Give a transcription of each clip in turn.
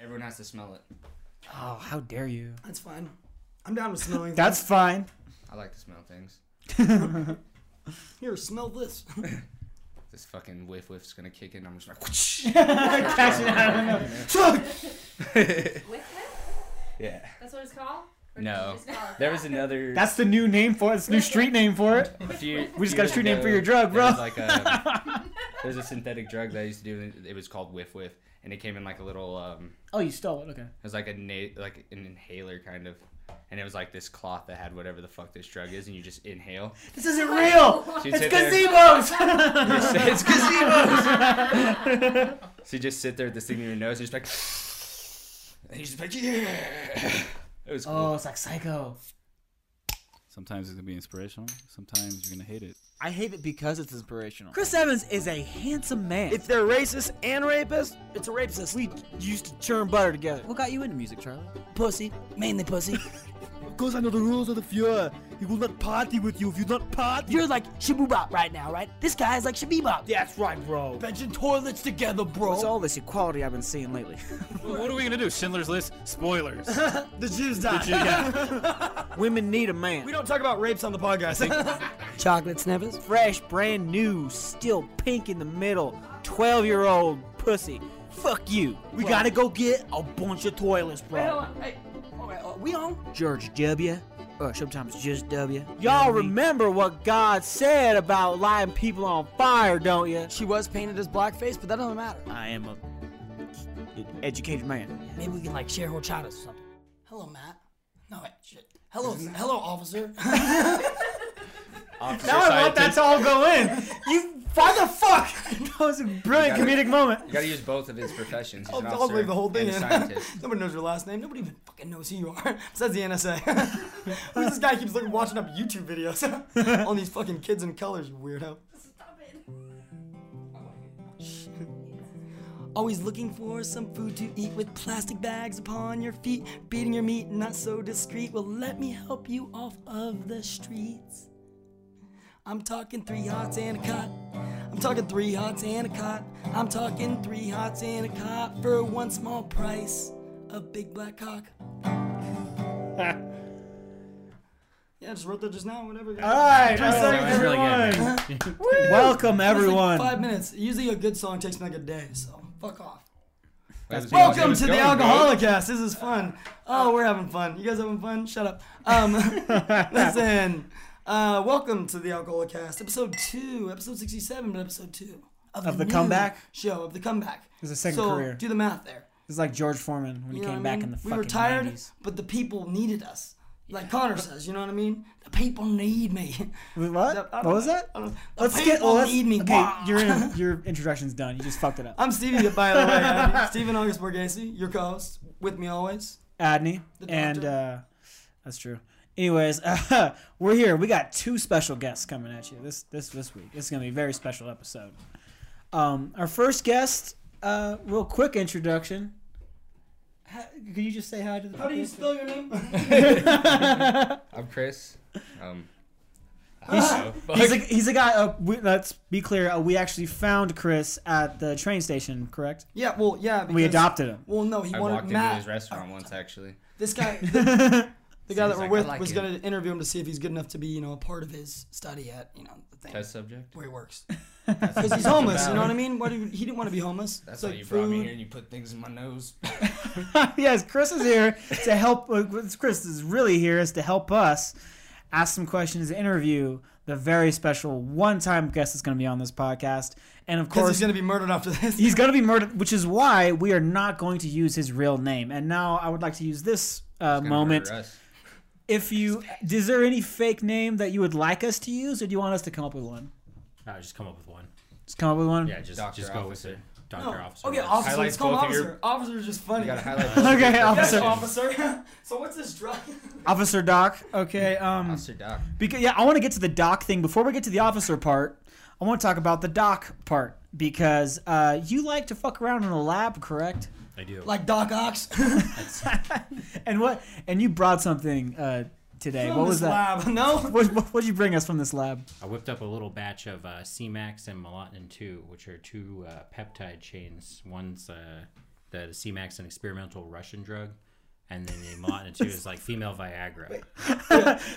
Everyone has to smell it. Oh, how dare you? That's fine. I'm down with smelling. That's fine. I like to smell things. things. here. Smell this. This fucking whiff whiff's gonna kick in. I'm just like, Cash it out of With it? yeah. That's what it's called? Or No. did you just call it There that? was another. That's the new name for it. It's the new street name for it. a few, We just got a years street name for ago, your drug, there bro. was Like a, there's a synthetic drug that I used to do. and It was called whiff whiff, and it came in like a little. um Oh, you stole it. Okay. It was like a na- like an inhaler kind of, and it was like this cloth that had whatever the fuck this drug is, and you just inhale. This isn't real. So you It's sit there- gazebos. you sit- it's gazebos. so you just sit there with this thing in your nose, and you're just like, and you just like, yeah. It was cool. oh, it's like psycho. Sometimes it's gonna be inspirational. Sometimes you're gonna hate it. I hate it because it's inspirational. Chris Evans is a handsome man. If they're racist and rapist, it's a rapist. We used to churn butter together. what got you into music, Charlie? Pussy. Mainly pussy. of course I know the rules of the Fuhrer. He will not party with you if you not party. You're like Shibubop right now, right? This guy is like Shibibop. That's right, bro. Benching toilets together, bro. What's all this equality I've been seeing lately? what are we gonna do? Schindler's List spoilers. the Jews die. Women need a man. we don't talk about rapes on the podcast. Chocolate snippers. Fresh, brand new, still pink in the middle. 12 year old pussy. Fuck you. We gotta go get a bunch of toilets, bro. Wait, hold on. Hey, Uh, we on? George W. Or sometimes just W. Y'all remember what God said about lighting people on fire, don't you? she was painted as blackface, but that doesn't matter. I am a educated man. Maybe we can like share horchata or something. Hello, Matt. No, wait, shit. Hello, hello, officer. Officer Now I want that Scientist- to all go in. you, why the fuck? That was a brilliant You got comedic moment. You gotta use both of his professions. He's I'll, an I'll officer leave the whole thing and a in. scientist. Nobody knows your last name. Nobody even fucking knows who you are. Besides the NSA. Who's this guy keeps looking, watching up YouTube videos on these fucking kids in colors, you weirdo. stop it. Always looking for some food to eat with plastic bags upon your feet, beating your meat not so discreet. Well, let me help you off of the streets. I'm talking three hots and a cot. I'm talking three hots and a cot. I'm talking three hots and a cot for one small price of big black cock. yeah, I just wrote that just now. Whatever. guys. All right, all That right, was really good. everyone. Welcome That was like everyone. five minutes. Usually a good song takes me like a day, so fuck off. That's Welcome to the Alcoholicast. This is fun. Oh, we're having fun. You guys having fun? Shut up. Um, listen. Uh, welcome to the Alcoholicast, episode two, episode sixty-seven, but episode two Of the new comeback? show of the comeback. It's a second so career. do the math there. It's like George Foreman when You he know came what I back mean? in the we fucking were tired, 90s. but the people needed us. Like Connor says, you know what I mean? The people need me. What? I don't What was know. that? I don't know. The Let's people get. Well, let's, need me. okay, your your introduction's done. You just fucked it up. I'm Stevie, by the way. I'm Steven August Borghese, your co-host, with me always. Adney The and uh, doctor. that's true. Anyways, we're here. We got two special guests coming at you this this this week. It's gonna be a very special episode. Um, our first guest, uh, real quick introduction. How, could you just say hi to the? How do you spell your name? I'm Chris. Um, He's a, he's a guy. Uh, we, let's be clear. Uh, we actually found Chris at the train station. Correct. Yeah, well, yeah. Because, We adopted him. Well, no, he I wanted walked into Matt. his restaurant once actually. This guy, the, the guy that Seems like I we're with, like was him. going to interview him to see if he's good enough to be, you know, a part of his study at, you know, the thing Test subject. where he works. Because he's homeless, you know what I mean? What do you- he didn't want to be homeless. That's It's why like you brought me food. Uh, here and you put things in my nose. yes, Chris is here to help. uh, Chris is really here is to help us ask some questions, interview the very special one-time guest that's going to be on this podcast, and of 'Cause course he's going to be murdered after this. he's going to be murdered, which is why we are not going to use his real name. And now I would like to use this uh, Gonna moment. murder us. If you, is there any fake name that you would like us to use, or do you want us to come up with one? No, just come up with one. Just come up with one. Yeah, just Doctor, just go officer. with it. no. Doctor officer. Okay, works. officer. Highlights Let's call him both of officer. your- Officer is just funny. You gotta Yes, highlight. Okay, officer. officer, officer. so what's this drug? officer Doc. Okay. Um. Officer Doc. Because yeah, I want to get to the doc thing before we get to the officer part. I want to talk about the doc part because uh, you like to fuck around in the lab, correct? I do. Like Doc Ox. and what? And you brought something uh, today. From what was this that? Lab. No. What What would you bring us from this lab? I whipped up a little batch of uh, C-Max and melatonin 2, which are two uh, peptide chains. One's uh, the CMAX, an experimental Russian drug, and then the Melatina two is like female Viagra.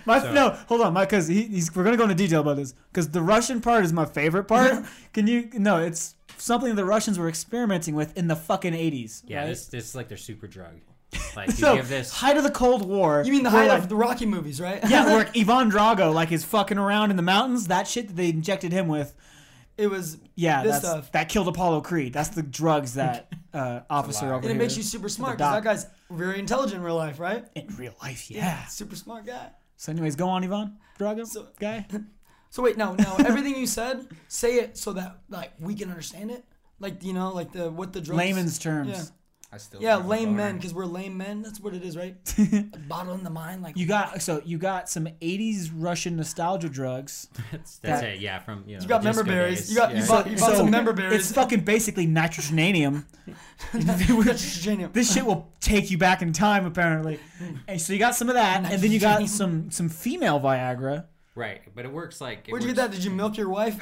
My So- no, hold on, my because he, he's we're gonna go into detail about this because the Russian part is my favorite part. Can you? No, it's something the Russians were experimenting with in the fucking eighties. Yeah, right? this this is like their super drug. Like you so give this. height of the Cold War. You mean the where, highlight like, of the Rocky movies, right? yeah, where like, Ivan Drago like is fucking around in the mountains. That shit that they injected him with. it was. Yeah, This that's, stuff. that killed Apollo Creed. That's the drugs that uh, officer over And it here- makes you super smart doc. because that guy's very intelligent in real life, right? in real life. Yeah. Super smart guy. So, anyways, go on, Ivan Drago So- guy. So wait, no, no. Everything you said, say it so that like we can understand it. Like you know, like the what the drugs. Layman's terms. Yeah. I still Yeah, have a lame boner. men, because we're lame men. That's what it is, right? Bottle in the mind, like You got so you got some '80s Russian nostalgia drugs. That's, that's that- it. Yeah, from you know. you got member berries. You got you Yeah. bought, you bought some member It's berries. fucking basically nitrogenanium. Genius. This shit will take you back in time, apparently. And so you got some of that, and then you got some some female Viagra. right, but it works like. It Where'd you get works- that? Did you milk your wife?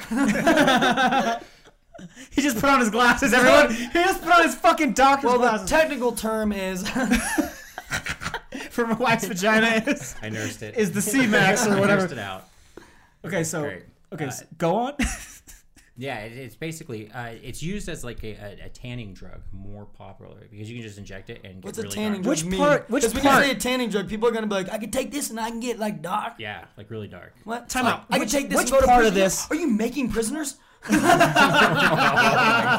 He just put on his glasses, everyone. He just put on his fucking doctor's well, the glasses technical term is for my wife's vagina is I nursed it. is the C Max or I nursed whatever. it out. Okay, so Great. okay, Uh, so go on. Yeah, it, it's basically uh, it's used as like a, a, a tanning drug, more popular because you can just inject it and get what's a really tanning drug? dark. Which mean? part- which 'Cause when part? you say a tanning drug, people are gonna be like, I can take this and I can get like dark. Yeah, like really dark. What? Time Like, out. I can Which- take this. which and go to part of prison? this- Are you making prisoners?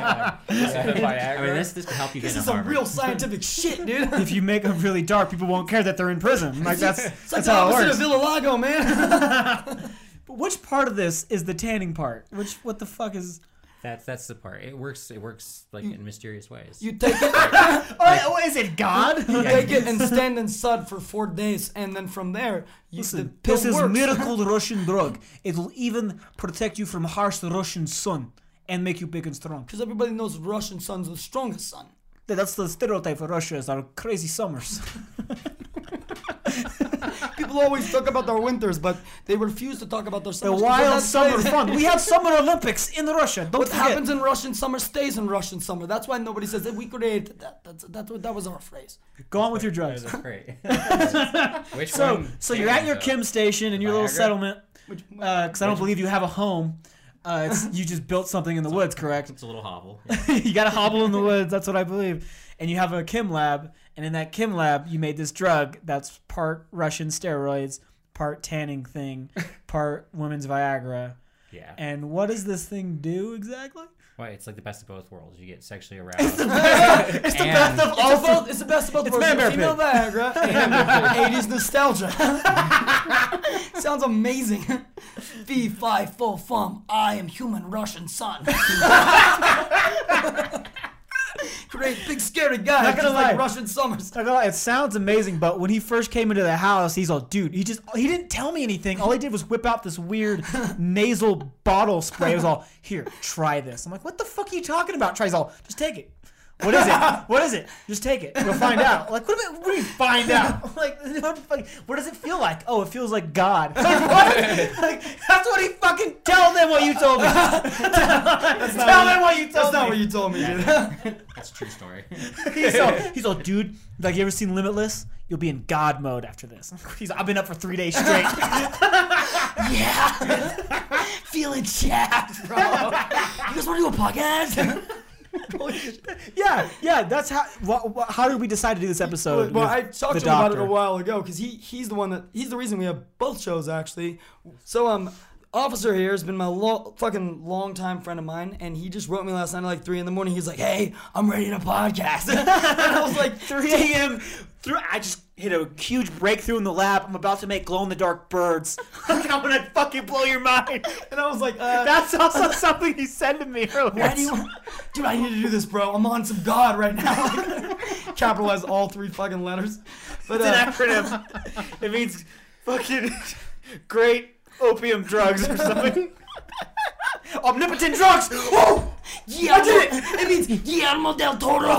I mean, this this could help you This get is into some Harvard. real scientific shit, dude. if you make them really dark, people won't care that they're in prison. Like that's It's like oh, that's the how it opposite of works. Villa Lago, man. But which part of this is the tanning part? Which what the fuck is? That's that's the part. It works. It works like in mysterious ways. you take it, Oh, is it God? take it, and stand in sud for four days, and then from there, you, the Listen, pill this is works. miracle Russian drug. It'll even protect you from harsh Russian sun and make you big and strong. Because everybody knows Russian sun's the strongest sun. That's the stereotype for Russia is our crazy summers. People always talk about their winters, but they refuse to talk about their The summers. 'cause wild that's- summer fun. We have summer Olympics in Russia. Don't What forget. happens in Russian summer stays in Russian summer. That's why nobody says that we created that. That's, that, that was our phrase. Go on with your drugs. Those are great. Which So, one? so you're at your Uh, Kim station in your little Viagra? settlement, because I don't believe you have a home. Uh, it's, you just built something in the woods, correct? it's a little hovel. you got to hobble in the woods. That's what I believe. And you have a chem lab, and in that chem lab, you made this drug that's part Russian steroids, part tanning thing, part women's Viagra. Yeah. And what does this thing do exactly? Well, it's like the best of both worlds. You get sexually aroused. It's the And- best of It's, the both, it's the best of both It's worlds. man bear Female pig. Viagra and 80s nostalgia. Sounds amazing. Fee, fi, fo, fum. I am human Russian son. Great big scary guy. Not gonna just like lie. Russian summers. I know, it sounds amazing, but when he first came into the house, he's all, dude, he just, he didn't tell me anything. All he did was whip out this weird nasal bottle spray. It was all, here, try this. I'm like, what the fuck are you talking about? Try. He's all, just take it. What is it? What is it? Just take it. We'll find out. Like, what, about, what do we find out? I'm like, what, the fuck- what does it feel like? Oh, it feels like God. Like, what? Like, that's what he fucking, tell them what you told me. tell them what you told That's me. not what you told me, dude. that's a true story. He's all, he's all, dude, like, you ever seen Limitless? You'll be in God mode after this. He's, I've been up for three days straight. Yeah. Feeling jacked, bro. You guys want to do a podcast? yeah, yeah, that's how. Wha, wha, how did we decide to do this episode? well, with I talked the to him about it doctor? a while ago because he he's the one that he's the reason we have both shows actually. So um, officer here has been my lo- fucking longtime friend of mine, and he just wrote me last night at like three in the morning. He's like, "Hey, I'm ready to podcast," and I was like, 3 a.m. Through, I just hit a huge breakthrough in the lab. I'm about to make glow in the dark birds. I'm gonna fucking blow your mind. and I was like, uh, That's also something he said to me earlier. why do you- dude, I need to do this, bro. I'm on some god right now. Capitalize all three fucking letters. But It's an uh, acronym. it means fucking great opium drugs or something. Omnipotent drugs. Oh, yeah, I did it. It means Guillermo del Toro.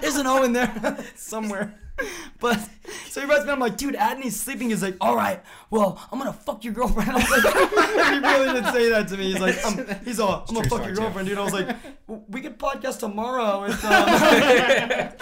There's an O in there somewhere, but. So he writes me, I'm like, dude, Adney's sleeping. He's like, all right, well, I'm gonna fuck your girlfriend. I was like, he really did say that to me. He's like, I'm, he's all, I'm gonna true fuck story, your too. girlfriend, dude. I was like, "W- we could podcast tomorrow. It's, um, I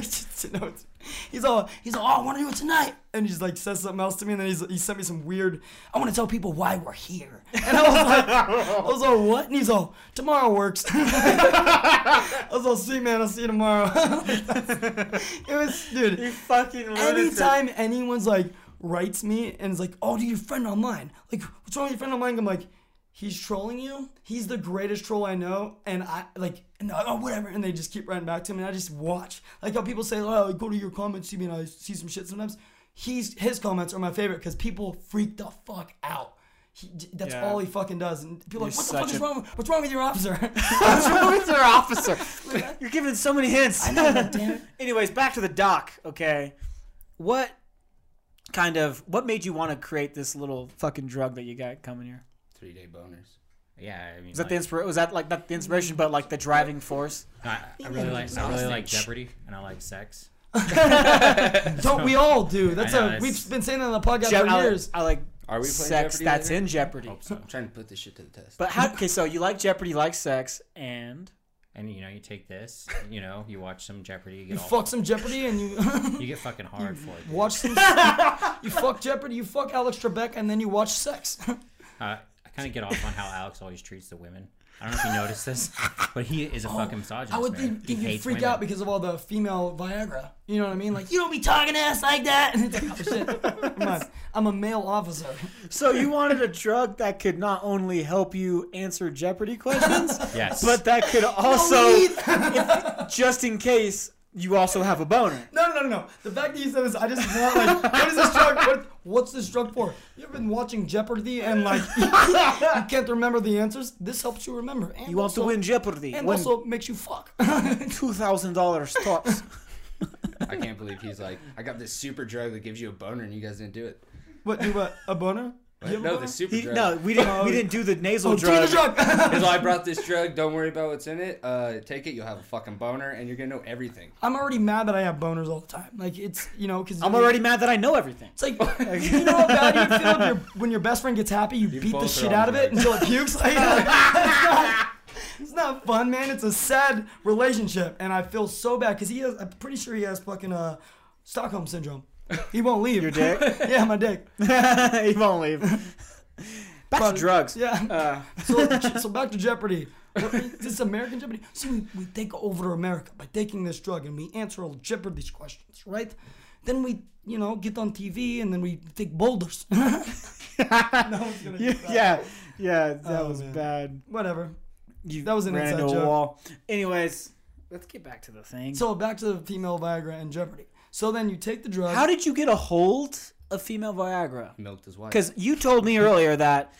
just didn't know it's- he's all, he's all, oh, I wanna do it tonight. And he's like, says something else to me, and then he's, he sent me some weird, I wanna tell people why we're here. And I was like, I was all, what? And he's all, tomorrow works. I was all, see, man, I'll see you tomorrow. it was, dude fucking anytime anyone's like writes me and is like, "Oh, dude, your friend online. Like, what's wrong with your friend online?" I'm like, "He's trolling you. He's the greatest troll I know." And I like, and I- oh, whatever. And they just keep writing back to me, and I just watch. Like how people say, "Oh, go to your comments, see me," and I see some shit sometimes. He's his comments are my favorite because people freak the fuck out. He, that's Yeah. all he fucking does. And people are like, You're "What the fuck such is a- wrong? With, what's wrong with your officer?" officer. You're giving so many hints. Anyways, back to the doc. Okay, what kind of what made you want to create this little fucking drug that you got coming here? Three day boners. Yeah, I mean, Was that like, the inspir? Was that like not the inspiration, but like the driving force? I, I really like I really like Jeopardy and I like sex. Don't we all do? That's know, a it's- we've been saying that on the podcast Je- I, for like, years. I like Are we playing sex Jeopardy that's later? in Jeopardy. Hope so. I'm trying to put this shit to the test. But how? Okay, so you like Jeopardy, you like sex, and And you know, you take this, you know, you watch some Jeopardy, you get You all fuck some Jeopardy and you. you get fucking hard for it. dude. Watch some. you fuck Jeopardy, you fuck Alex Trebek, and then you watch sex. Uh, I kind of get off on how Alex always treats the women. I don't know if you noticed this, but he is a fucking misogynist. Oh, I would man. think, he think you'd hates freak women. out because of all the female Viagra. You know what I mean? Like, you don't be talking to us like that. And it's like, oh shit. Come on. I'm a male officer. so you wanted a drug that could not only help you answer Jeopardy questions, Yes. but that could also, if- just in case, you also have a boner. No, no, no, no. The fact that you said this, I just want, like, what is this drug? What, what's this drug for? You ever been watching Jeopardy and, like, you can't remember the answers? This helps you remember. And You want also, to win Jeopardy. And win also makes you fuck. two thousand dollars tops. I can't believe he's like, I got this super drug that gives you a boner and you guys didn't do it. what, do a, a boner? You have a No, boner? the super He- drug. no, we didn't. We didn't do the nasal Oh, drug. do the drug. He's like, I brought this drug. Don't worry about what's in it. Uh, take it. You'll have a fucking boner and you're gonna know everything. I'm already mad that I have boners all the time. Like it's you know because I'm already mad that I know everything. It's like you know how bad you feel if your, when your best friend gets happy, you, beat the both shit are out on of it drugs. until it pukes. Like, it's, not, it's not fun, man. It's a sad relationship, and I feel so bad because he has. I'm pretty sure he has fucking uh, Stockholm syndrome. He won't leave. Your dick. yeah, my dick. he won't leave. Back But- to drugs. Yeah. Uh, so, so back to Jeopardy. What- Is this American Jeopardy? So we, we take over America by taking this drug and we answer all Jeopardy's questions, right? Then we, you know, get on TV and then we take boulders. no one's gonna get that. yeah, yeah, that Oh, was man. bad. Whatever. You That was an ran inside into a joke. wall. Anyways, let's get back to the thing. So, So back to the female Viagra and Jeopardy. So then you take the drug. how did you get a hold of female Viagra? Milked his wife. Because you told me earlier that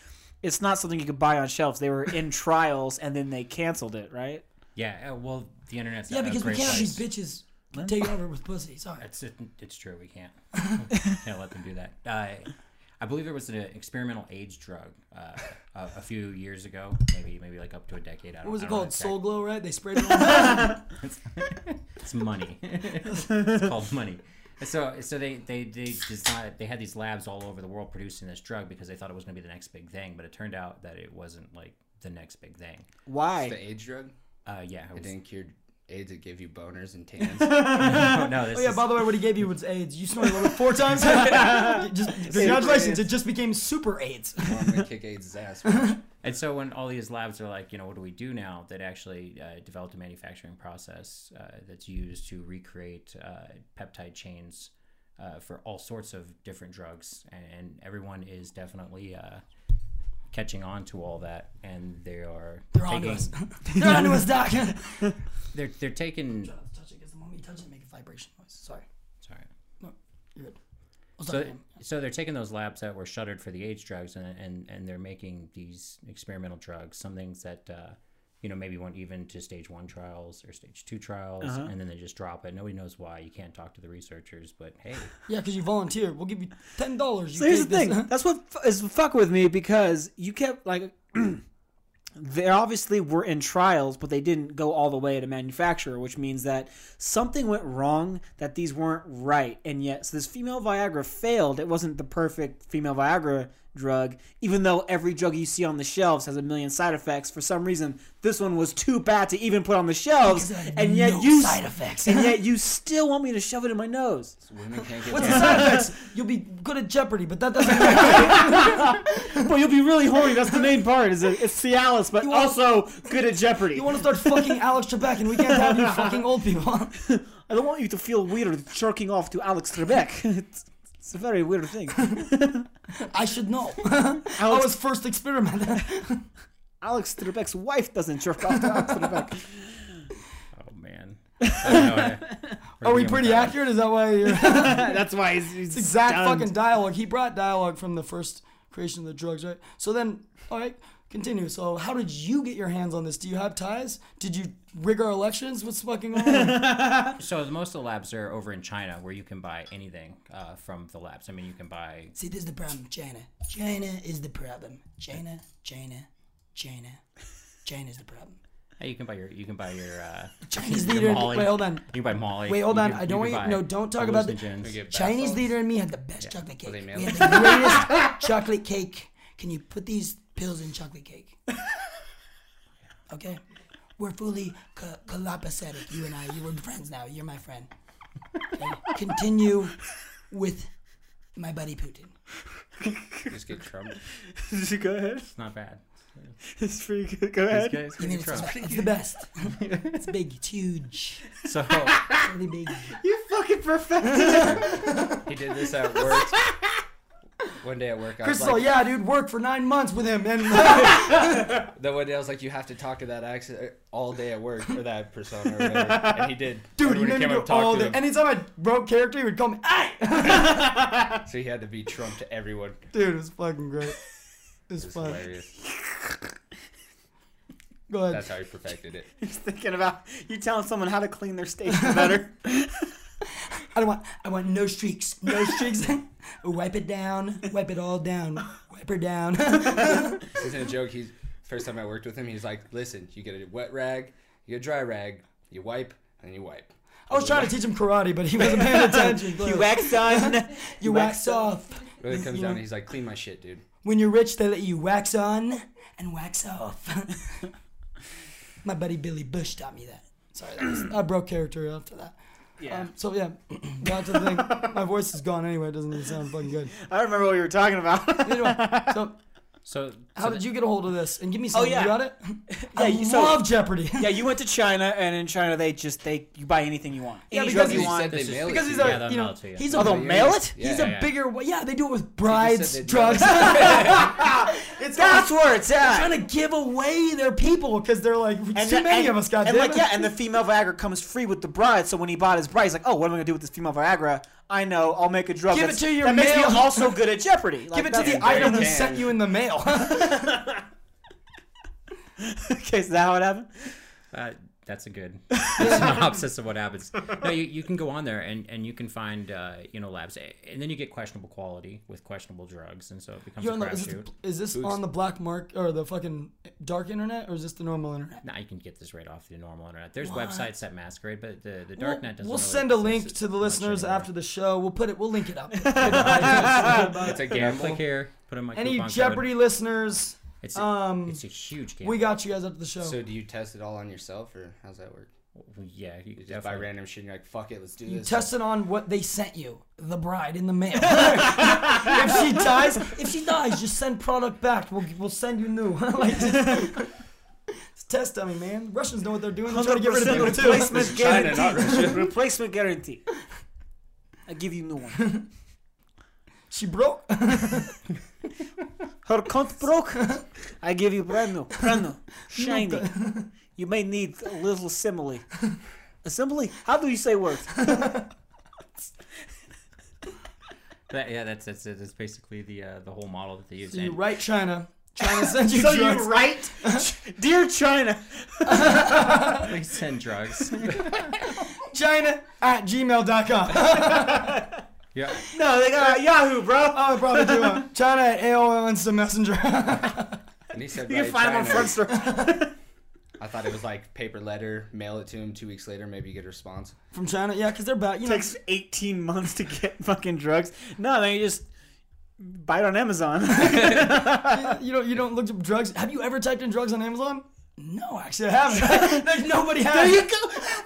it's not something you could buy on shelves. They were in trials and then they canceled it, right? yeah, uh, well, the internet's yeah, a because we great can't have place. these bitches take over with pussy. Sorry. It's it, it's true. We can't can't let them do that. Uh, I believe there was an experimental AIDS drug uh, a, a few years ago, maybe maybe like up to a decade. I What don't, was I it don't know called? exact- Soul Glow, right? They sprayed it. on- It's money. it's called money. And So so they they they designed, they had these labs all over the world producing this drug because they thought it was going to be the next big thing, but it turned out that it wasn't like the next big thing. It's Why? the AIDS drug. Uh, yeah, it It was, didn't cure AIDS. It gave you boners and tans. no, no, this Oh yeah, is- by the way, what he gave you was AIDS. You snorted over four times. just, congratulations, it just became super AIDS. Well, I'm gonna kick AIDS's ass. bitch. And so when all these labs are like, you know, what do we do now that actually uh, developed a manufacturing process uh, that's used to recreate uh, peptide chains uh, for all sorts of different drugs, and, and everyone is definitely uh, catching on to all that, and they are They're on to taking us. They're on to us, Doc. they're they're taking touch it because the moment you touch it, make a vibration noise. Sorry. sorry. You're good. So, so they're taking those labs that were shuttered for the AIDS drugs and, and, and they're making these experimental drugs, some things that, uh, you know, maybe went even to stage one trials or stage two trials, Uh-huh. and then they just drop it. Nobody knows why. You can't talk to the researchers, but hey, Yeah, because you volunteered. We'll give you ten dollars. So here's the thing. That's what f- is fuck with me because you kept like they obviously were in trials, but they didn't go all the way to manufacturer, which means that something went wrong that these weren't right. And yet, so this female Viagra failed. It wasn't the perfect female Viagra drug, even though every drug you see on the shelves has a million side effects. For some reason, this one was too bad to even put on the shelves. Because it had And yet no you side effects. And yet you still want me to shove it in my nose. Women can't get What's down. the side effects? You'll be good at Jeopardy, but that doesn't work. But you'll be really horny. That's the main part. Is it, it's Cialis, but wanna- also good at Jeopardy. You want to start fucking Alex Trebek, and we can't have you fucking old people. I don't want you to feel weird jerking off to Alex Trebek. it's, it's a very weird thing. I should know. I Alex, was first experiment. Alex Trebek's wife doesn't jerk off to Alex Trebek. Oh man. I don't know. Where Are we going with pretty that? accurate? Is that why you're That's why he's, he's exact stunned. fucking dialogue? He brought dialogue from the first creation of the drugs, right? So then, all right, continue. So how did you get your hands on this? Do you have ties? Did you rig our elections? What's fucking going on? So the most of the labs are over in China, where you can buy anything uh, from the labs. I mean, you can buy See, this is the problem. China. China is the problem. China. China. China. China's the problem. hey, you can buy your you can buy your uh, China's your leader. Molly. Wait, hold on. You can buy Molly. Wait, hold You on. can- I you don't want can you. buy No, don't talk about We the get bath Chinese salts. leader and me had the best chocolate cake. they We mail had the greatest chocolate cake. Can you put these pills in chocolate cake? Okay, we're fully co- copacetic. You and I. You were friends now. You're my friend. Okay? Continue with my buddy Putin. Just get Trump. Go ahead. It's not bad. It's pretty good. Go It's ahead. good. It's I good. mean, it's, Trump. it's the best. it's big. It's huge. So It's really big. You fucking perfect. He did this at work. One day at work, I was Crystal, like, yeah, dude, worked for nine months with him, and Then one day I was like, you have to talk to that accent all day at work for that persona or whatever. And he did. dude, he Everybody made came me go up and all talked day. to him. Anytime I broke character, he would call me, "Ah, "Hey, So he had to be Trump to everyone. Dude, it's fucking great. It's It was fun. hilarious. Go ahead. That's how he perfected it. He's thinking about you telling someone how to clean their station better. I don't want. I want no streaks. No streaks. wipe it down. Wipe it all down. Wipe her down. This isn't a joke. He's first time I worked with him. He's like, listen, you get a wet rag, you get a dry rag, you wipe, and you wipe. I was trying to teach him karate, but he wasn't paying attention. you wax on. You wax off. Really comes down. He's like, clean my shit, dude. When you're rich, they let you wax on and wax off. My buddy Billy Bush taught me that. Sorry, that was, I broke character after that. Yeah. Um, so yeah, back to the thing. My voice is gone anyway. It doesn't even sound fucking good. I remember what you were talking about. Anyway, so so How did you get a hold of this? And give me some. yeah. You got it? I Yeah, you- so- love Jeopardy. yeah, you went to China, and in China they just they you buy anything you want. Yeah, Any because drug you he want. said they mail it because to he's you. a Yeah, they'll you mail know it to you. he's Oh, a they'll mail it? Yeah, he's a yeah, yeah. bigger wa- yeah they do it with brides they'd mail it. drugs they're It's that's where it's at. trying to give away their people because they're like too the- many of us got and like yeah, and the female Viagra comes free with the bride. So when he bought his bride, he's like, "Oh, what am I gonna do with this female Viagra? I know, I'll make a drug Give it that's- to your that makes me male- also good at Jeopardy. Like, give it to that's- the item they that can. sent you in the mail Okay, is that how it happened? Uh, that's a good synopsis of what happens. No, you, you can go on there and, and you can find uh, you know labs, and then you get questionable quality with questionable drugs, and so it becomes You're a on the- is, this, crapshoot. is this on the black mark or the fucking dark internet or is this the normal internet Now you can get this right off the normal internet. There's websites that masquerade, but the the dark net doesn't. we'll really send a link exist to the much listeners anymore. after the show we'll put it we'll link it up It's a Yeah, click gamble. here. Put in my any coupon code. jeopardy listeners It's a, um it's a huge game. we got you guys after the show So do you test it all on yourself, or how's that work? yeah, you You just buy definitely. random shit and you're like, fuck it, let's do You this. test it on what they sent you, the bride in the mail. if she dies, if she dies, just send product back. We'll, we'll send you new. like, just, just test dummy, man. Russians know what they're doing. They're trying to get rid of 100% people too. replacement China, not guarantee. replacement guarantee. I give you new one. She broke. Her cunt broke. I give you brand new, brand new, shiny. You may need a little simile. Assembly? How do you say words? That, yeah, that's that's that's basically the uh, the whole model that they use. So you And- write China. China sends you so drugs. you write, dear China. they send drugs. China at gmail.com. yeah, No, they got uh, Yahoo, bro. Oh, I would probably do it. China at AOL Instant Messenger. And he said, You by can find them on China- front store. I thought it was like paper letter, mail it to him two weeks later, maybe you get a response. From China, yeah, because they're about you know takes 18 months to get fucking drugs. No, then you just buy it on Amazon. you don't you don't look up drugs. Have you ever typed in drugs on Amazon? No, actually, I haven't. There's nobody has. there you go.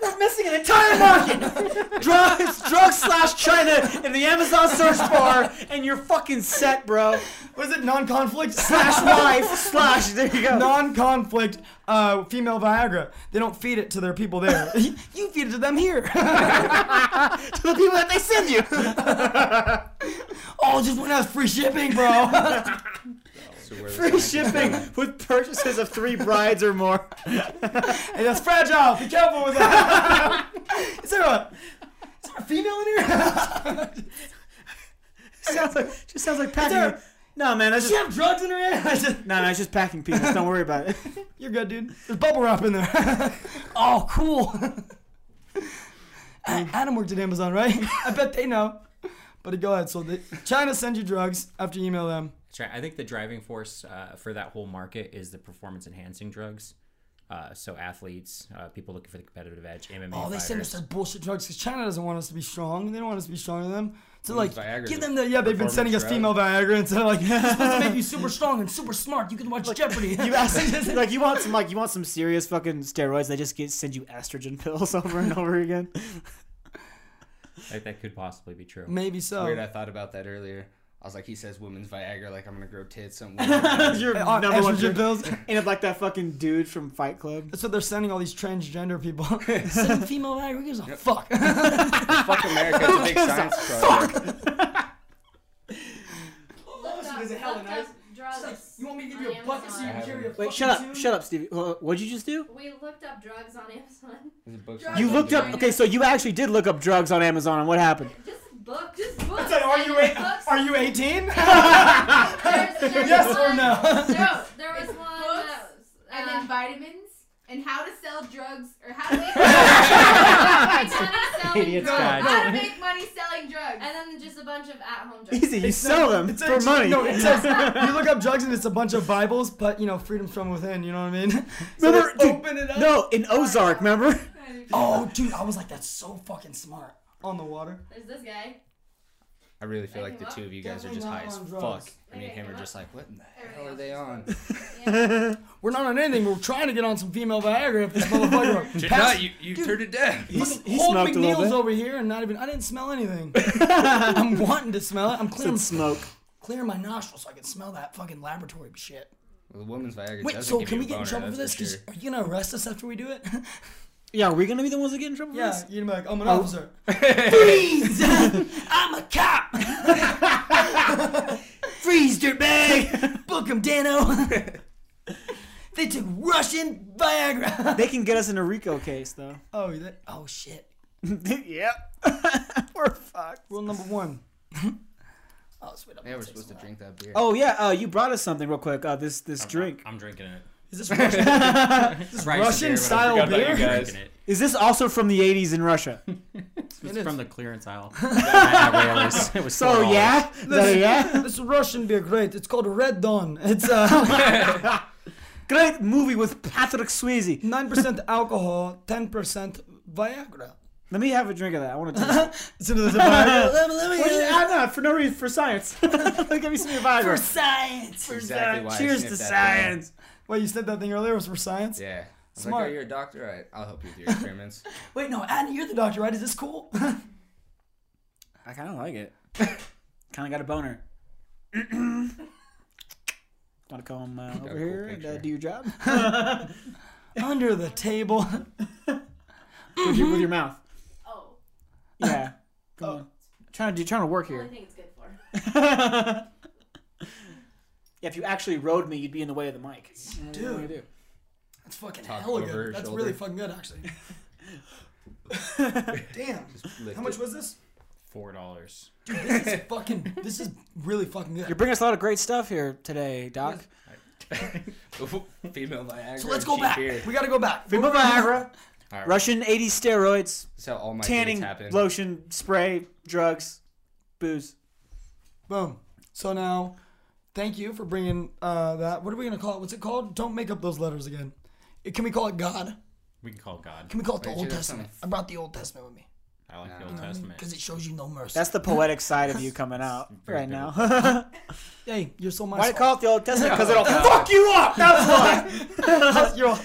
We're missing an entire market. drugs, drugs slash China in the Amazon search bar, and you're fucking set, bro. What is it? Non-conflict Slash life slash. There you go. non-conflict uh, female Viagra. They don't feed it to their people there. you feed it to them to here. the people that they send you. oh, just one has free shipping, bro. So where was I? Free shipping with purchases of three brides or more. hey, that's fragile. Be careful with that. is there a is there a female in here? sounds like just sounds like packing. No man, that's Does she just have drugs in her hand? no, no, it's just packing peanuts. Don't worry about it. You're good, dude. There's bubble wrap in there. oh, cool. A- Adam worked at Amazon, right? I bet they know. But go ahead. So they, China sends you drugs after you email them. That's right. I think the driving force uh, for that whole market is the performance enhancing drugs. Uh, so athletes, uh, people looking for the competitive edge, MMA Oh, they fighters. send us their bullshit drugs because China doesn't want us to be strong. They don't want us to be stronger than them. So like, Viagra's give a them the yeah. They've been performance sending us drug. female Viagra and so like, it's supposed to make you super strong and super smart. You can watch Jeopardy. You ask, like you want some like you want some serious fucking steroids. They just get send you estrogen pills over and over again. Like, that could possibly be true. Maybe so. Weird, I thought about that earlier. I was like, he says women's Viagra, like I'm gonna grow tits. Something. Your Uh, number one estrogen drink. pills. End up like that fucking dude from Fight Club. That's what they're sending all these transgender people. Send female Viagra. Who gives a fuck? Fuck America, it's a big science project. Oh, Looked up- is it hella looked nice? up drugs You want me to give on you a bucket so you can Amazon. carry a Wait, shut up, shut up, Stevie. Uh, What'd you just do? We looked up drugs on Amazon. There's a book You somewhere. You I'm looked up. doing Okay, it. so you actually did look up drugs on Amazon, and what happened? Just books. Just books. It's like, are you There's eight, books. are you 18? There's- there's yes or one- no? No, there was one. Books that was, and uh, then vitamins and how to sell drugs or how to make money selling Idiot's drugs. guide. How to make money selling drugs. and then just a bunch of at-home drugs. Easy, you It's sell not- them it's for actually- money. No, it says you look up drugs and it's a bunch of Bibles, but you know, freedom's from within. You know what I mean? So Remember- they dude, open it up. no, in Ozark, remember? Oh, dude, I was like, that's so fucking smart. On the water. There's this guy. I really feel like the two of you guys are just high as fuck. Me and him are just like, what in the hell are they on? We're not on anything. We're trying to get on some female Viagra. If this motherfucker. No, Pass- you you turned it down. He's, he Hold smoked a little McNeil's bit. over here and not even. I didn't smell anything. I'm wanting to smell it. I'm clearing, Said smoke. clearing my nostrils so I can smell that fucking laboratory shit. Well, the woman's Viagra Wait, doesn't so give can you we a get in boner, trouble for this? that's 'Cause sure. Are you gonna arrest us after we do it? Yeah, are we gonna be the ones that get in trouble for yeah, this? you're gonna be like, I'm an Oh. officer. Freeze! I'm a cop. Freeze, dirtbag. Book him, Dano. they took Russian Viagra. They can get us in a Rico case though. oh, that, oh shit. yep. We're fucked. Rule number one. oh, sweet. Yeah, we're supposed to drink that beer. Oh yeah, uh, you brought us something real quick. Uh, this this Uh-huh. drink. I'm drinking it. Is this Russian? This Russian style beer? I'm drinking it. Is this also from the 80s in Russia? It's from the clearance aisle. Yeah, it was- it was So $4. yeah, Is that a yeah. this Russian beer, great. It's called Red Dawn. It's uh, Great movie with Patrick Swayze. nine percent alcohol, ten percent Viagra. Let me have a drink of that. I want to. Taste it. It's another Viagra. Let me- let me- What is- I'm not for no reason for science. Give me some of your Viagra. science. exactly why I Cheers to sniffed that thing. science. Wait, you said that thing earlier was for science? Yeah. I was Smart. like, oh, you're a doctor? All right, I'll help you with your experiments. Wait, no, Adam, you're the doctor, right? Is this cool? I kind of like it. kind of got a boner. Want to come uh, over cool here and uh, picture. do your job Under the table. with, your, with your mouth? Oh, Yeah. Come on. Trying to do, trying to work only here. thing it's good for. yeah, if you actually rode me, you'd be in the way of the mic. Dude. do. That's fucking Talk hella over her good. That's shoulder. really fucking good, actually. Damn. Licked How much it. was this? Four dollars. Dude, this is fucking, this is really fucking You're good. bringing us a lot of great stuff here today, Doc. Female Viagra. So let's and go cheap back. Beer. We gotta go back. Female Viagra, All right. Russian 80s steroids, That's how all my tanning, dates happen. lotion, spray, drugs, booze. Boom. So now, Thank you for bringing uh, that. What are we gonna call it? What's it called? Don't make up those letters again. It, can we call it God? We can call it God. Can we call it the Wait, Old should I- Testament? I brought the Old Testament with me I like the No. Old Testament. because Um, it shows you no mercy. That's the poetic side of you coming out Very right now. hey, you're so Why do merciful. you call it the Old Testament? Because it'll Fuck you up. That's why. you're all...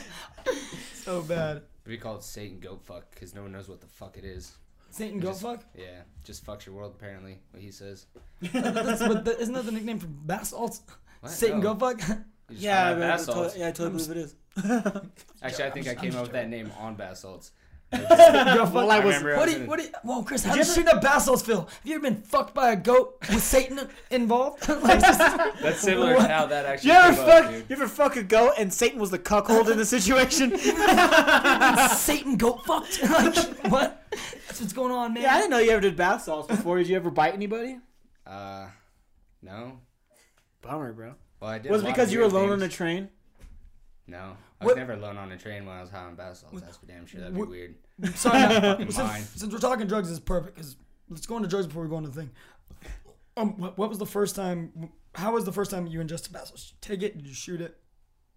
so bad. We call it Satan Goat Fuck because no one knows what the fuck it is. Satan go Just- fuck. Yeah, just fucks your world apparently. What he says. That's, but that, isn't that the nickname for basalt? What? Satan No. go fuck. You just Yeah, found out I, basalts. yeah, I totally believe it is. Actually, I think i came up with that name on basalts. Go fuck. Well, I was. remember I What do was you, in- what do you, whoa, Chris, how you does shooting up basalts feel? Have you ever been fucked by a goat with Satan involved? like, just, That's similar to how that actually You ever came up, fuck? dude. You ever fuck a goat and Satan was the cuckold in the situation? Satan goat fucked? like, what? That's what's going on, man. yeah, I didn't know you ever did bath salts before. Did you ever bite anybody? Uh, no. Bummer, bro. Well, I did. Was a it lot of because you were weird alone on things. a train? No, I was What- never alone on a train when I was high on basalts. That's for damn sure. That'd be what- weird. Sorry, no. Fucking mine. since, since we're talking drugs, it's perfect. Cause let's go into drugs before we go into the thing. Um, what, what was the first time? How was the first time you ingested basalts? Take it, did you shoot it?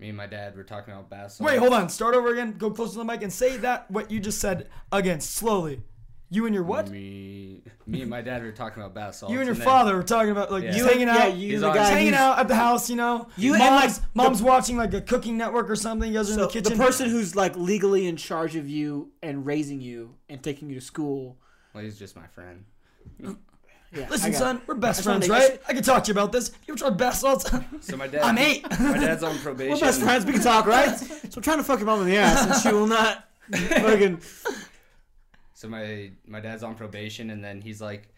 Me and my dad were talking about basalts. Wait, hold on. Start over again. Go close to the mic and say that what you just said again slowly. You and your what? Me, me and my dad were talking about basalts. You and your then- father were talking about like Yeah. just You hanging out. Yeah, you He's the on- guy. He's hanging who's- out at the house, you know. You and, like, mom's, mom's watching like a cooking network or something. You guys are in So the the kitchen. person who's like legally in charge of you and raising you and taking you to school. Well, he's just my friend. Yeah, I Listen, got- son, we're I best just wanna friends, make this- right? I can talk to you about this. You ever tried bath salts? So my dad. I'm eight. My dad's on probation. We're best friends. We can talk, right? so I'm trying to fuck your mom in the ass, and she will not. Fucking. So my my dad's on probation, and then he's like,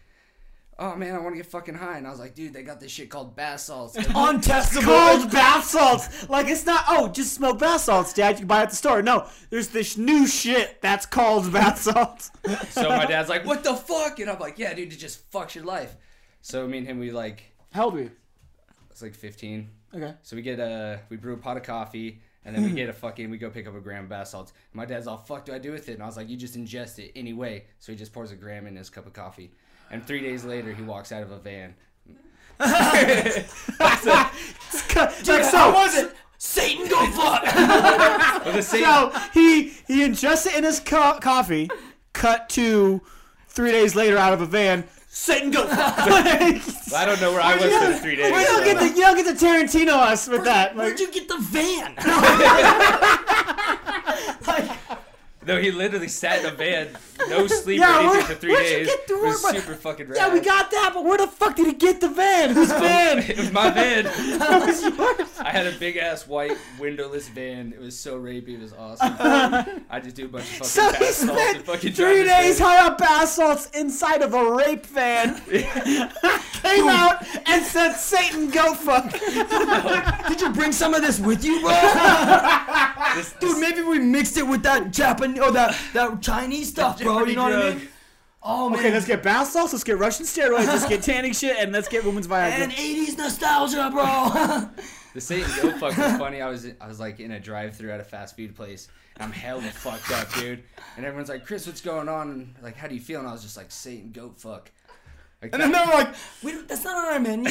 "Oh man, I want to get fucking high," and I was like, "Dude, they got this shit called bath salts." Oh, Untestable. cold bath salts. Like it's not. Oh, just smoke bath salts, Dad. You can buy it at the store. No, there's this new shit that's called bath salts. so my dad's like, "What the fuck?" And I'm like, "Yeah, dude, it just fucks your life." So me and him, we like, How old were you? it's like 15. Okay. So we get a we brew a pot of coffee, and then we get a fucking we go pick up a gram of bath salts. My dad's all, "Fuck, do I do with it?" And I was like, "You just ingest it anyway." So he just pours a gram in his cup of coffee, and three days later, he walks out of a van. Like, so How was it? Satan go fuck. But the same, So he he ingests it in his co- coffee. Cut to three days later out of a van. Sit and go. you I don't know where I was for the three days. don't get the you don't get to Tarantino us with that. Like, Where'd you get the van? No, he literally sat in a van, no sleep Yeah, or anything where- for three where'd you days. get the it was word- super fucking rad. yeah, we got that, but where the fuck did he get the van? Whose van? it was my van. That was yours. I had a big ass white windowless van. It was so rapey. It was awesome. I just do a bunch of fucking So he bath salts and spent fucking three drive this days van. high up basalts inside of a rape van. Came out and said, "Satan, go fuck." Did you bring some of this with you, bro? This- Dude, maybe we mixed it with that Japanese or that, that Chinese stuff, bro. You know what I mean? Oh man. Okay, let's get bath salts, let's get Russian steroids, let's get tanning shit, and let's get women's Viagra. and 80s nostalgia, bro. The Satan Go fuck was funny. I was I was like in a drive through at a fast food place. And I'm hella fucked up, dude. And everyone's like, Chris, what's going on? And like, how do you feel? And I was just like, Satan goat fuck. Like, and then they're like, we don't, that's not on our menu.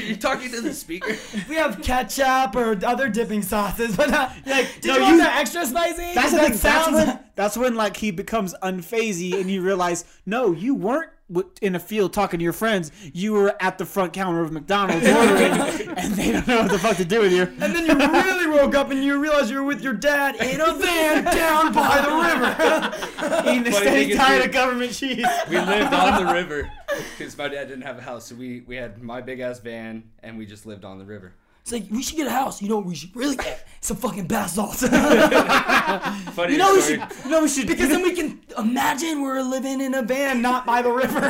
you're talking to the speaker. we have ketchup or other dipping sauces, but uh, like, did no, you want you- that extra spicy? That's the that thing. That's when that's when like he becomes unphazy, and you realize no, you weren't w- in a field talking to your friends. You were at the front counter of McDonald's ordering, and they don't know what the fuck to do with you. And then you really woke up and you realized you were with your dad in a van down by the river. Eating the Funny thing steady is, tired we- of government cheese. We lived on the river because my dad didn't have a house, so we we had my big ass van and we just lived on the river. It's like, we should get a house. You know what we should really get? Some fucking bath salts. Funny You know we story. should. You know we should. because then we can imagine we're living in a van not by the river.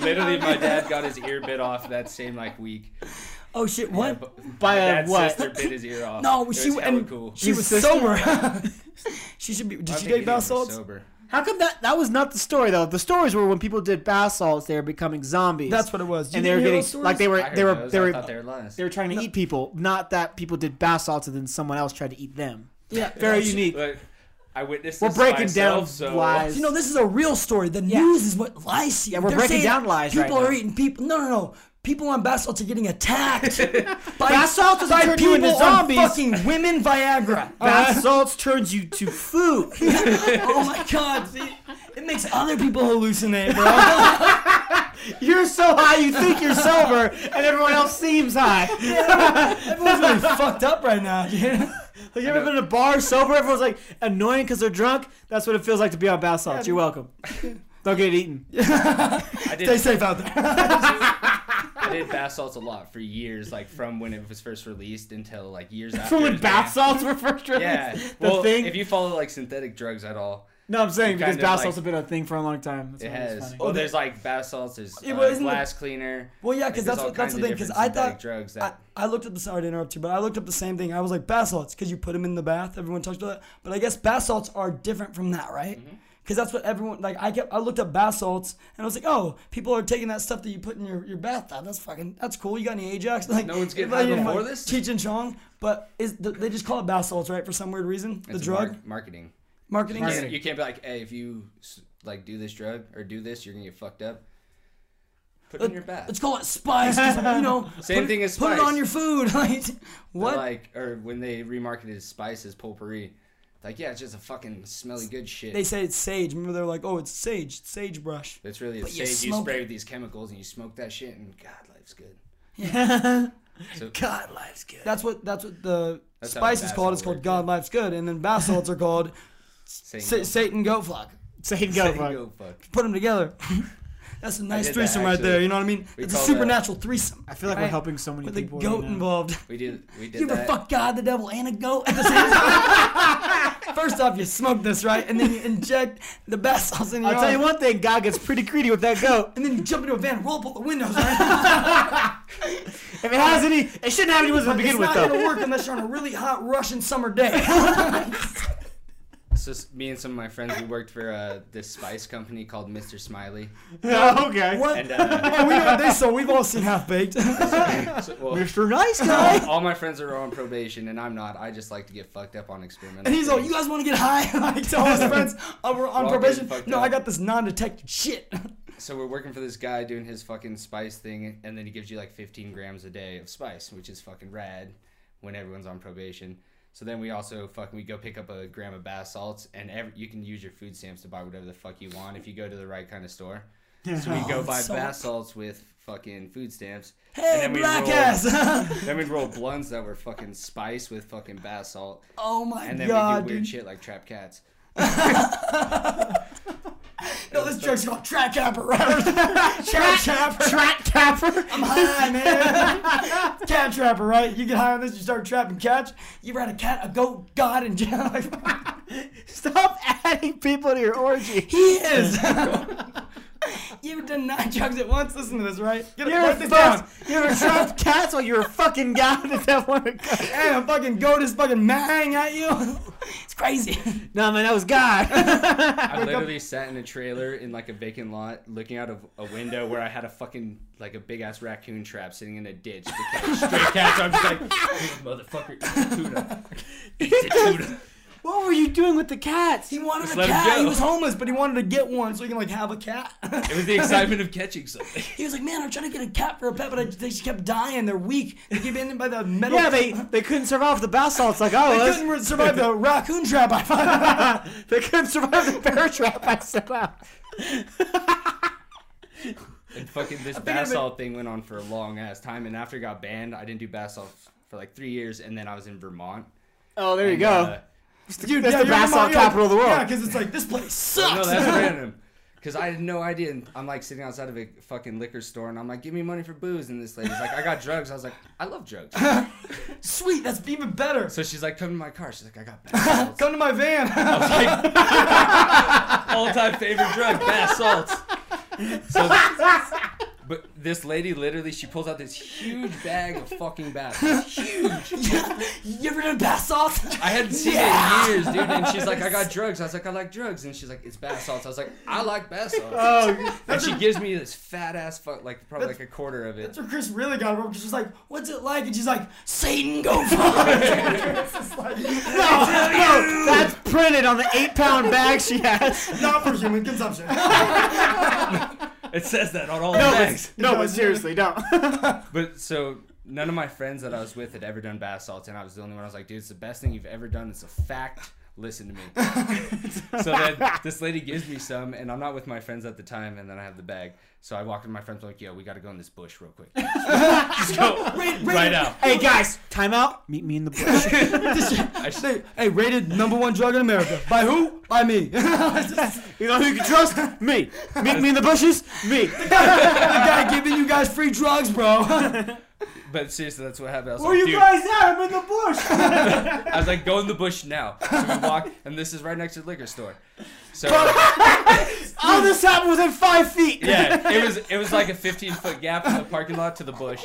Literally, my dad got his ear bit off that same like week. oh shit, My what? bu- By my a dad's what? sister bit his ear off. No, It she was hella and uh, cool. she was sister? sober. she should be. Did I she think date either bath of them were salts? Sober. How come that that was not the story though? The stories were when people did bath salts, they were becoming zombies. That's what it was. You and they were didn't hear getting those stories? like they were I heard they were those. they I were thought they were lies. they were trying to eat people. Not that people did bath salts and then someone else tried to eat them. Yeah, Very unique. Like, I witnessed. We're this breaking myself, down so- lies. You know, this is a real story. The Yeah. news is what lies to you. Yeah, we're breaking saying down lies right People are now. eating people. No, no, no. People on bath salts are getting attacked by, Bath salts doesn't by turn you people into zombies. on fucking women Viagra. Bath salts turns you to food. oh my god, see, it makes other people hallucinate, bro. You're so high you think you're sober, and everyone else seems high. Everyone's really fucked up right now, dude. Like, you ever been to a bar sober? Everyone's like annoying because they're drunk. That's what it feels like to be on bath salts. You're welcome. Don't get eaten. I did Stay safe out there. I did bath salts a lot for years, like from when it was first released until like years after. From when it bath was salts were first released. banned. Yeah. The well, thing. if you follow like synthetic drugs at all, no, I'm saying you because kind of, bath like- salts have been a thing for a long time. That's it why it's has. funny. Oh, there's like bath salts. There's Yeah, uh, well, isn't the- glass cleaner. Well, yeah, like, because there's that's all what, that's the kinds thing. of Because I different synthetic thought drugs I, that I looked up the sorry to interrupt you, but I looked up the same thing. I was like bath salts because you put them in the bath. Everyone touched that, but I guess bath salts are different from that, right? Mm-hmm. Because that's what everyone like. I kept I looked up bath salts and I was like, oh, people are taking that stuff that you put in your, your bathtub. That's fucking that's cool. You got any Ajax? Like No one's getting everybody high in, before like, this? Cheech and Chong, but is the, they just call it bath salts, right? For some weird reason, the it's drug mar- marketing. marketing. You can't, you can't be like, hey, if you s- like do this drug or do this, you're gonna get fucked up. Put it in your bath. Let's call it spice. 'cause, you know, Same put it- thing as Put it Spice. on your food. Like They're what? Like, or when they remarketed spice as potpourri, like, yeah, it's just a fucking smelly good shit. they say it's sage. Remember, they're like, oh, it's sage, it's sagebrush. That's really the But you same. You, smoke spray it. with these chemicals and you smoke that shit, and God, life's good. God, life's good. That's what that's what the That's how spice is basil called. It's called works, God, yeah. life's good, and then bath salts are called Same. sa- Satan goat flock. Same go, Same fuck. go fuck. Put them together. that's a nice did that, threesome right there. actually. You know what I mean? We it's a call supernatural threesome. I feel like we're right? helping so many with a people. goat right now. involved. We did. We did You ever that. fuck God, the devil, and a goat at the same time? First off, you smoke this right, and then you inject the bath salts in your I'll tell you arm. one thing. God gets pretty greedy with that goat. And then you jump into a van, roll up all the windows. Right? If it has any, it shouldn't have any wisdom to it's begin with, not gonna though. work unless you're on a really hot Russian summer day. So s- me and some of my friends, we worked for uh, this spice company called Mr. Smiley, Yeah, okay. what? and uh, Yeah, we know what they sold. We've all seen half baked. so- well, Mr. Nice Guy. all, all my friends are on probation, and I'm not. I just like to get fucked up on experimental. And he's like, things. "You guys want to get high?" I tell his friends, "Oh, We're we're on all probation." getting fucked No, up. I got this non-detected shit. So we're working for this guy doing his fucking spice thing, and then he gives you like 15 grams a day of spice, which is fucking rad when everyone's on probation. So then we also fucking we go pick up a gram of bath salts, and every, you can use your food stamps to buy whatever the fuck you want if you go to the right kind of store. So we go buy that's so- bath salts with fucking food stamps. Hey, we black roll, ass. Then we roll blunts that were fucking spice with fucking bath salt, oh my and then god, we do weird dude! shit like trap cats. No, this joke's called track capper, right? track capper. Trat Capper. I'm high, man. cat trapper, right? You get high on this, you start trapping cats. You ever had a cat, a goat, god in jail? Stop adding people to your orgy. he is. you ever done nine drugs at once? Listen to this, right? Get You it, write ever this down. fucked? You ever trapped cats while you were fucking down at that one? Hey, a fucking goat is fucking mang at you. it's crazy. No, man, that was God. I literally sat in a trailer in like a vacant lot, looking out of a window where I had a fucking like a big ass raccoon trap sitting in a ditch. To catch stray cats. I'm just like, motherfucker, eat the tuna. what were you doing with the cats? He wanted a let him cat. go. He was homeless, but he wanted to get one so he can like have a cat. It was the excitement of catching something. he was like, "Man, I'm trying to get a cat for a pet, but I, they just kept dying. They're weak. They keep ending by the metal. Yeah, they they couldn't survive the bath salts like "Oh, They I was. couldn't re- survive the raccoon trap I found. they couldn't survive the bear trap I set out. And fucking this I've been- basalt thing went on for a long ass time. And after it got banned, I didn't do basalt for like three years. And then I was in Vermont. Oh, there you And, go. uh, Dude, That's the you're bath Vermont, salt you're like, capital of the world. Yeah, because it's like this place sucks. uh, no, that's random. Because I had no idea. And I'm like sitting outside of a fucking liquor store and I'm like, give me money for booze. And this lady's like, I got drugs. I was like, I love drugs. Sweet, that's even better. So she's like, come to my car. She's like, I got basalt. Come to my van. all-time favorite drug, bath salts. So, but this lady literally, she pulls out this huge bag of fucking bath. salts. you ever done bath salt? I hadn't seen it in years, dude. And she's like, I got drugs. I was like, I like drugs. And she's like, it's bath salts. I was like, I like bath salts. and she gives me this fat ass fuck, like probably like a quarter of it. That's where Chris really got it wrong because she's like, "What's it like?" And she's like, "Satan, go fuck." It's just like, No, no, that's printed on the eight pound bag she has. not for human consumption. It says that on all No, the but, bags. no, but seriously, don't. But so none of my friends that I was with had ever done bath salts, and I was the only one. I was like, dude, it's the best thing you've ever done. It's a fact. Listen to me. so then this lady gives me some, and I'm not with my friends at the time, and then I have the bag. So I walk in my friends like, yo, we got to go in this bush real quick. Just go right, out. Hey guys, time out. Meet me in the bush. Hey, rated number one drug in America. By who? By me. You know who you can trust? Me. Meet me in the bushes? Me. the guy giving you guys free drugs, bro. But seriously, that's what happened. I was Where like, you dude, guys at? I'm in the bush. I was like, go in the bush now. So we walk, and this is right next to the liquor store. So All Oh, this happened within five feet. yeah, it was it was like a 15 foot gap from the parking lot to the bush.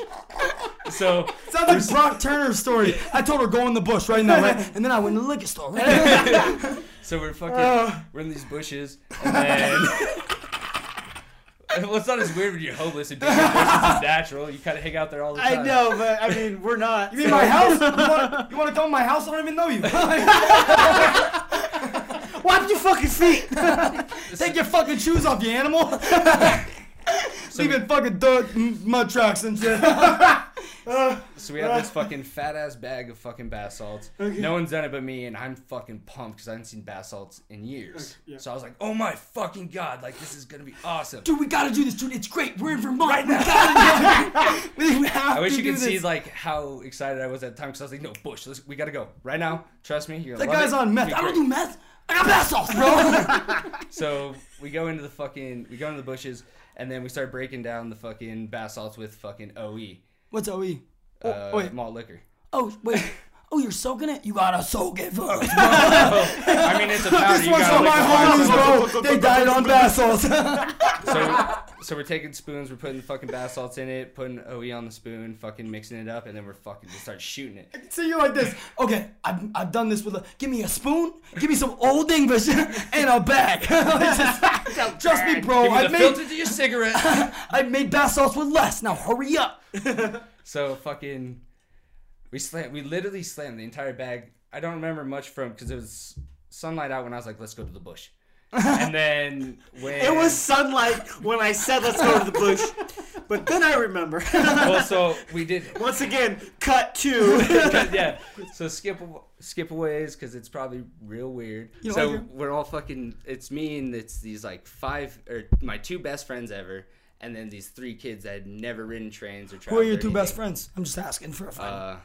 So Sounds like Brock Turner's story. I told her go in the bush right now, right? And then I went to the liquor store. Right? So we're fucking Uh, we're in these bushes and then Well, it's not as weird when you're homeless and being in the bushes is natural. You kind of hang out there all the time. I know, but I mean, we're not. You mean my house? You want, you want to come to my house? I don't even know you. Wipe your fucking feet. Take your fucking shoes off, you animal. Leaving fucking dirt, and mud tracks, and shit. So we have this fucking fat ass bag of fucking bath salts. No one's done it but me, and I'm fucking pumped because I haven't seen bath salts in years. So I was like, oh my fucking god, like this is gonna be awesome. Dude, we gotta do this, dude. It's great. We're in Vermont right now. We gotta do it. We have I wish to you do could this. see like how excited I was at the time because I was like, no, Bush, let's, we gotta go right now. Trust me, you're That guy's on meth. I don't do meth. I got bass off, bro. So we go into the fucking, we go into the bushes, and then we start breaking down the fucking bath salts with fucking OE, What's OE? uh, wait. malt liquor. Oh, wait. Oh, you're soaking it? You gotta soak it first. I mean, it's a powder. this you one's gotta for my lick the homies, bro. They died on bath salts. fire. So, so we're taking spoons, we're putting the fucking bath salts in it, putting OE on the spoon, fucking mixing it up, and then we're fucking just start shooting it. so you're like this. Okay, I've, I've done this with a. Give me a spoon. Give me some old English and a bag. Just- Trust me, bro. Give me I the made filter to your cigarette. I made bath salts with less. Now hurry up. so fucking, we slam, we literally slammed the entire bag. I don't remember much from because it was sunlight out when I was like, let's go to the bush. and then when It was sunlight when I said let's go to the bush. But then I remember. well, so we did Once again, cut to. yeah. So skip aw- skip aways because it's probably real weird. You know, so like- we're all fucking. It's me and it's these like five or my two best friends ever, and then these three kids that had never ridden trains or Who are traveled. your or two best anything. friends? I'm just asking for a friend. Uh,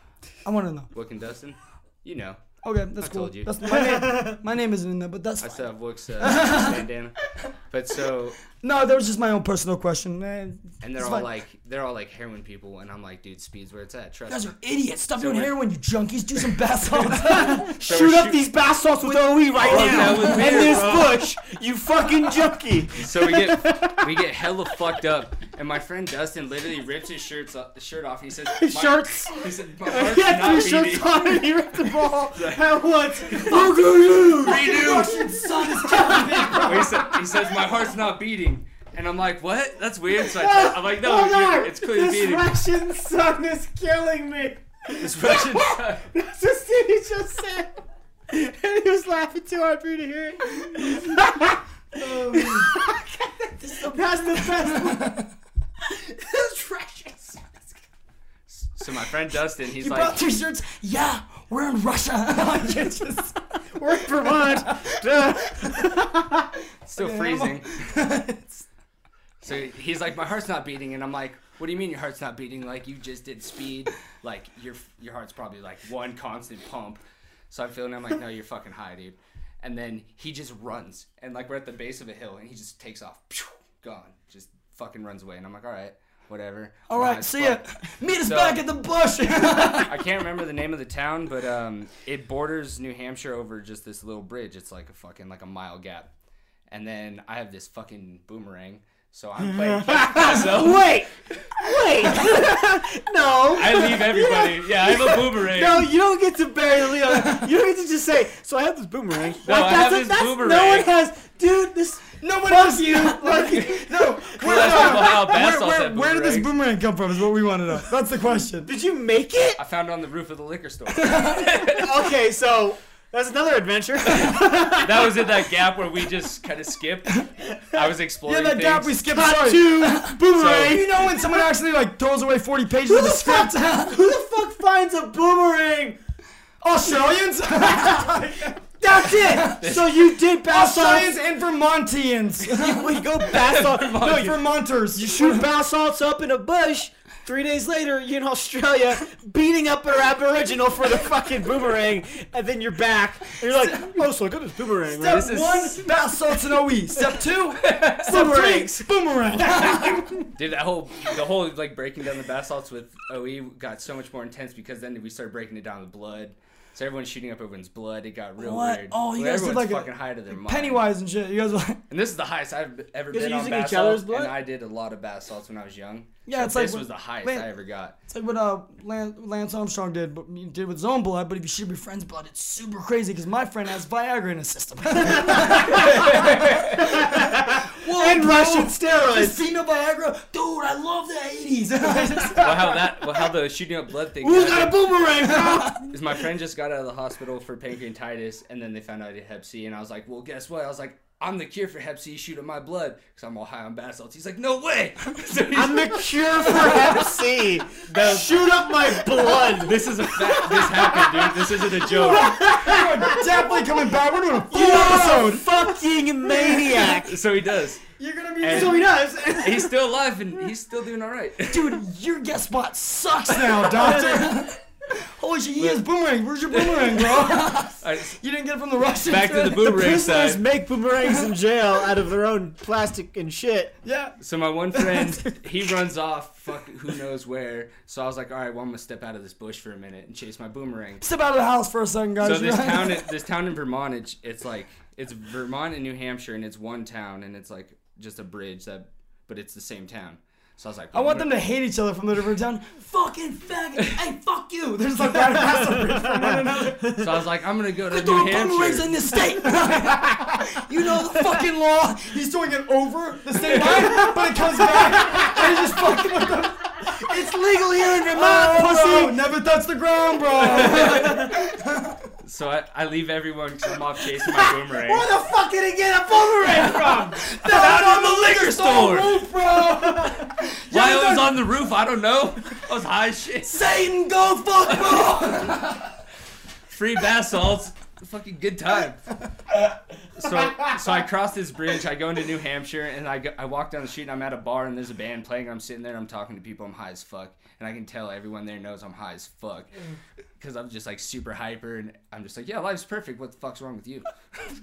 I want to know. Wick and Dustin. You know, Okay, that's I cool. told you. That's my name. My name isn't in there, but that's I fine. still have Wick's uh, bandana. But so No, that was just my own personal question. Eh, and they're it's all fine. like they're all like heroin people, and I'm like, dude, speed's where it's at. Trust You guys me. are idiots. Stop So doing we're- heroin, you junkies. Do some bath salts. So Shoot we're up shoot- these bath salts with OE right now. that was in weird, this bro. bush, you fucking junkie. So we get we get hella fucked up, and my friend Dustin literally rips his shirts off, shirt off. And he says, "My- Shirts. He said, "My He heart's had not three shirts beating." on and he ripped the ball at once. Russian son is he, sa- he says, "My heart's not beating," and I'm like, "What? That's weird." So I check- I'm like, "No, Oh, you- no. it's clearly this beating." Russian sun is killing me. This Russian side. That's just what he just said. And he was laughing too hard for you to hear it. That's the best one. precious. So my friend Dustin, he's You brought like, three shirts? Yeah, we're in Russia. You just- We're in Vermont. Duh. still freezing. So he's like, "My heart's not beating," and I'm like. What do you mean your heart's not beating? Like you just did speed. Like your your heart's probably like one constant pump. So I'm feeling. I'm like, no, you're fucking high, dude. And then he just runs, and like we're at the base of a hill, and he just takes off, Phew, gone, just fucking runs away. And I'm like, all right, whatever. All We're high right, as see ya. fuck. Meet us So- back at the bush. I can't remember the name of the town, but um, it borders New Hampshire over just this little bridge. It's like a fucking like a mile gap, and then I have this fucking boomerang, so I'm playing catch with myself. Wait. Wait. no. I leave everybody. Yeah, I have a boomerang. No, you don't get to bury the lead. You don't get to just say, so I have this boomerang. No, I have this No boomerang. one has. Dude, this. no one Fuck else. you. Like, no. Well, that's no. people how Where, bad sauce where, that where did this boomerang. boomerang come from? Is what we want to know. That's the question. Did you make it? I found it on the roof of the liquor store. Okay, so That's another adventure. that was in that gap where we just kind of skipped. I was exploring. Yeah, that things. gap we skipped. Cut Sorry. to- boomerang. So- you know when someone actually like throws away 40 pages of the script? Who the fuck finds a boomerang? Australians? That's it. So you did pass Australians off. and Vermontians. You- We go bass off. no, No, Vermonters. you shoot basalts up in a bush. Three days later, you're in Australia beating up an Aboriginal for the fucking boomerang, and then you're back. And you're like, oh, so I got this boomerang, right? Step one, basalts and OE. E. Step two, Boomerang. boomerangs. Boomerang. Dude, that whole the whole like breaking down the basalts with OE got so much more intense because then we started breaking it down with blood. So everyone's shooting up everyone's blood. It got real What? weird. Oh, you guys did everyone's like a fucking high to their mind. Pennywise and shit. You guys were like, And this is the highest I've ever guys been are on using each basalt, other's blood? and I did a lot of basalts when I was young. Yeah, So it's like this when- was the highest man- I ever got. it's like what uh, Lance, Lance Armstrong did, but he did with his own blood. But if you shoot your friend's blood, it's super crazy because my friend has Viagra in his system. and Russian steroids. Just female Viagra, dude. I love the '80s. Well, how that? Well, how the shooting up blood thing? Who happened got a boomerang, bro? is my friend just got out of the hospital for pancreatitis, and then they found out he had Hep C, and I was like, well, guess what? I was like. I'm the cure for Hep C. Shoot at my blood because I'm all high on basalts. He's like, no way. So he's- I'm the cure for Hep C. Shoot up my blood. This is a fact. This happened, dude. This isn't a joke. We're definitely coming back. We're doing a full You're a episode. fucking maniac. So he does. You're gonna be. And- so he does. He's still alive and he's still doing all right. Dude, your guest spot sucks now, doctor. Holy shit, he has boomerang. Where's your boomerang, bro? All right, You didn't get it from the Russians. back to the man. boomerang Prisoners side. make boomerangs in jail out of their own plastic and shit. Yeah. So my one friend, he runs off, fuck who knows where. So I was like, all right, well I'm gonna step out of this bush for a minute and chase my boomerang. Step out of the house for a second, guys. So this You're- town, this town in Vermont, it's, it's like it's Vermont and New Hampshire, and it's one town, and it's like just a bridge that, but it's the same town. So I was like, I want them to hate each other from the different town. Fucking faggot. hey, fuck you. There's like right across the bridge from one another. So I was like, I'm gonna go to Quit New throwing boomerangs Hampshire. in this state. you know the fucking law. He's doing it over the state line, but it comes back. And he's just fucking with them. It's legal here in Vermont, Oh, pussy. bro, never touch the ground, bro. So I, I leave everyone 'cause I'm off chasing my boomerang. Where the fuck did he get a boomerang from? out on the liquor store. bro. Why I was on the roof, I don't know. I was high as shit. Satan, go fuck, bro. Free basalts. Fucking good time. So, so I cross this bridge. I go into New Hampshire, and I, go, I walk down the street, and I'm at a bar, and there's a band playing. I'm sitting there, and I'm talking to people. I'm high as fuck, and I can tell everyone there knows I'm high as fuck, because I'm just like super hyper, and I'm just like, yeah, life's perfect. What the fuck's wrong with you?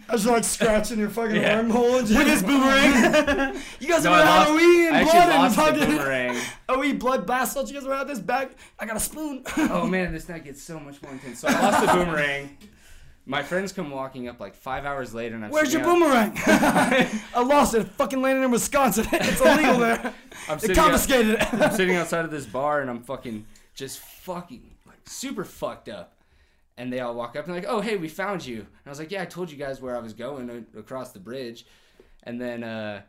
I was like scratching your fucking Yeah. armhole and with his boomerang. you guys So were I lost- Halloween I and actually blood and lost the fucking boomerang. OE Oh, blood basalt. You guys were out this bag. I got a spoon. Oh man, this night gets so much more intense. So I lost the boomerang. My friends come walking up like five hours later, and I'm Where's your sitting out- boomerang? I lost it. Fucking landed in Wisconsin. it's illegal there. I'm They sitting out- confiscated it. I'm sitting outside of this bar and I'm fucking just fucking like super fucked up. And they all walk up and like, oh hey, we found you. And I was like, yeah, I told you guys where I was going uh, across the bridge. And then uh,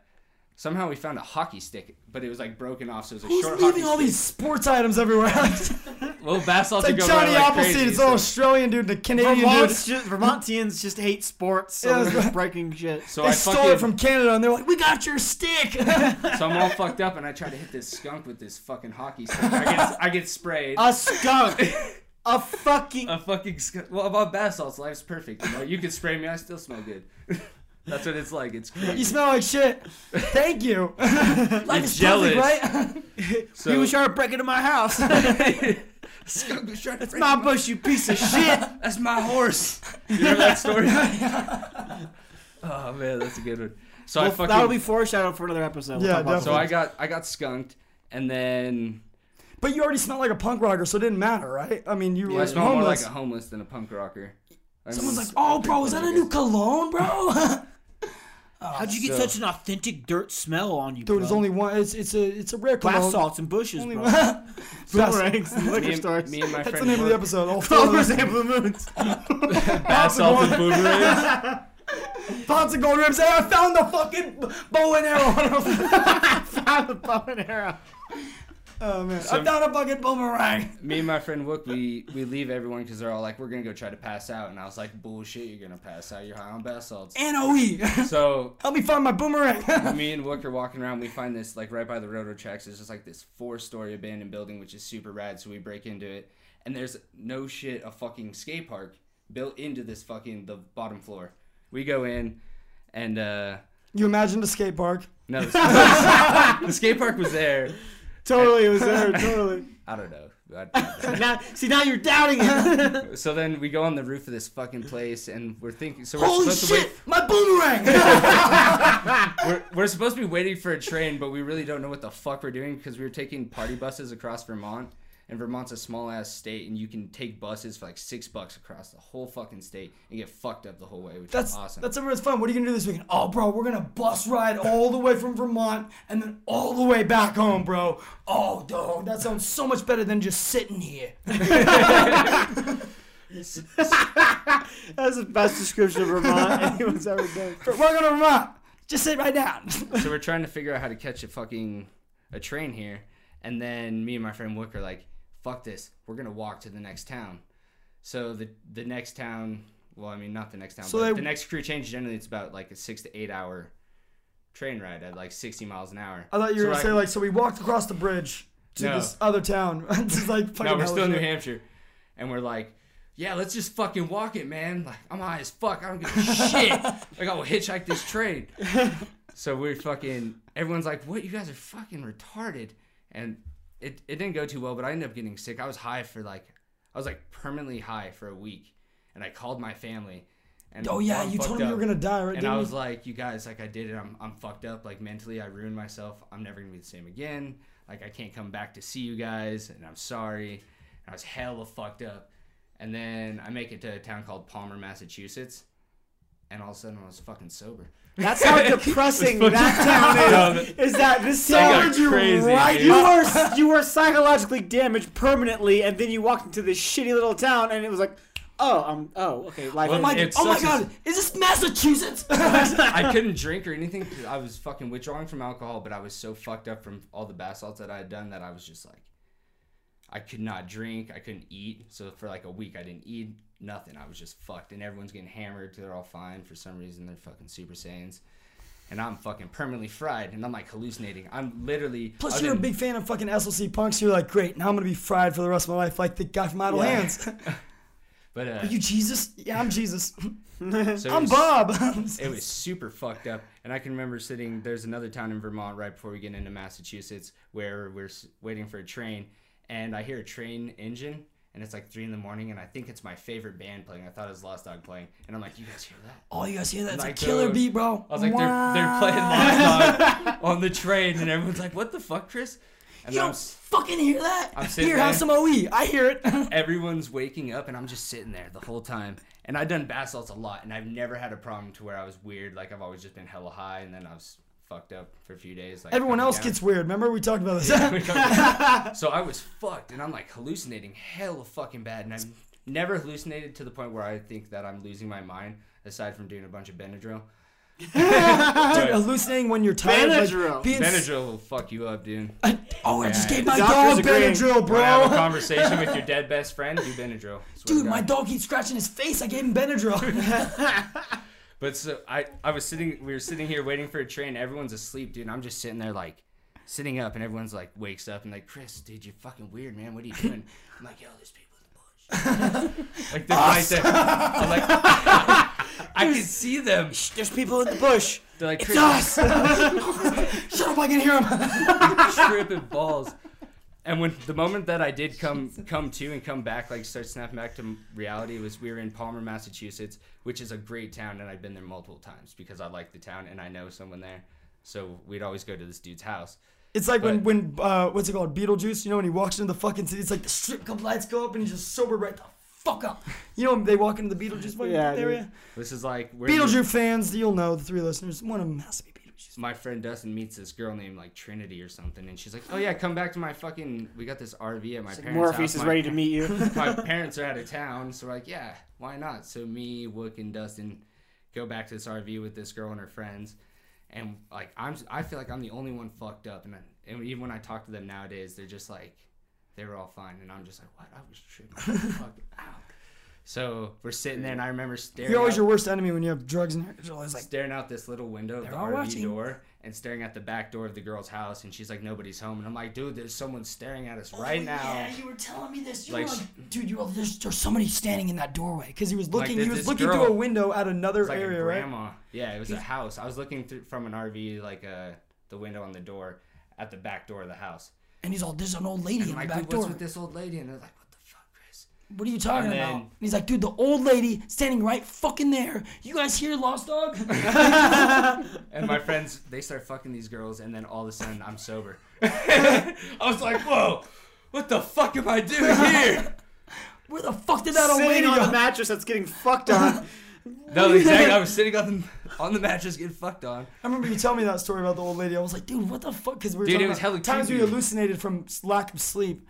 somehow we found a hockey stick, but it was like broken off, so it was a Who's short hockey leaving all stick. these sports items everywhere? it's little basalts like to go around Johnny like Appleseed. crazy, it's all so, Australian dude, the Canadian dude. Vermont's just, Vermontians just hate sports, so Yeah, they're that's just right. breaking shit. so They I stole fucking, it from Canada and they're like, we got your stick. so I'm all fucked up and I try to hit this skunk with this fucking hockey stick. I get I get sprayed. A skunk. A fucking. a fucking skunk. Well, about basalts, life's perfect. You know, you can spray me, I still smell good. That's what it's like. It's crazy. you smell like shit. Thank you. Life is jealous. perfect, right? So, you was trying to break into my house. Skunk was trying to That's break my bush, you piece of shit. That's my horse. You remember that story? oh man, that's a good one. So I Well, fucking that'll be foreshadowed for another episode. We'll Yeah, talk about so I that. got I got skunked, and then But you already smelled like a punk rocker, so it didn't matter, right? I mean, you well, were I smelled more like homeless. a homeless than a punk rocker. I Someone's like, mean, oh, bro, is that a new cologne, bro? How'd you get So- such an authentic dirt smell on you, Dude, bro? there's only one. It's it's a it's a rare cologne. bath salts and bushes, Only bro. one. Boomerangs and me liquor and, stores. me and my That's the friend name of the worked episode. All four of Clovers us. and blue moons. basalt and boomerangs. Pots of gold ribs. Hey, I found the fucking bow and arrow. Found the bow and arrow. Oh man, So- I'm not a fucking boomerang. Me and my friend Wook, we we leave everyone because they're all like, we're gonna go try to pass out, and I was like, bullshit, you're gonna pass out. You're high on bath salts. NOE. So Help me find my boomerang. me and Wook are walking around. We find this like right by the railroad tracks. It's just like this four-story abandoned building, which is super rad. So we break into it, and there's no shit a fucking skate park built into this fucking the bottom floor. We go in, and uh you imagined a skate park. no, the the skate park was there. totally it was there. Totally. I don't know. I- now, see, now you're doubting it. So then we go on the roof of this fucking place, and we're thinking. So we're Holy supposed shit, my boomerang. to wait. We're, we're supposed to be waiting for a train, but we really don't know what the fuck we're doing because we were taking party buses across Vermont, and Vermont's a small ass state, and you can take buses for like six bucks across the whole fucking state and get fucked up the whole way, which That's is awesome. that's everyone's fun. What are you gonna do this weekend? Oh, bro, we're gonna bus ride all the way from Vermont and then all the way back home, bro. Oh, dog, that sounds so much better than just sitting here. That's the best description of Vermont anyone's ever done. We're going to Vermont. Just sit right down. so we're trying to figure out how to catch a fucking a train here, and then me and my friend Wick are like, "Fuck this, we're gonna walk to the next town." So the the next town, well, I mean not the next town, So but they- the next crew change generally it's about like a six to eight hour train ride at like sixty miles an hour. I thought you So were gonna I- say like, so we walked across the bridge to No. this other town. It's just like fucking no, we're hell still in New shit. Hampshire, and we're like, yeah, let's just fucking walk it, man. Like I'm high as fuck. I don't give a shit. Like I'll hitchhike this train. so we're fucking. Everyone's like, what? You guys are fucking retarded. And it it didn't go too well, but I ended up getting sick. I was high for like, I was like permanently high for a week, and I called my family. And Oh yeah, I'm you told fucked me you were up. gonna die, right? And didn't I you? was like, you guys, like I did it. I'm, I'm fucked up. Like mentally, I ruined myself. I'm never gonna be the same again. Like I can't come back to see you guys, and I'm sorry. And I was hella fucked up. And then I make it to a town called Palmer, Massachusetts, and all of a sudden I was fucking sober. That's how depressing that town is. Is that this town? got crazy, dude. You were you were psychologically damaged permanently, and then you walked into this shitty little town, and it was like, oh, I'm oh okay. Life Well, is- my- Like, It oh my sucks as- god, is this Massachusetts? I couldn't drink or anything. 'cause I was fucking withdrawing from alcohol, but I was so fucked up from all the bath salts that I had done that I was just like, I could not drink. I couldn't eat. So for like a week, I didn't eat nothing. I was just fucked. And everyone's getting hammered. They're all fine for some reason. They're fucking super saiyans. And I'm fucking permanently fried. And I'm like hallucinating. I'm literally. I Plus, was you're a in- big fan of fucking SLC punks. You're like, great, now I'm gonna be fried for the rest of my life, like the guy from Idle Yeah. Hands. But uh, Are you Jesus? Yeah, I'm Jesus. so it I'm was- Bob. It was super fucked up, and I can remember sitting. There's another town in Vermont right before we get into Massachusetts where we're s- waiting for a train, and I hear a train engine, and it's like three in the morning, and I think it's my favorite band playing. I thought it was Lost Dog playing, and I'm like, "You guys hear that?" Oh, you guys hear that? It's a Like killer those- beat, bro. I was like, "They're they're playing Lost Dog on the train," and everyone's like, "What the fuck, Chris?" And You I'm don't s- fucking hear that? I'm sitting Here, have there. some OE. I hear it. everyone's waking up and I'm just sitting there the whole time. And I've done bath salts a lot and I've never had a problem to where I was weird. Like I've always just been hella high and then I was fucked up for a few days. Like Everyone coming else down. gets weird. Remember we talked about this? so I was fucked and I'm like hallucinating hella fucking bad and I've never hallucinated to the point where I think that I'm losing my mind aside from doing a bunch of Benadryl. Dude, hallucinating when you're tired. like, Benadryl. being s- Benadryl will fuck you up, dude. oh, I just Yeah. gave my Doctors dog agreeing. Benadryl, Wanna have a bro. conversation with your dead best friend, do Benadryl. Swear to Dude, my God. dog keeps scratching his face. I gave him Benadryl. But so I, I was sitting, we were sitting here waiting for a train. Everyone's asleep, dude. And I'm just sitting there like, sitting up, and everyone's like, wakes up and like, Chris, dude, you're fucking weird, man. What are you doing? I'm like, yo, there's people in the bush. like they're right there. I'm like, I can see them. There's people in the bush. They're like, it's us. Shut up, I can hear him. tripping balls. And when the moment that I did come come to and come back, like start snapping back to reality, was we were in Palmer, Massachusetts, which is a great town, and I've been there multiple times because I like the town and I know someone there. So we'd always go to this dude's house. It's like But- when when uh, what's it called Beetlejuice? You know when he walks into the fucking city, it's like the strip club lights go up and he's just sober right the fuck up. You know when they walk into the Beetlejuice fucking Yeah, dude. area. This is like where Beetlejuice fans, you'll know the three listeners. One of them has to be Beetlejuice. my friend Dustin meets this girl named like Trinity or something, and she's like, "Oh yeah, come back to my fucking. We got this RV at my parents' Morpheus house. is My- ready to meet you. my parents are out of town, so we're like, yeah, why not? So me, Wook, and Dustin go back to this RV with this girl and her friends, and like I'm I feel like I'm the only one fucked up, and I, and even when I talk to them nowadays, they're just like they were all fine, and I'm just like, what? I was tripping the fuck out. So we're sitting there, and I remember staring. You're always out- your worst enemy when you have drugs in there. It's always like, staring out this little window of the They're all RV watching. door and staring at the back door of the girl's house, and she's like, "Nobody's home," and I'm like, "Dude, there's someone staring at us right now." Oh, Yeah, you were telling me this. You Like, were like, dude, you were, there's, there's somebody standing in that doorway because he was Like, looking. there's he was this looking girl. through a window at It another was like area, a right? grandma. Yeah, it was a house. I was looking through from an RV, like uh, the window on the door at the back door of the house. And he's all, there's an old lady And in I'm the like, back "Dude, door. what's with this old lady? And they're like, "What the fuck, Chris?" What are you talking And about? then- And he's like, dude, the old lady standing right fucking there. You guys hear Lost Dog? And my friends, they start fucking these girls, and then all of a sudden, I'm sober. I was like, "Whoa, what the fuck am I doing here?" Where the fuck did that old lady Sitting on go? the mattress that's getting fucked on. No, exactly. I was sitting on the on the mattress getting fucked on. I remember you telling me that story about the old lady. I was like, dude, what the fuck? Because we were Dude, it talking was about hella times we creepy. hallucinated from s- lack of sleep.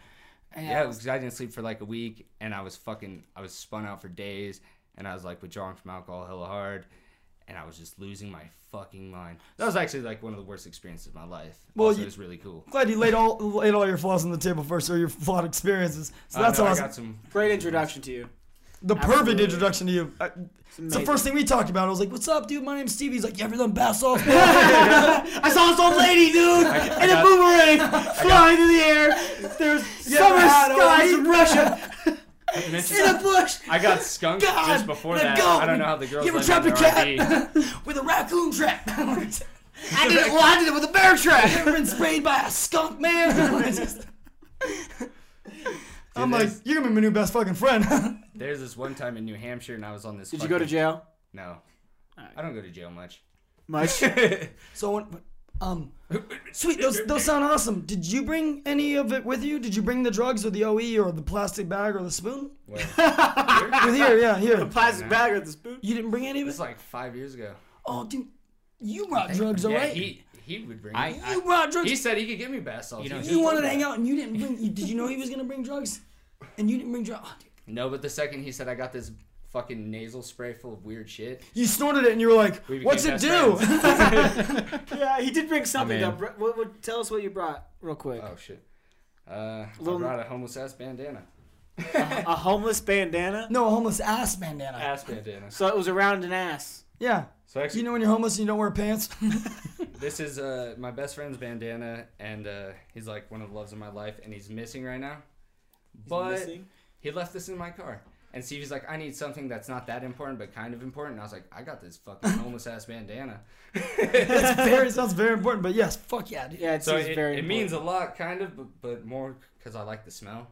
And Yeah, it was 'cause I didn't sleep for like a week, and I was fucking, I was spun out for days, and I was like withdrawing from alcohol hella hard, and I was just losing my fucking mind. That was actually like one of the worst experiences of my life. Well, Well, also, you- it was really cool. I'm glad you laid all laid all your flaws on the table first, or your flawed experiences. So I that's know, I awesome. got some. Great introduction to you. The perfect Absolutely. introduction to you. I, it's the amazing. first thing we talked about. I was like, "What's up, dude? My name's Steve." He's like, "You ever done bath salts?" I saw this old lady, dude, in a got- boomerang flying in the air. There's summer had a skies in Russia. I mentioned- in a bush I got skunked God, just before let that. go. I don't know how the girls You ever let trapped me in a their cat? with a raccoon trap. I did it, well, I did it with a bear trap. I've been sprayed by a skunk, man. I'm Dude, like, there's- "You're gonna be my new best fucking friend." There's this one time in New Hampshire, and I was on this. Did you go to fucking- jail? No, I don't go to jail much. Much. So, when- um, sweet, those, those sound awesome. Did you bring any of it with you? Did you bring the drugs or the OE or the plastic bag or the spoon? Well, With here, yeah, A here. plastic bag with a spoon. You didn't bring any it of was it? like five years ago. Oh, dude, you brought drugs, all yeah, right? he he would bring. I- me- you brought drugs. he said he could give me bath salts. You He know, was you wanted to hang out and you didn't bring. You, did you know he was gonna bring drugs? And you didn't bring drugs. Oh, dude. No, but the second he said I got this fucking nasal spray full of weird shit, You snorted it and you were like, We became "What's it best do?" Yeah, he did bring something I mean- up. Re- What, what, tell us what you brought, real quick. oh shit. Uh, Little- I brought a homeless ass bandana. A homeless bandana. no, a homeless ass bandana. Ass bandana. So it was around an ass. Yeah. So actually, You know when you're homeless and you don't wear pants? this is uh, my best friend's bandana, and uh, he's like one of the loves of my life, and he's missing right now. But missing? he left this in my car. And Stevie's like, I need something that's not that important, but kind of important. And I was like, I got this fucking homeless ass bandana. That's very sounds very important, but yes, fuck yeah, dude. Yeah, it So seems it, very. it means important. a lot, kind of, but, but more because I like the smell.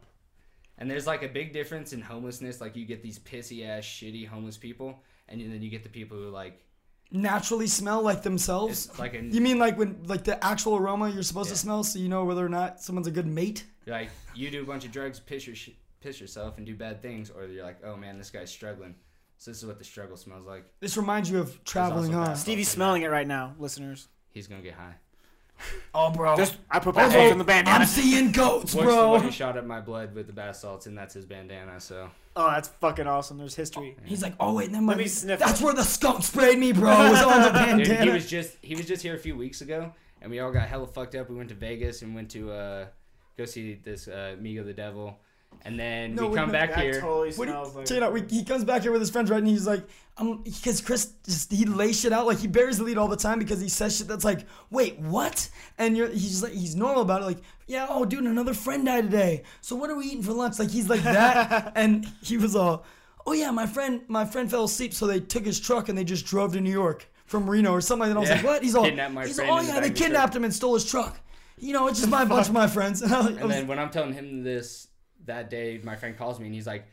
And there's like a big difference in homelessness. Like you get these pissy ass, shitty homeless people, and then you get the people who like Naturally smell like themselves. it's like You an mean like when like the actual aroma you're supposed to Yeah. smell, so you know whether or not someone's a good mate? like you do a bunch of drugs, piss your sh- piss yourself, and do bad things, or you're like, oh man, this guy's struggling. So this is what the struggle smells like. This reminds you of traveling also on. that. Stevie's smelling it right now, listeners. He's gonna get high. Oh, bro, Just I put backwards in the bandana. I'm seeing Once goats, the bro. one he shot at my blood with the bath salts, and that's his bandana. So Oh, that's fucking awesome. There's history. He's like, oh wait, that might me be. sniff That's where the skunk sprayed me, bro. It was on the Dude, he bandana. was just he was just here a few weeks ago, and we all got hella fucked up. We went to Vegas and went to uh, go see this uh, Migo the Devil, and then No, we we come back went That here. totally What do smells you, like. check it out. Oh, We, he comes back here with his friends, right? And he's like, "I'm," because Chris just he lays shit out. Like he buries the lead all the time because he says shit that's like, "Wait, what?" And you're he's just like he's normal about it. Like, "Yeah, oh, dude, another friend died today. So what are we eating for lunch?" Like he's like that, and he was all, "Oh yeah, my friend, my friend fell asleep, so they took his truck and they just drove to New York from Reno or something." And I was Yeah. like, "What?" He's all, Kidnapped my he's friend all, "Oh in the yeah, back they of his kidnapped truck." him and stole his truck." You know, it's just my bunch of my friends. And, I was, I And was- then when I'm telling him this that day, my friend calls me and he's like,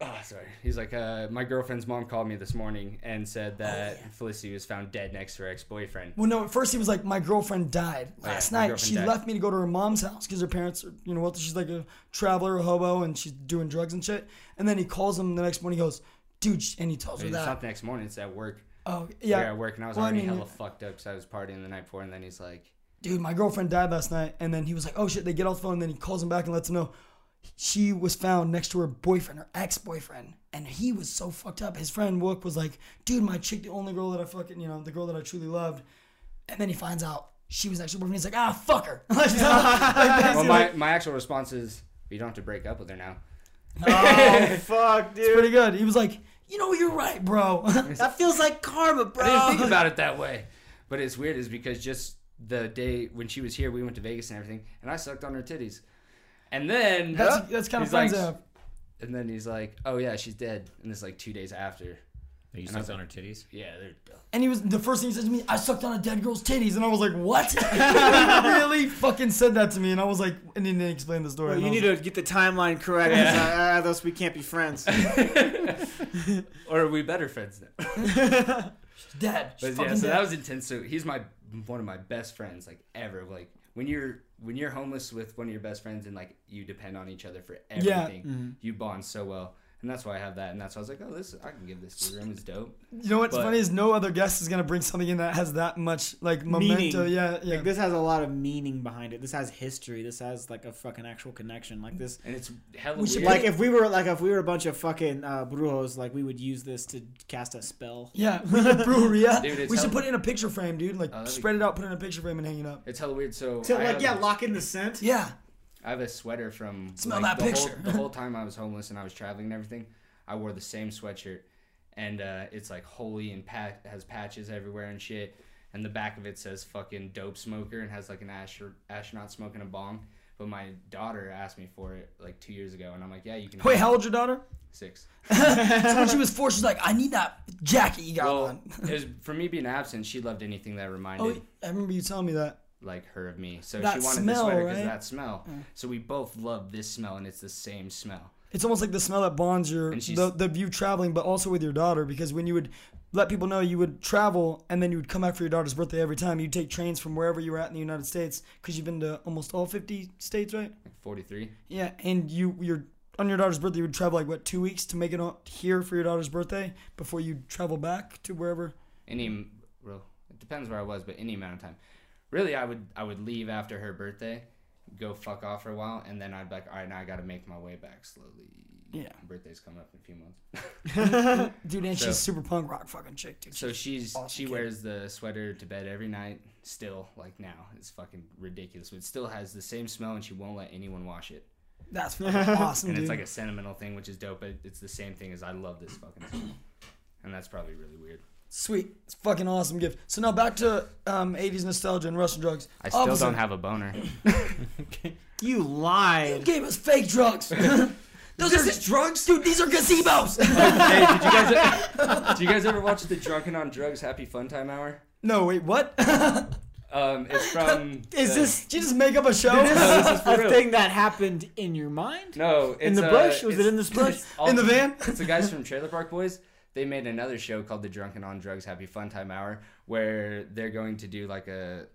"Oh, sorry." He's like, uh, "My girlfriend's mom called me this morning and Oh, said that Felicity was found dead next to her ex-boyfriend." Well, no. At first, he was like, "My girlfriend died Oh, yeah, last my night. girlfriend She died." left me to go to her mom's house because her parents, are, you know, well, she's like a traveler, a hobo, and she's doing drugs and shit." And then he calls him the next morning. He goes, "Dude," sh- and he tells her It's that. not the next morning; it's at work. Oh Yeah, yeah, at work, and I was Well, I already mean, hella fucked up because I was partying the night before, and then he's like, dude, my girlfriend died last night. And then he was like, "Oh shit!" They get off the phone, and then he calls him back and lets him know she was found next to her boyfriend, her ex boyfriend, and he was so fucked up. His friend Wook was like, dude, my chick, the only girl that I fucking, you know, the girl that I truly loved. And then he finds out she was actually working. He's like, ah, fuck her. Like, well, basically, my, my actual response is you don't have to break up with her now. Oh fuck, dude. It's pretty good. He was like, you know, you're right, bro. that feels like karma, bro. I didn't Oh. think about it that way. But it's weird is because just the day when she was here, we went to Vegas and everything, and I sucked on her titties. And then That's- that's kinda he's friends like- up. And then he's like, "Oh yeah, she's dead." And it's like two days after. That you And I was sucked on like, her titties? Yeah, they're And he was the first thing he said to me, I sucked on a dead girl's titties, and I was like, what? he really fucking said that to me, and I was like, and he didn't explain the story. Well, and you I was need to get the timeline correct. Yeah. It's like, ah, thus we can't be friends. or are we better friends now? She's dead. But She's yeah, fucking so dead. that was intense. So he's my one of my best friends, like ever. Like when you're when you're homeless with one of your best friends and like you depend on each other for Yeah. everything, Mhm. you bond so well. And that's why I have that. And that's why I was like, oh, this I can give this to the room. It's dope. You know what's But- funny is no other guest is gonna bring something in that has that much like memento. Meaning. Yeah, yeah. Like this has a lot of meaning behind it. This has history. This has like a fucking actual connection. Like this, and it's hella We should weird. Like put it- if we were like if we were a bunch of fucking uh, brujos, like we would use this to cast a spell. yeah, we should breweria. Dude, it's we hella- should Oh, put it in a picture frame, dude. Like that'd be- spread it out, put it in a picture frame, and hang it up. It's hella weird. So to I like have- yeah, lock in the scent. Yeah. I have a sweater from Smell like, that the picture. Whole, the whole time I was homeless and I was traveling and everything, I wore the same sweatshirt, and uh, it's like holy and pat- has patches everywhere and shit. And the back of it says fucking dope smoker and has like an astro- astronaut smoking a bong. But my daughter asked me for it like two years ago, and I'm like, yeah, you can. Wait, have how it." old's your daughter? Six. so when she was four, she's like, I need that jacket you got on. It was, for me being absent, she loved anything that reminded. Oh, I remember you telling me that. like her of me. So That she wanted smell, the sweater because right? of that smell. Mm. So we both love this smell, and it's the same smell. It's almost like the smell that bonds your she's- the, the you traveling, but also with your daughter. Because when you would let people know you would travel, and then you would come back for your daughter's birthday every time. You'd take trains from wherever you were at in the United States, because you've been to almost all fifty states, right? Forty-three. Yeah, and you you're on your daughter's birthday. You would travel like what two weeks to make it on here for your daughter's birthday before you travel back to wherever. any well it depends where i was but any amount of time really i would i would leave after her birthday go fuck off for a while and then i'd be like all right now i gotta make my way back slowly Yeah. birthday's coming up in a few months Dude, and So- she's super punk rock fucking chick, dude. so she's awesome she kid. wears the sweater to bed every night still like now it's fucking ridiculous but it still has the same smell and she won't let anyone wash it That's fucking awesome, and dude. it's like a sentimental thing which is dope but it's the same thing as i love this fucking smell and that's probably really weird Sweet, it's a fucking awesome gift. So now back to um, '80s nostalgia and Russian drugs. i still Officer, don't have a boner You lied. You gave us fake drugs. Those are just drugs, dude. These are gazebos. hey, did you guys? Do you guys ever watch the Drunken on Drugs Happy Fun Time Hour? no, wait, what? Um, it's from. Is the- this Did you just make up a show? Dude, No, this this is is for a real. thing that happened in your mind? No, it's, In the uh, bush? Was it it's- in this bush? it's all- In the van? It's the guys from Trailer Park Boys. They made another show called the Drunken on Drugs Happy Fun Time Hour, where they're going to do like a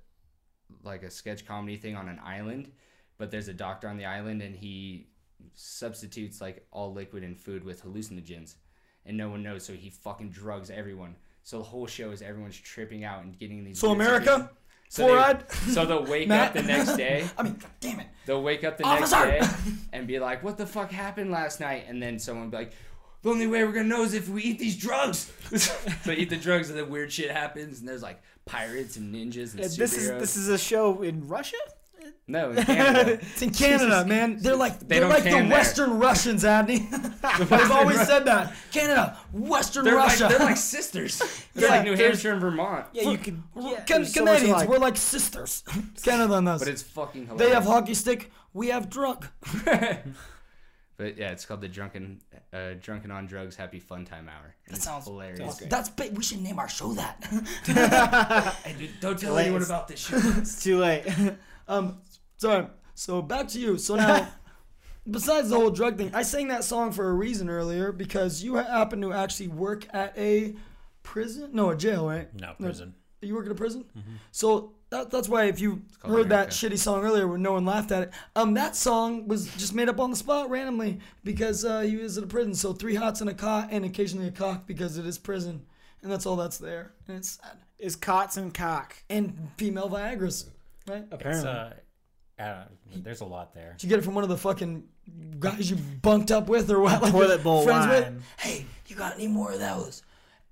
like a sketch comedy thing on an island, but there's a doctor on the island and he substitutes like all liquid and food with hallucinogens, and no one knows, so he fucking drugs everyone. So the whole show is everyone's tripping out and getting these. So weird America, situations. so they- fluoride? so they'll wake Matt? up the next day. I mean, God damn it. They'll wake up the Officer! next day and be like, "What the fuck happened last night?" And then someone will be like, "The only way we're gonna know is if we eat these drugs." so eat the drugs, and then weird shit happens, and there's like pirates and ninjas and Uh, superheroes. This is this is a show in Russia? no in Canada. It's in Canada, man. They're like They they are don't like the can there. Western Russians, Adney. I've always said that. Canada, Western They're Russia. like they're like sisters. They're Yeah, like New there's- Hampshire and Vermont. Yeah, you could. Yeah, Can- there's so much Canadians, alike. we're like sisters. Canada and us. But it's fucking hilarious. they have hockey stick. We have drug. But yeah, it's called the drunken, uh, drunken on drugs happy fun time hour. And That it's sounds hilarious. That's ba- we should name our show that. Hey, dude, don't tell Hilarious. anyone about this shit. It's too late. Um, sorry. So back to you. So now, besides the whole drug thing, I sang that song for a reason earlier because you happen to actually work at a prison. No, a jail, right? No, prison. You work at a prison. Mm-hmm. So that, that's why if you called heard that America. shitty song earlier where no one laughed at it, um, that song was just made up on the spot randomly because uh, he was at a prison. So three hots and a cot and occasionally a cock because it is prison, and that's all that's there, and it's sad. Is cots and cock. And female Viagra's, right? Apparently. It's, uh, I don't know. There's a lot there. Did you get it from one of the fucking guys you bunked up with or what? Like Toilet bowl friends wine. with? Hey, you got any more of those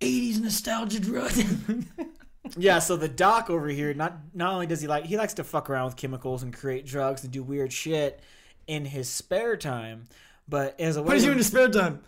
80s nostalgia drugs? Yeah, so the doc over here, not not only does he like he likes to fuck around with chemicals and create drugs and do weird shit in his spare time, but as a way What do you do in to- your spare time?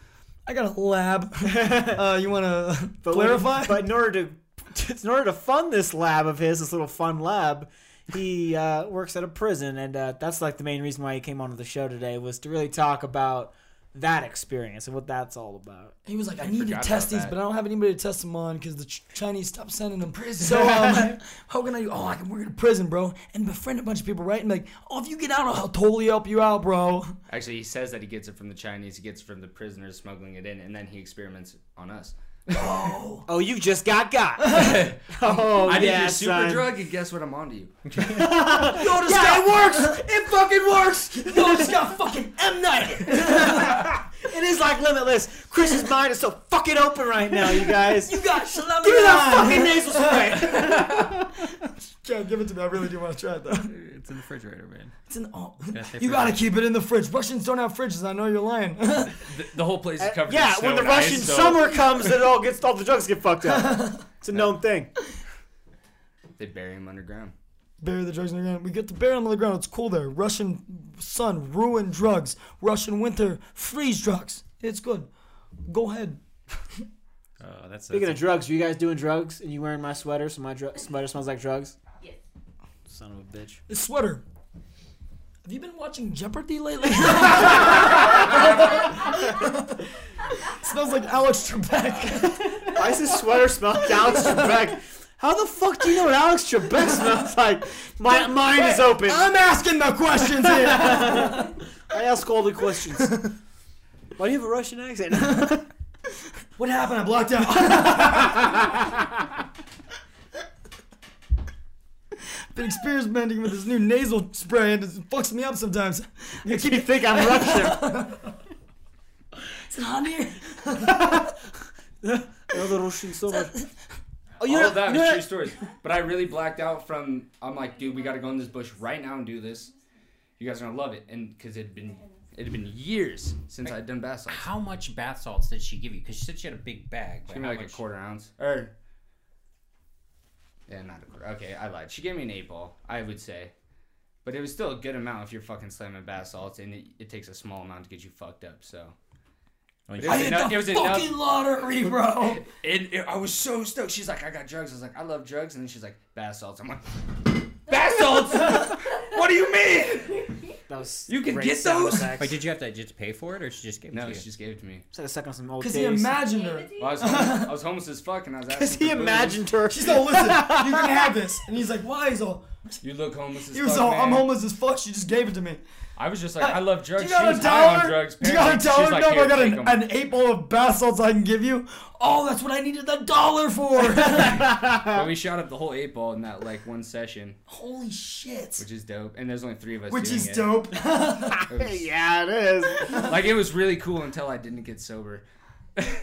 I got a lab. uh, you want to but when- clarify? but in order to in order to fund this lab of his, this little fun lab, he uh, works at a prison, and uh, that's like the main reason why he came onto the show today was to really talk about that experience and what that's all about. He was like, I, need to test these, but I don't have anybody to test them on because the Ch- Chinese stopped sending them. Prison. So um, how can I do? Oh, I can work in a prison, bro, and befriend a bunch of people, right? And be like, oh, if you get out, I'll totally help you out, bro. Actually, he says that he gets it from the Chinese, he gets it from the prisoners smuggling it in, and then he experiments on us. Oh, you just got got. oh, I did yeah, your super son. drug, and guess what? I'm onto you. Yo, this guy works. It fucking works. Yo, this guy fucking M night. It is like limitless. Chris's mind is so fucking open right now, you guys. You got Shalom. Give me that fucking nasal spray. Chad, give it to me. I really do want to try it though. It's in the refrigerator, man. It's in the, oh, Yeah, they you gotta forgot. keep it in the fridge. Russians don't have fridges. I know you're lying. The, the whole place is covered. Uh, yeah, in snow when the and Russian ice, so summer comes, it all gets all the drugs get fucked up. It's a known thing. they bury him underground. Bury the drugs in the ground. We get to bury them in the ground. It's cool there. Russian sun ruined drugs. Russian winter freeze drugs. It's good. Go ahead. Oh, that's Speaking of that's drugs, were you guys doing drugs? And you wearing my sweater, so my dr- sweater smells like drugs. son of a bitch. This sweater. Have you been watching Jeopardy lately? Smells like Alex Trebek. Why does this sweater smell like Alex Trebek? How the fuck do you know what Alex Trebek smells like? My mind is open. I'm asking the questions here. I ask all the questions. Why do you have a Russian accent? what happened? I blocked out. Been experimenting with this new nasal spray and it fucks me up sometimes. Makes me think I'm Russian. It's not here. Another Russian summer. Oh, All you know, of that you know is true stories. But I really blacked out from. I'm like, dude, we got to go in this bush right now and do this. You guys are gonna love it, and because it'd been it had been years since I'd done bath salts. How much bath salts did she give you? Because she said she had a big bag. She but gave me how like a much- quarter ounce. Or yeah, not a quarter. Okay, I lied. She gave me an eight ball, I would say, but it was still a good amount if you're fucking slamming bath salts, and it, it takes a small amount to get you fucked up. So. I mean, But it I was hit enough- the it was enough- fucking lottery, bro. And it, I was so stoked. She's like, I got drugs. I was like, I love drugs. And then she's like, bath salts. I'm like, bath salts? what do you mean? That was You can great get sound those? effects. Wait, did you have to just pay for it, or she just gave it No, to you? she just gave it to me. Just had to suck on some old Because he titties. imagined her. Well, I, was homeless, I was homeless as fuck, and I was asking. Because he for booze. imagined her. She's all, "Oh, listen, you can have this. And he's like, why? He's all, You look homeless as he was fuck. all, I'm man." homeless as fuck. She just gave it to me. I was just like, I love drugs. Do you got she a was high on dollar? drugs. Do you got Apparently, she a was like, dollar? no, "Here, I got take an, 'em." an eight ball of bath salts I can give you. Oh, that's what I needed the dollar for. But we shot up the whole eight ball in that like one session, Holy shit. which is dope. And there's only three of us. Which doing is it. dope. It was- yeah, it is. like it was really cool until I didn't get sober.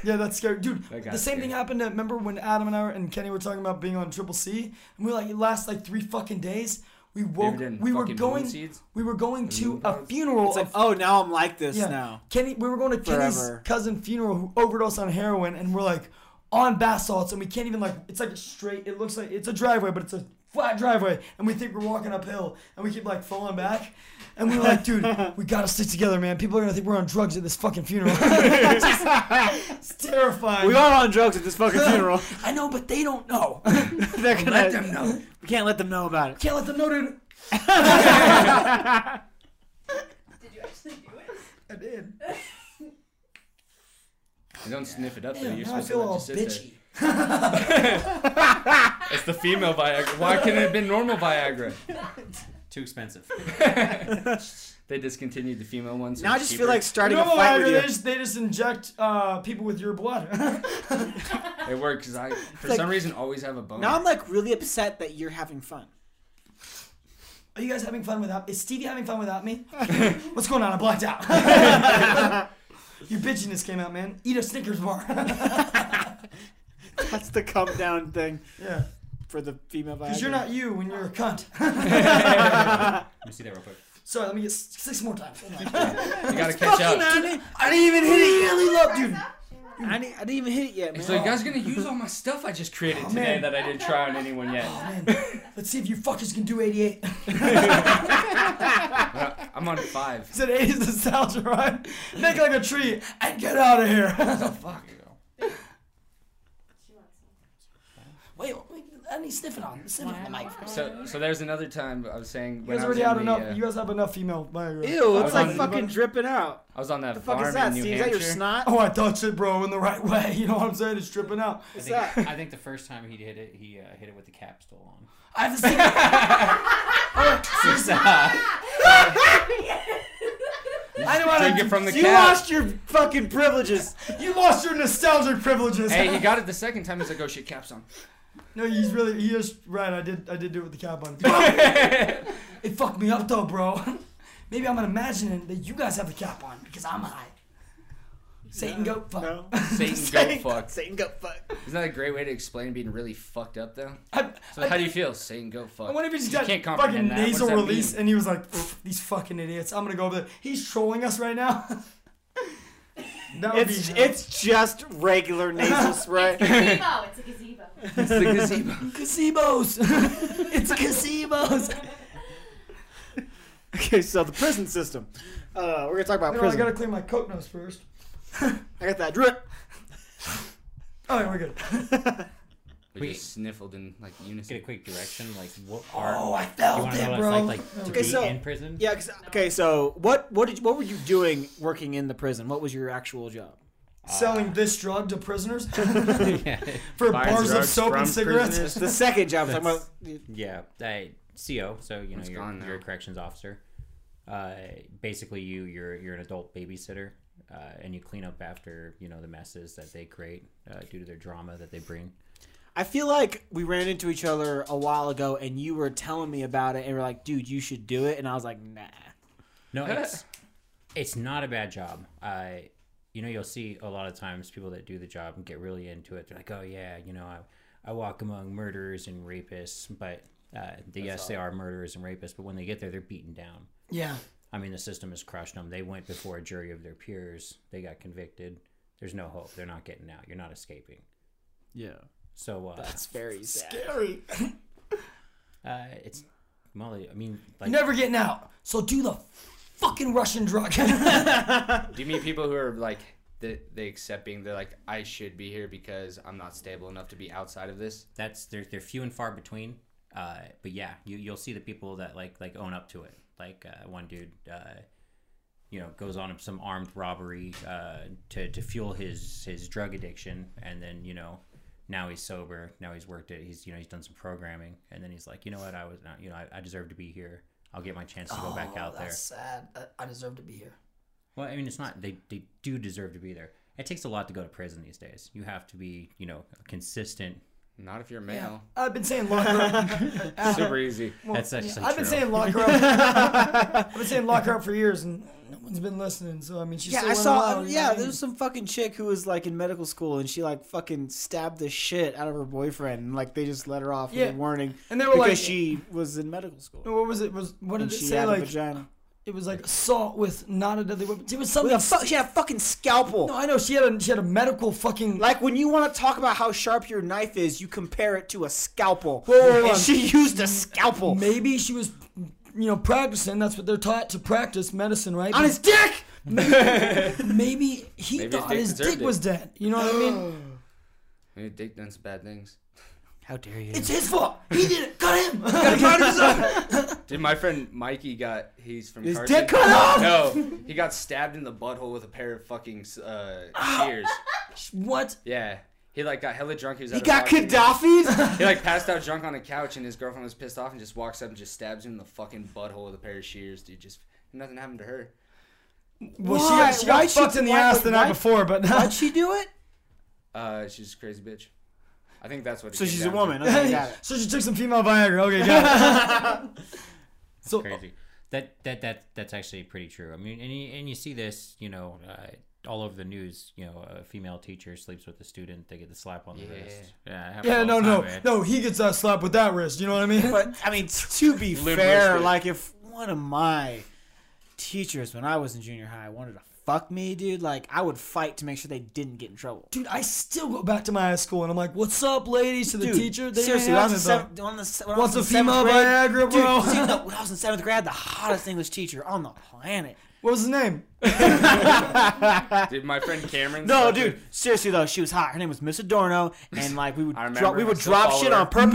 Yeah, that's scary, dude. That got the same thing scary. happened. To, remember when Adam and I were, and Kenny were talking about being on Triple C, and we like last like three fucking days. We woke. done We were fucking moon going. seeds? We were going to a pads? funeral. It's like, of- oh, now I'm like this now. Kenny, we were going to Kenny's Forever. cousin funeral who overdosed on heroin, and we're like on bath salts, and we can't even like. It's like a straight. It looks like it's a driveway, but it's a flat driveway, and we think we're walking uphill, and we keep like falling back, and we're like, dude, we gotta stick together, man. People are gonna think we're on drugs at this fucking funeral. it's, just- it's terrifying. We are on drugs at this fucking funeral. I know, but they don't know. They're gonna, Let them know. We can't let them know about it. Can't let them know, dude. Did you actually do it? I did. And don't sniff it up though. Damn, You're now I supposed feel to let all it just sit bitchy. there. It's the female Viagra. Why couldn't it have been normal Viagra? Too expensive. They discontineed the female ones. Now I just feel like starting no, a fight Viagra, with you. they just they just inject uh, people with your blood. it worked because I, for like- some reason, always have a bone. Now I'm like really upset that you're having fun. Are you guys having fun without? Is Stevie having fun without me? What's going on? I blacked out. Your bitchiness came out, man. Eat a Snickers bar. That's the come down thing yeah, for the female Viagra. because you're not you when you're a cunt. Let me see that real quick. Sorry, let me get s- six more times. you gotta catch up. I didn't even hit it. Oh, Really love, dude. I didn't, I didn't even hit it yet, man. So you guys gonna use all my stuff I just created Oh, today man. Oh, that I didn't try on anyone yet? Let's see if you fuckers can do 88. I'm on five. It's an 80s nostalgia, right? Make like a tree and get out of here. fuck? Wait, wait, I need sniffing on. Sniffing on the mic. So, so there's another time I was saying. you when guys I was already in had the, enough. uh, you guys have enough female Viagra. Ew, it's I like was- fucking dripping out. I was on that The farm fuck is that, in New Steve? Is Hampshire. that your snot? Oh, I touched it, bro, in the right way. You know what I'm saying? It's dripping out. I think, I think the first time he hit it, he uh, hit it with the cap still on. I have to sing it. I know how to Drink it from the You cap. lost your fucking privileges. You lost your nostalgic privileges. Hey, he got it the second time. He's like, "Oh shit, caps on." No, he's really he is right. I did I did do it with the cap on. it fucked me up though, bro. Maybe I'm imagining that you guys have the cap on because I'm high. Satan go fuck. Satan, Satan- go fuck. Satan go fuck. Isn't that a great way to explain being really fucked up though? so I- how do you feel? Satan, go fuck. I wonder if he just You got can't fucking comprehend that. What does nasal that release mean? and he was like, "Pfft, these fucking idiots. I'm gonna go over there. He's trolling us right now. that would It's be it's just regular nasal spray. Gazebo. It's a gazebo. It's the gazebo. Gazebos. it's gazebos. okay, so the prison system. Uh, we're gonna talk about No, I prison. gotta clean my coat nose first. I got that drip. Oh, we're good. We, just sniffled in like unison. Get a quick direction, like what are? Oh, I you felt wanna it, know what bro. It's like, like to be in prison. Yeah. 'cause- okay, so what what did you, what were you doing working in the prison? What was your actual job? Uh, Selling this drug to prisoners for Buying bars of drugs soap from and cigarettes. prisoners. The second job I'm talking about. Yeah, I, CO. So you know, It's you're, gone now. you're a corrections officer. Uh, basically, you you're you're an adult babysitter, uh, and you clean up after you know the messes that they create uh, due to their drama that they bring. I feel like we ran into each other a while ago, and you were telling me about it, and you were like, "Dude, you should do it," and I was like, "Nah." No, it's it's not a bad job. I, you know, you'll see a lot of times people that do the job and get really into it. They're like, oh yeah, you know, I, I walk among murderers and rapists, but uh, the, yes, they are murderers and rapists. But when they get there, they're beaten down. Yeah. I mean, the system has crushed them. They went before a jury of their peers. They got convicted. There's no hope. They're not getting out. You're not escaping. Yeah. So uh, That's very sad. Scary. uh, it's Molly. I mean, like, You're never getting out. So do the fucking Russian drug. Do you mean people who are like they, they accept being they're like I should be here because I'm not stable enough to be outside of this? that's they're they're few and far between. Uh, but yeah, you you'll see the people that like like own up to it. Like uh, one dude, uh, you know, goes on some armed robbery uh, to to fuel his his drug addiction, and then you know. Now he's sober. Now he's worked it. He's you know he's done some programming, and then he's like, you know what? I was not, you know I, I deserve to be here. I'll get my chance to go back Oh, out there. That's sad. I, I deserve to be here. Well, I mean, it's not. They they do deserve to be there. It takes a lot to go to prison these days. You have to be, you know, consistent. Not if you're male. I've been saying locker up. Super easy. That's actually I've been true. saying locker up. I've been saying locker up for years, and no one's been listening. So I uh, mean, she's yeah, still I in saw. love, you know yeah, what I there was some fucking chick who was like in medical school, and she like fucking stabbed the shit out of her boyfriend, and like they just let her off Yeah. with a warning, And they were because like- she was in medical school. mean? what was it? Was what did And it she say? had a Like vagina. it was like assault with not a deadly weapon. It was something. With a fu- she had a fucking scalpel. "Oh, no, I know she had a she had a medical fucking. Like when you want to talk about how sharp your knife is, you compare it to a scalpel. Whoa, whoa, whoa. And she used a scalpel Maybe she was, you know, practicing. That's what they're taught to practice medicine, right? on his dick. Maybe he Maybe his thought dick his deserved dick it. was dead. You know what I mean? I mean, Dick done some bad things. How dare you? It's his fault. He did it. Cut him. Cut him. Dude, my friend Mikey got he's from His Carson. dick cut off! No, he got stabbed in the butthole with a pair of fucking uh, shears. What? Yeah, he like got hella drunk. He was He at a got bar- Gaddafi's. He like passed out drunk on the couch, and his girlfriend was pissed off, and just walks up and just stabs him in the fucking butthole with a pair of shears, dude. Just nothing happened to her. Well, Why? she got, she got Why'd she- fucked in the why- ass the night why- before, but Why'd she do it? Uh, she's a crazy bitch. I think that's what. it So came she's a down to. woman. Okay, got it. so she took some female Viagra. Okay, got it. so crazy. That that that that's actually pretty true. I mean, and you, and you see this, you know, uh, all over the news. You know, a female teacher sleeps with a student. They get the slap on the wrist. Yeah, it happens yeah, all no, the no, uh, time, man. no. He gets that slap with that wrist. You know what I mean? But I mean, t- to be Liberal fair, state. like if one of my teachers when I was in junior high wanted to fuck me, dude, like I would fight to make sure they didn't get in trouble. Dude, I still go back to my high school and I'm like, "What's up, ladies?" To the Dude, teacher. They seriously, ain't when I was in having it, seventh, though. when I was, when What's I a was in female seventh grade- Viagra, bro? Dude, see, no, when I was in seventh grade, I had the hottest English teacher on the planet. What was his name? Did my friend Cameron? No, dude. Seriously though, she was hot. Her name was Miss Adorno, and like we would drop, remember. we would I still drop follow shit her. on purpose.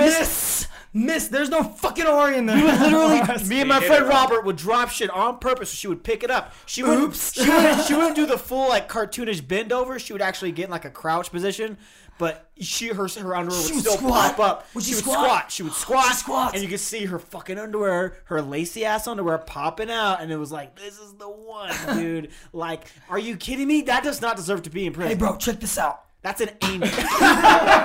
Miss, miss. There's no fucking R in there. We would literally, me and my He hit friend it wrong. Robert would drop shit on purpose. So she would pick it up. She would, Oops. she would, she wouldn't do the full like cartoonish bend over. She would actually get in like a crouch position, but she her her underwear would She would still squat. pop up. Would she she would squat? squat? She would squat. She squats. And you could see her fucking underwear, her lacy ass underwear popping out, and it was like, this is the one, dude. like, are you kidding me? That does not deserve to be in prison. Hey, bro, check this out. That's an anus.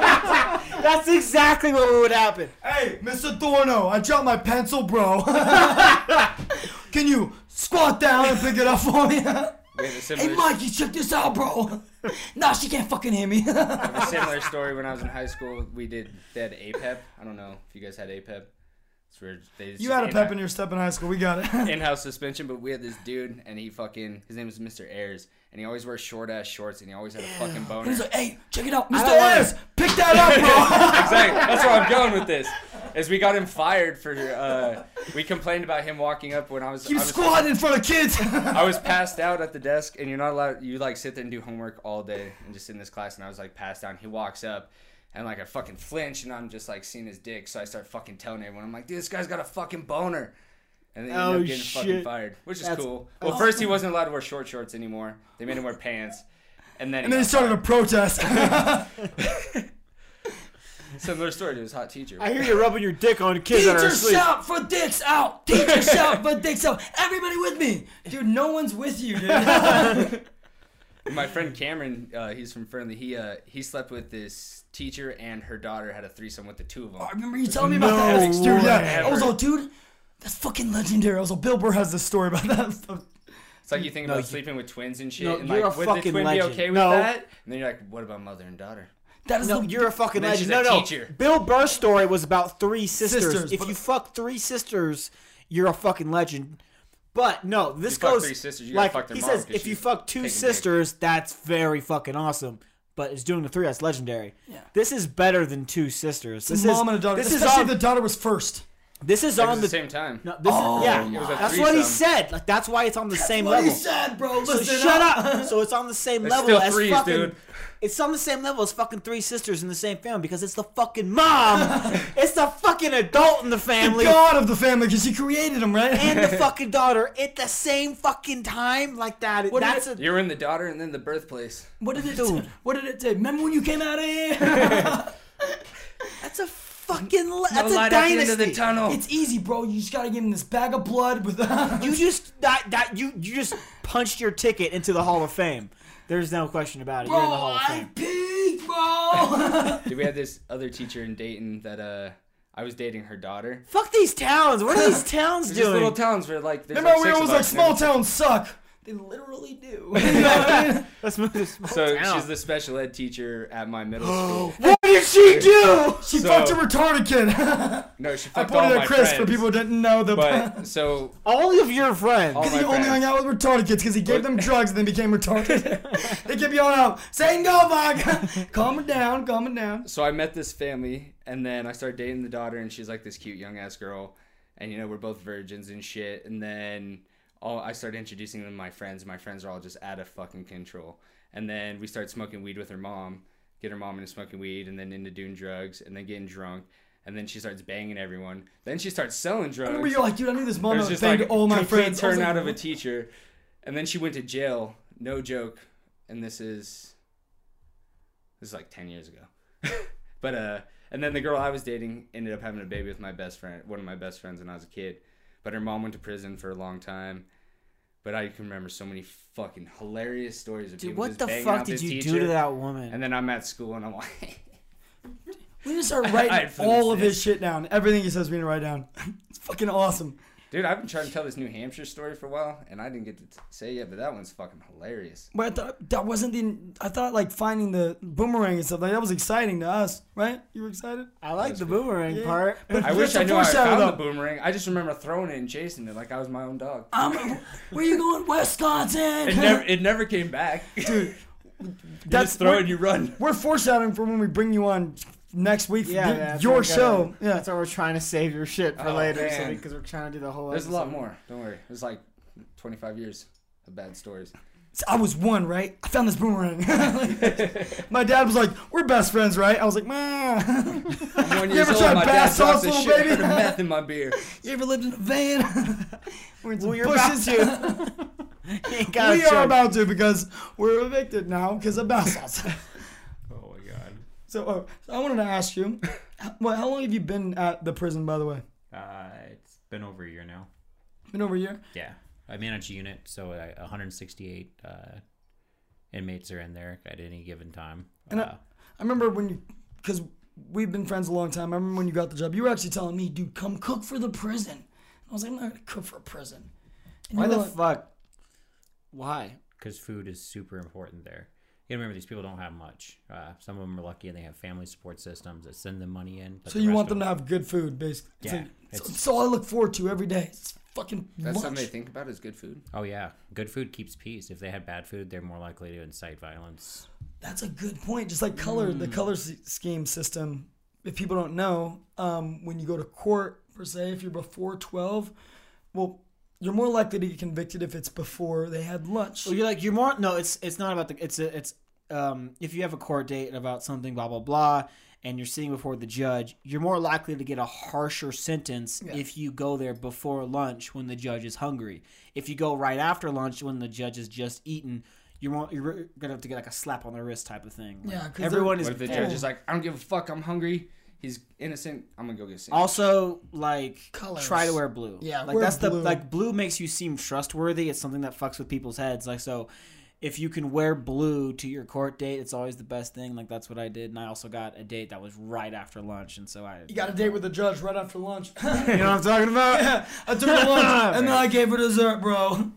That's exactly what would happen. Hey, Mr. Thorno, I dropped my pencil, bro. Can you squat down and pick it up for me? We had a hey, similar, Mikey, check this out, bro. nah, she can't fucking hear me. a similar story when I was in high school. We did they had APEP. I don't know if you guys had APEP. It's weird. They just E you had a E in- pep in your step in high school. We got it. in-house suspension, but we had this dude, and he fucking his name was Mr. Ayers, and he always wore short ass shorts, and he always had a fucking boner. He's like, hey, check it out, I Mr. don't wanna- Ayers, pick that up, bro. exactly. That's where I'm going with this. Is we got him fired for. Uh, we complained about him walking up when I was. Keep I was squatting in front of kids. I was passed out at the desk, and you're not allowed. You like sit there and do homework all day, and just in this class. And I was like passed out. And he walks up, and like I fucking flinch, and I'm just like seeing his dick. So I start fucking telling everyone, I'm like, dude, this guy's got a fucking boner. And then he ended Oh, up getting fucking shit. fired, which is That's cool. Well, first he wasn't allowed to wear short shorts anymore. They made him wear pants, and then, and then he got started a protest. fired. similar story to his hot teacher. I hear you rubbing your dick on kids that are Teacher asleep. shout for dicks out. Teacher shout for dicks out. Everybody with me, dude. No one's with you, dude. My friend Cameron, uh, he's from Fernley. He uh, he slept with this teacher and her daughter had a threesome with the two of them. I remember you telling me about that, Alex, dude. Yeah. I was all, dude, that's fucking legendary. I was all, Bill Burr has this story about that stuff. It's like you think about you- sleeping with twins and shit, No, and you're like, a would the fucking twin legend. be okay with No. that? And then you're like, what about mother and daughter? That is No, the, you're a fucking Then she's legend. a No, no. teacher. Bill Burr's story was about three sisters. Sisters, if but- you fuck three sisters, you're a fucking legend. But no, this You fuck goes three sisters, you gotta like fuck their he mom says. 'cause If you she's fuck two taking dick. sisters, that's very fucking awesome. But it's doing the three that's legendary. Yeah. This is better than two sisters. This the mom is and a daughter. this is Especially on if the daughter was first. this is It was on at the the same time. no, this is, It was yeah. a That's what he threesome. said. Like that's why it's on the same What he level. said, bro. So Listen shut up. So it's on the same It's level still as threes, fucking. dude. It's on the same level as fucking three sisters in the same family because it's the fucking mom. it's the fucking adult in the The family. God of the family, because he created him, right? And the fucking daughter at the same fucking time like that. What That's did a, You're in the daughter and then the birthplace. what did it Dude. What did it say? Remember when you came out of here? that's a fucking le- that's a light at the end of the dynasty. tunnel. it's easy, bro. You just gotta give him this bag of blood with. you just that that you you just punched your ticket into the Hall of Fame. There's no question about it. bro, You're in the Hall of I Fame. peaked, bro. Dude, we had this other teacher in Dayton that uh, I was dating her daughter. Fuck these towns. What are these towns There's just little doing? towns where like there's Remember, like we six always of like us and small everything. towns suck. They literally do. Let's move to small So town. she's the special ed teacher at my middle school. what did she do? She So- fucked a retarded kid. No, she I fucked all pointed my at Chris friends. for people who didn't know the. But so all of your friends. all my He only friends. hung out with retarded kids because he gave them drugs and they became retarded. they kept yelling out, saying no, Mike. calm it down, calm it down. so I met this family, and then I started dating the daughter, and she's like this cute young ass girl, and you know we're both virgins and shit. And then all I started introducing them to my friends. and My friends are all just out of fucking control. And then we started smoking weed with her mom, get her mom into smoking weed, and then into doing drugs, and then getting drunk. And then she starts banging everyone. Then she starts selling drugs. I remember you're like, dude, I knew this It mom was that just banged like all my complete friends. I was turn out like, of a teacher, and then she went to jail. No joke. And this is this is like ten years ago. but uh, and then the girl I was dating ended up having a baby with my best friend, one of my best friends when I was a kid. But her mom went to prison for a long time. But I can remember so many fucking hilarious stories of Dude, people what just the banging fuck out did this you do teacher. to that woman? And then I'm at school and I'm like, We need to start I writing influenced all of this. his shit down. Everything he says, we need to write down. it's fucking awesome. Dude, I've been trying to tell this New Hampshire story for a while, and I didn't get to t- say it yet, but that one's fucking hilarious. But I thought that wasn't the. I thought like finding the boomerang and stuff like that was exciting to us, right? You were excited. I like the boomerang part. I wish I knew how I found the boomerang. I just remember throwing it and chasing it like I was my own dog. I'm, Um, where you going, Wisconsin? It never, it never came back. Dude, that's throw we're- and you run. We're foreshadowing for when we bring you on next week. for Yeah, the- yeah, that's your what we gotta- show. Yeah, that's why we're trying to save your shit for Oh, later, so man. because we're trying to do the whole. There's a lot episode. more. Don't worry. There's like 25 years of bad stories. I was one, right? I found this boomerang. My dad was like, "We're best friends, right?" I was like, "Ma." I'm one You years ever old. tried My dad dropped bath salts, this little shit. I baby? put meth in my beer. You ever lived in a van? We're in some Well, you're bushes. about to. You ain't got we a are choice. about to because we're evicted now because of bath salts. Oh my god. so, uh, so I wanted to ask you, h- well, how long have you been at the prison, by the way? Uh, it's been over a year now. Been over a year. Yeah, I manage a unit, so I, 168 uh, inmates are in there at any given time. And Uh, I, I remember when you, because we've been friends a long time. I remember when you got the job. You were actually telling me, "Dude, come cook for the prison." And I was like, "I'm not gonna cook for a prison." And Why you were the like- fuck? Why? because food is super important there. You gotta remember, these people don't have much. Uh, some of them are lucky and they have family support systems that send them money in. but So the you rest want of them to have good food, basically. It's Yeah, like- so- it's- so all I look forward to every day. It's fucking That's lunch. something they think about is good food. Oh yeah, good food keeps peace. If they had bad food, they're more likely to incite violence. That's a good point. Just like color, Mm. the color s- scheme system. If people don't know, um, when you go to court per se, if you're before twelve, well, you're more likely to get convicted if it's before they had lunch. Oh, Well, you're like you're more. No, it's it's not about the. It's a, it's um if you have a court date about something blah blah blah, and you're sitting before the judge, you're more likely to get a harsher sentence if you go there before lunch when the judge is hungry. If you go right after lunch when the judge is just eaten. You're, more, you're gonna have to get like a slap on the wrist type of thing. Like, Yeah, 'cause they're- everyone is What if the full. judge is like, I don't give a fuck. I'm hungry. He's innocent. I'm gonna go get sandwich. Also, like Colors. try to wear blue. Yeah, like wear that's the blue. like blue makes you seem trustworthy. It's something that fucks with people's heads. Like so, if you can wear blue to your court date, it's always the best thing. Like that's what I did, and I also got a date that was right after lunch, and so I You got a date with the judge right after lunch. you know what I'm talking about. I took her to lunch and then I gave her dessert, bro.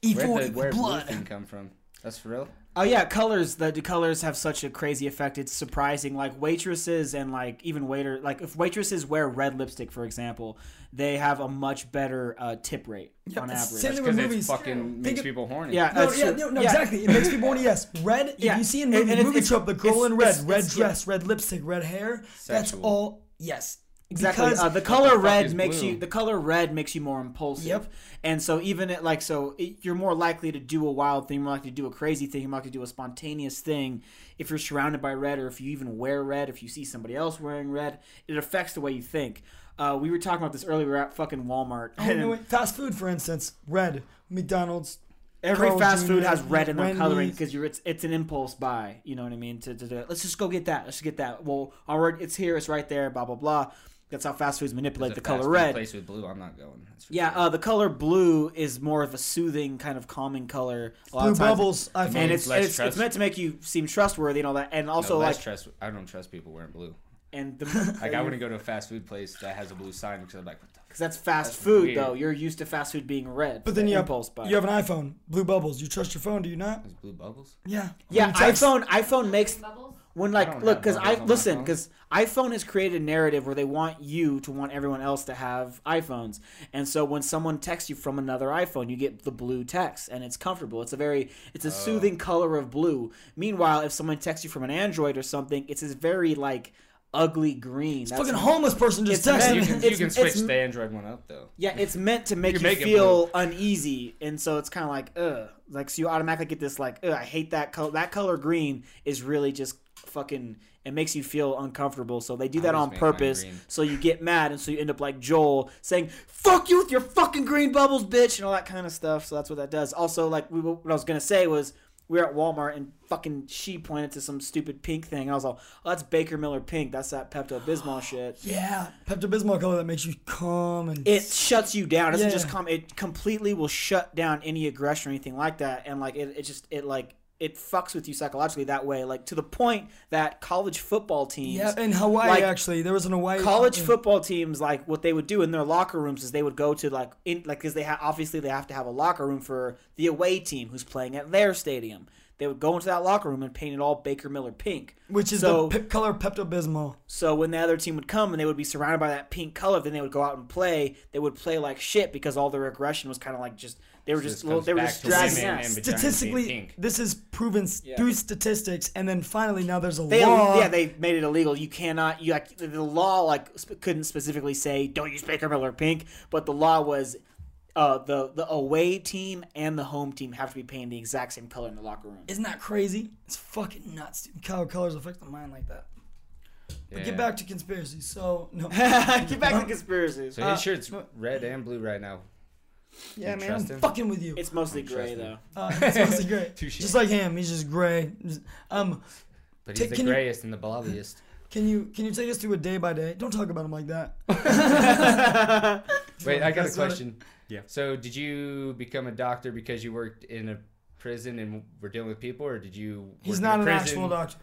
E Where'd the forty where blue blood. thing come from? That's for real. Oh yeah, colors. The, the colors have such a crazy effect. It's surprising. Like waitresses and like even waiter. Like if waitresses wear red lipstick, for example, they have a much better uh, tip rate on it's average. same thing with Because it movies. fucking makes of- people horny. Yeah, No, that's yeah, true. no, no, Yeah. exactly. It makes people want to yes. Red. Yeah. If you see And- in movie, and it's- movie it's- trope, the girl it's- in red, it's- red it's- yeah. dress, red lipstick, red hair. That's Sexual. all. Yes. Exactly. Because- Uh, the color fuck red is makes blue? you the color red makes you more impulsive. Yep. And so even at like so it, you're more likely to do a wild thing, more likely to do a crazy thing, more likely to do a spontaneous thing if you're surrounded by red or if you even wear red, if you see somebody else wearing red, it affects the way you think. Uh, we were talking about this earlier. We were at fucking Walmart. Oh, no, wait. Fast food, for instance, red. McDonald's. Every Carl's fast food Jr., has red in their Wendy's. coloring because you're it's it's an impulse buy. You know what I mean? To, to, to let's just go get that. Let's get that. Well, already it's here. It's right there. Blah blah blah. That's how fast foods manipulate There's the a fast color food red. Place with blue. I'm not going. That's for Yeah, sure. uh, the color blue is more of a soothing kind of calming color. A lot Blue of times- bubbles. I and find. it's Less and it's, trust. it's meant to make you seem trustworthy and all that, and also no, like less trust. I don't trust people wearing blue. and the Like I wouldn't go to a fast food place that has a blue sign because I'm like, what the because that's fast food weird. though. You're used to fast food being red, But then the you have, impulse buy. you have an iPhone. Blue bubbles. You trust your phone, do you not? f- is blue bubbles? Yeah. yeah, You text- iPhone iPhone makes Bubbles? when I like don't look have because bubbles I on my listen phone. because iPhone has created a narrative where they want you to want everyone else to have iPhones, and so when someone texts you from another iPhone, you get the blue text, and it's comfortable. It's a very it's a soothing color of blue. Meanwhile, if someone texts you from an Android or something, it's this very like ugly green. That's Fucking homeless person just It's texted men- You me. can, you It's- can it's- switch the Android one up though. yeah, it's meant to make you, can make it feel uneasy, and so it's kind of like ugh, like so you automatically get this like ugh, I hate that color. That color green is really just fucking. It makes you feel uncomfortable, so they do that always on make mine purpose. green. So you get mad, and so you end up like Joel saying "fuck you with your fucking green bubbles, bitch," and all that kind of stuff. So that's what that does. Also, like we, what I was gonna say was. We were at Walmart and fucking she pointed to some stupid pink thing. And I was like, oh, that's Baker Miller pink. That's that Pepto Bismol shit Yeah. Pepto Bismol color that makes you calm and. it shuts you down. It doesn't Yeah. just come. It completely will shut down any aggression or anything like that. And like it, it just it like it fucks with you psychologically that way, like to the point that college football teams. Yeah, in Hawaii like, actually, there was an Hawaii college yeah. football teams like what they would do in their locker rooms is they would go to like in like because they ha- obviously they have to have a locker room for the away team who's playing at their stadium. They would go into that locker room and paint it all Baker Miller pink, which is so the pe- color Pepto Bismol. so when the other team would come and they would be surrounded by that pink color, then they would go out and play. They would play like shit because all their aggression was kind of like just they were So just this little, comes they were back just to women dragging and ass. vaginas being Statistically, pink. this is proven s- through statistics, and then finally now there's a They law. yeah they made it illegal. You cannot you like the law like sp- couldn't specifically say don't use Baker Miller pink, but the law was uh, the the away team and the home team have to be painting the exact same color in the locker room. Isn't that crazy? It's fucking nuts, dude. How colors affect the mind like that. But Yeah. get back to conspiracy. So no, Get back to conspiracies. So uh, his shirt's red and blue right now. Yeah, You man, I'm trust him? fucking with you. It's mostly Trust gray me. though. Uh, it's mostly gray. Touche. Just like him, he's just gray. Just- Um, But Ta- he's the can you- grayest and the blobbiest. can you can you take us through a day by day? Don't talk about him like that. Wait, I got a That's what it- question. Yeah. So, did you become a doctor because you worked in a prison and were dealing with people, or did you? He's work in not a an prison? actual doctor.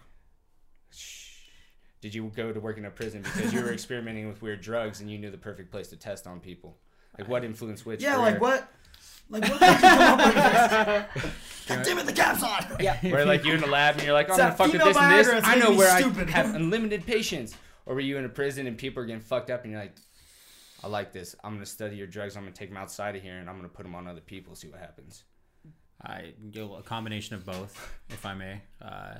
Did you go to work in a prison because you were experimenting with weird drugs and you knew the perfect place to test on people? Like what influenced which? Yeah, where- like what? Like what? did you come up with? God damn it, the cap's on. Yeah. Where like you in the lab and you're like, oh, It's I'm gonna that fuck with female this and this. Viagra, it's I making know me where stupid. I have unlimited patients. Or were you in a prison and people are getting fucked up and you're like, I like this. I'm gonna study your drugs. I'm gonna take them outside of here and I'm gonna put them on other people. See what happens. I you know, a combination of both, if I may. Uh,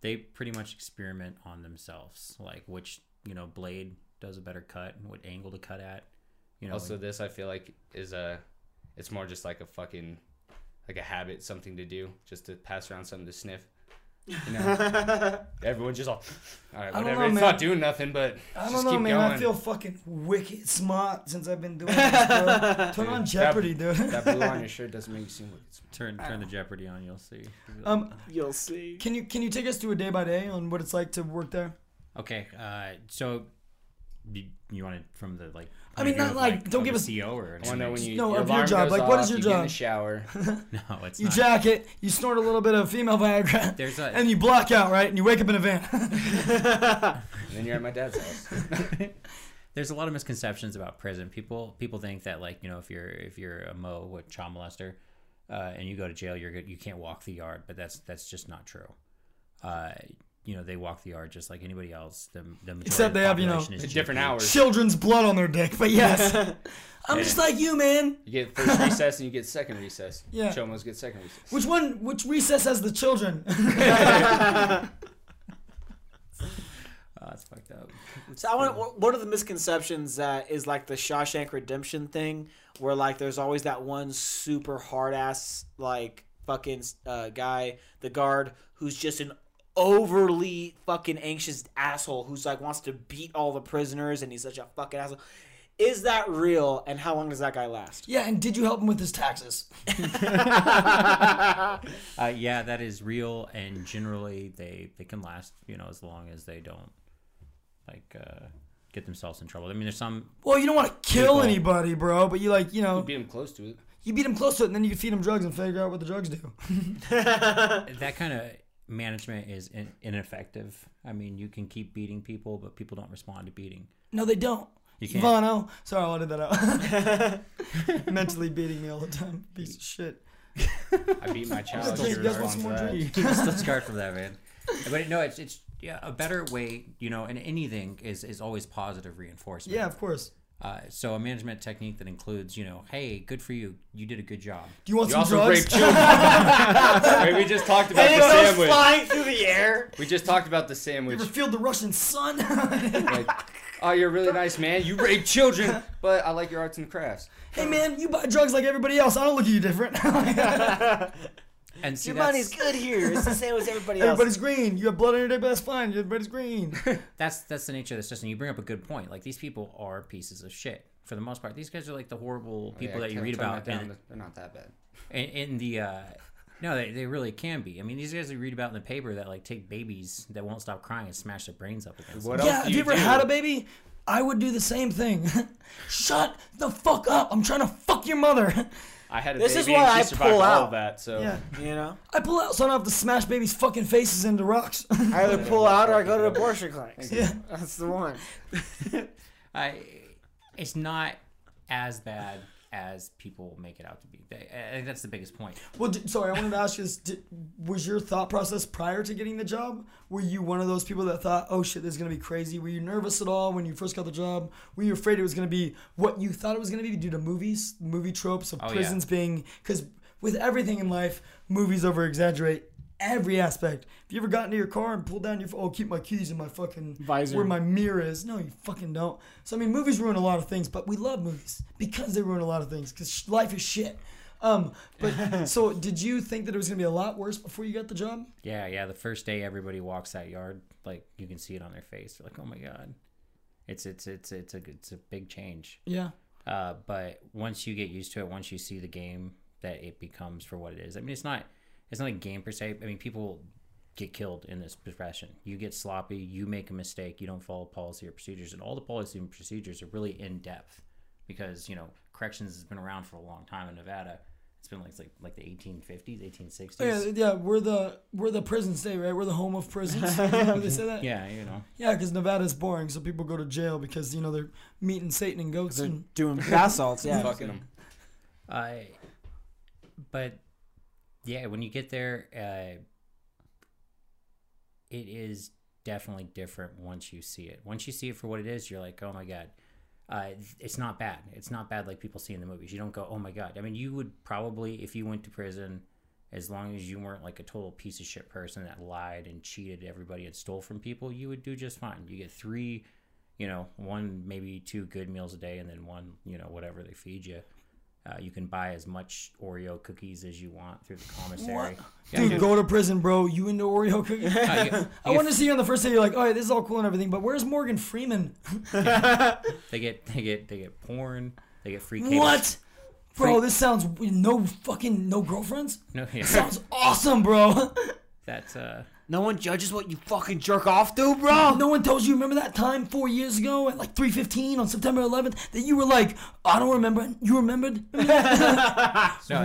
they pretty much experiment on themselves, like which you know blade does a better cut, and what angle to cut at. You know, also, this I feel like is a, it's more just like a fucking, like a habit, something to do, just to pass around something to sniff. You know, everyone just all, all right, I don't whatever. know, it's man. not doing nothing, but I don't just know, keep man. going. I feel fucking wicked smart since I've been doing this, bro. Turn on Dude, Jeopardy, that, dude. that blue on your shirt doesn't make you seem wicked. smart. turn turn the Jeopardy on, you'll see. Um, You'll see. can you can you take us through a day by day on what it's like to work there? okay, uh, so you, you want it from the like? I mean, point of view not of, like- don't of give a us- CO or an I want to know inmate? when you No, your of your alarm job, goes like, what off, is your you get in the job? shower. No, it's You not. jack it, you snort a little bit of female Viagra, There's a- and you black out, right? And you wake up in a van. And then you're at my dad's house. there's a lot of misconceptions about prison. People people think that like you know if you're if you're a mo what child molester, uh, and you go to jail, you're good. You can't walk the yard, but that's that's just not true. Uh, you know they walk the yard just like anybody else. The, the majority Except of the they have, you know, population is Different GP. hours. Children's blood on their dick, but yes, I'm just like you, man. You get first recess and you get second recess. Yeah. Chomos get second recess. Which one? Which recess has the children? Oh, that's fucked up. So I want. to What are the misconceptions that is like the Shawshank Redemption thing, where like there's always that one super hard ass like fucking uh, guy, the guard, who's just an overly fucking anxious asshole who's like wants to beat all the prisoners and he's such a fucking asshole. Is that real? And how long does that guy last? yeah, and did you help him with his taxes? Uh, yeah, that is real, and generally they they can last you know as long as they don't like uh, get themselves in trouble. I mean, there's some Well, you don't want to kill People. anybody, bro, but you like, you know, Beat him close to it. you beat him close to it, and then you can feed him drugs and figure out what the drugs do. that kind of management is in, ineffective. I mean, you can keep beating people, but people don't respond to beating. No, they don't. You can't. Ivano, sorry, I wanted that out. Mentally beating me all the time, piece of shit. I beat my child. Drink, Your guys, response want some to more that. drink? I'm still scarred from that, man. But no, it's it's yeah, a better way, you know, and anything is is always positive reinforcement. Yeah, of course. Uh, so a management technique that includes, you know, hey, good for you, you did a good job. Do you want You some also drugs? rape children. Wait, we just talked about And it the goes sandwich. flying through the air. We just talked about the You sandwich. ever feel the Russian sun? Like, oh, you're a really nice man. You rape children, but I like your arts and crafts. hey man, you buy drugs like everybody else. I don't look at you different. And see, Your that's, money's good here. It's the same as everybody else. Everybody's green. You have blood on your dick, but that's fine. Everybody's green. that's that's the nature of the system. You bring up a good point. Like these people are pieces of shit for the most part. These guys are like the horrible people Oh, Yeah, that you turn- read turn about that in- down. They're not that bad. in, in the uh no they, they really can be i mean these guys you read about in the paper that like take babies that won't stop crying and smash their brains up against What them. else yeah, do have you you ever do? had a baby? I would do the same thing. Shut the fuck up. I'm trying to fuck your mother. I had a This is baby why and she I survived pull all out. of that. So Yeah. You know? I pull out so I don't have to smash babies' fucking faces into rocks. I either pull out or I go to abortion clinics. Yeah. That's the one. I, it's not as bad as people make it out to be. They- I I think that's the biggest point. Well, d sorry, I wanted to ask you this. Did, was your thought process prior to getting the job? Were you one of those people that thought, oh shit, this is going to be crazy? Were you nervous at all when you first got the job? Were you afraid it was going to be what you thought it was going to be due to movies, movie tropes of Oh, yeah. prisons being. Because with everything in life, movies over exaggerate every aspect. If you ever got into your car and pulled down your phone, oh, keep my keys in my fucking Visor. where my mirror is. No, you fucking don't. So I mean, movies ruin a lot of things, but we love movies because they ruin a lot of things. Because sh- life is shit. Um, but so did you think that it was gonna be a lot worse before you got the job? Yeah, yeah. The first day everybody walks that yard, like you can see it on their face. They're like, "Oh my god, it's it's it's it's a it's a big change." Yeah. Uh, but once you get used to it, once you see the game that it becomes for what it is. I mean, it's not it's not a game per se. I mean, people get killed in this profession. You get sloppy. You make a mistake. You don't follow policy or procedures, and all the policy and procedures are really in depth because you know corrections has been around for a long time in Nevada. It's been like it's like like the 1850s, 1860s. Oh, yeah, yeah. We're the we're the prison state, right? We're the home of prisons. Do they say that? Yeah, you know. Yeah, because Nevada's boring, so people go to jail because you know they're meeting Satan and goats They're and doing bath salts, yeah. fucking them. I, but yeah, when you get there, uh, it is definitely different once you see it. Once you see it for what it is, you're like, oh my god, uh, it's not bad. It's not bad like people see in the movies. You don't go, oh my god. I mean, you would probably if you went to prison. As long as you weren't like a total piece of shit person that lied and cheated everybody and stole from people, you would do just fine. You get three, you know, one maybe two good meals a day, and then one, you know, whatever they feed you. Uh, you can buy as much Oreo cookies as you want through the commissary. Yeah, Dude, go to prison, bro. You into Oreo cookie? yeah. I want to see you on the first day. You're like, all right, this is all cool and everything, but where's Morgan Freeman? They get they get they get porn. They get free cable. what? Bro, this sounds no fucking no girlfriends. No, yeah. Sounds awesome, bro. That's uh. No one judges what you fucking jerk off to, bro. No one tells you. Remember that time four years ago at like three fifteen on September eleventh that you were like, I don't remember. You remembered? No,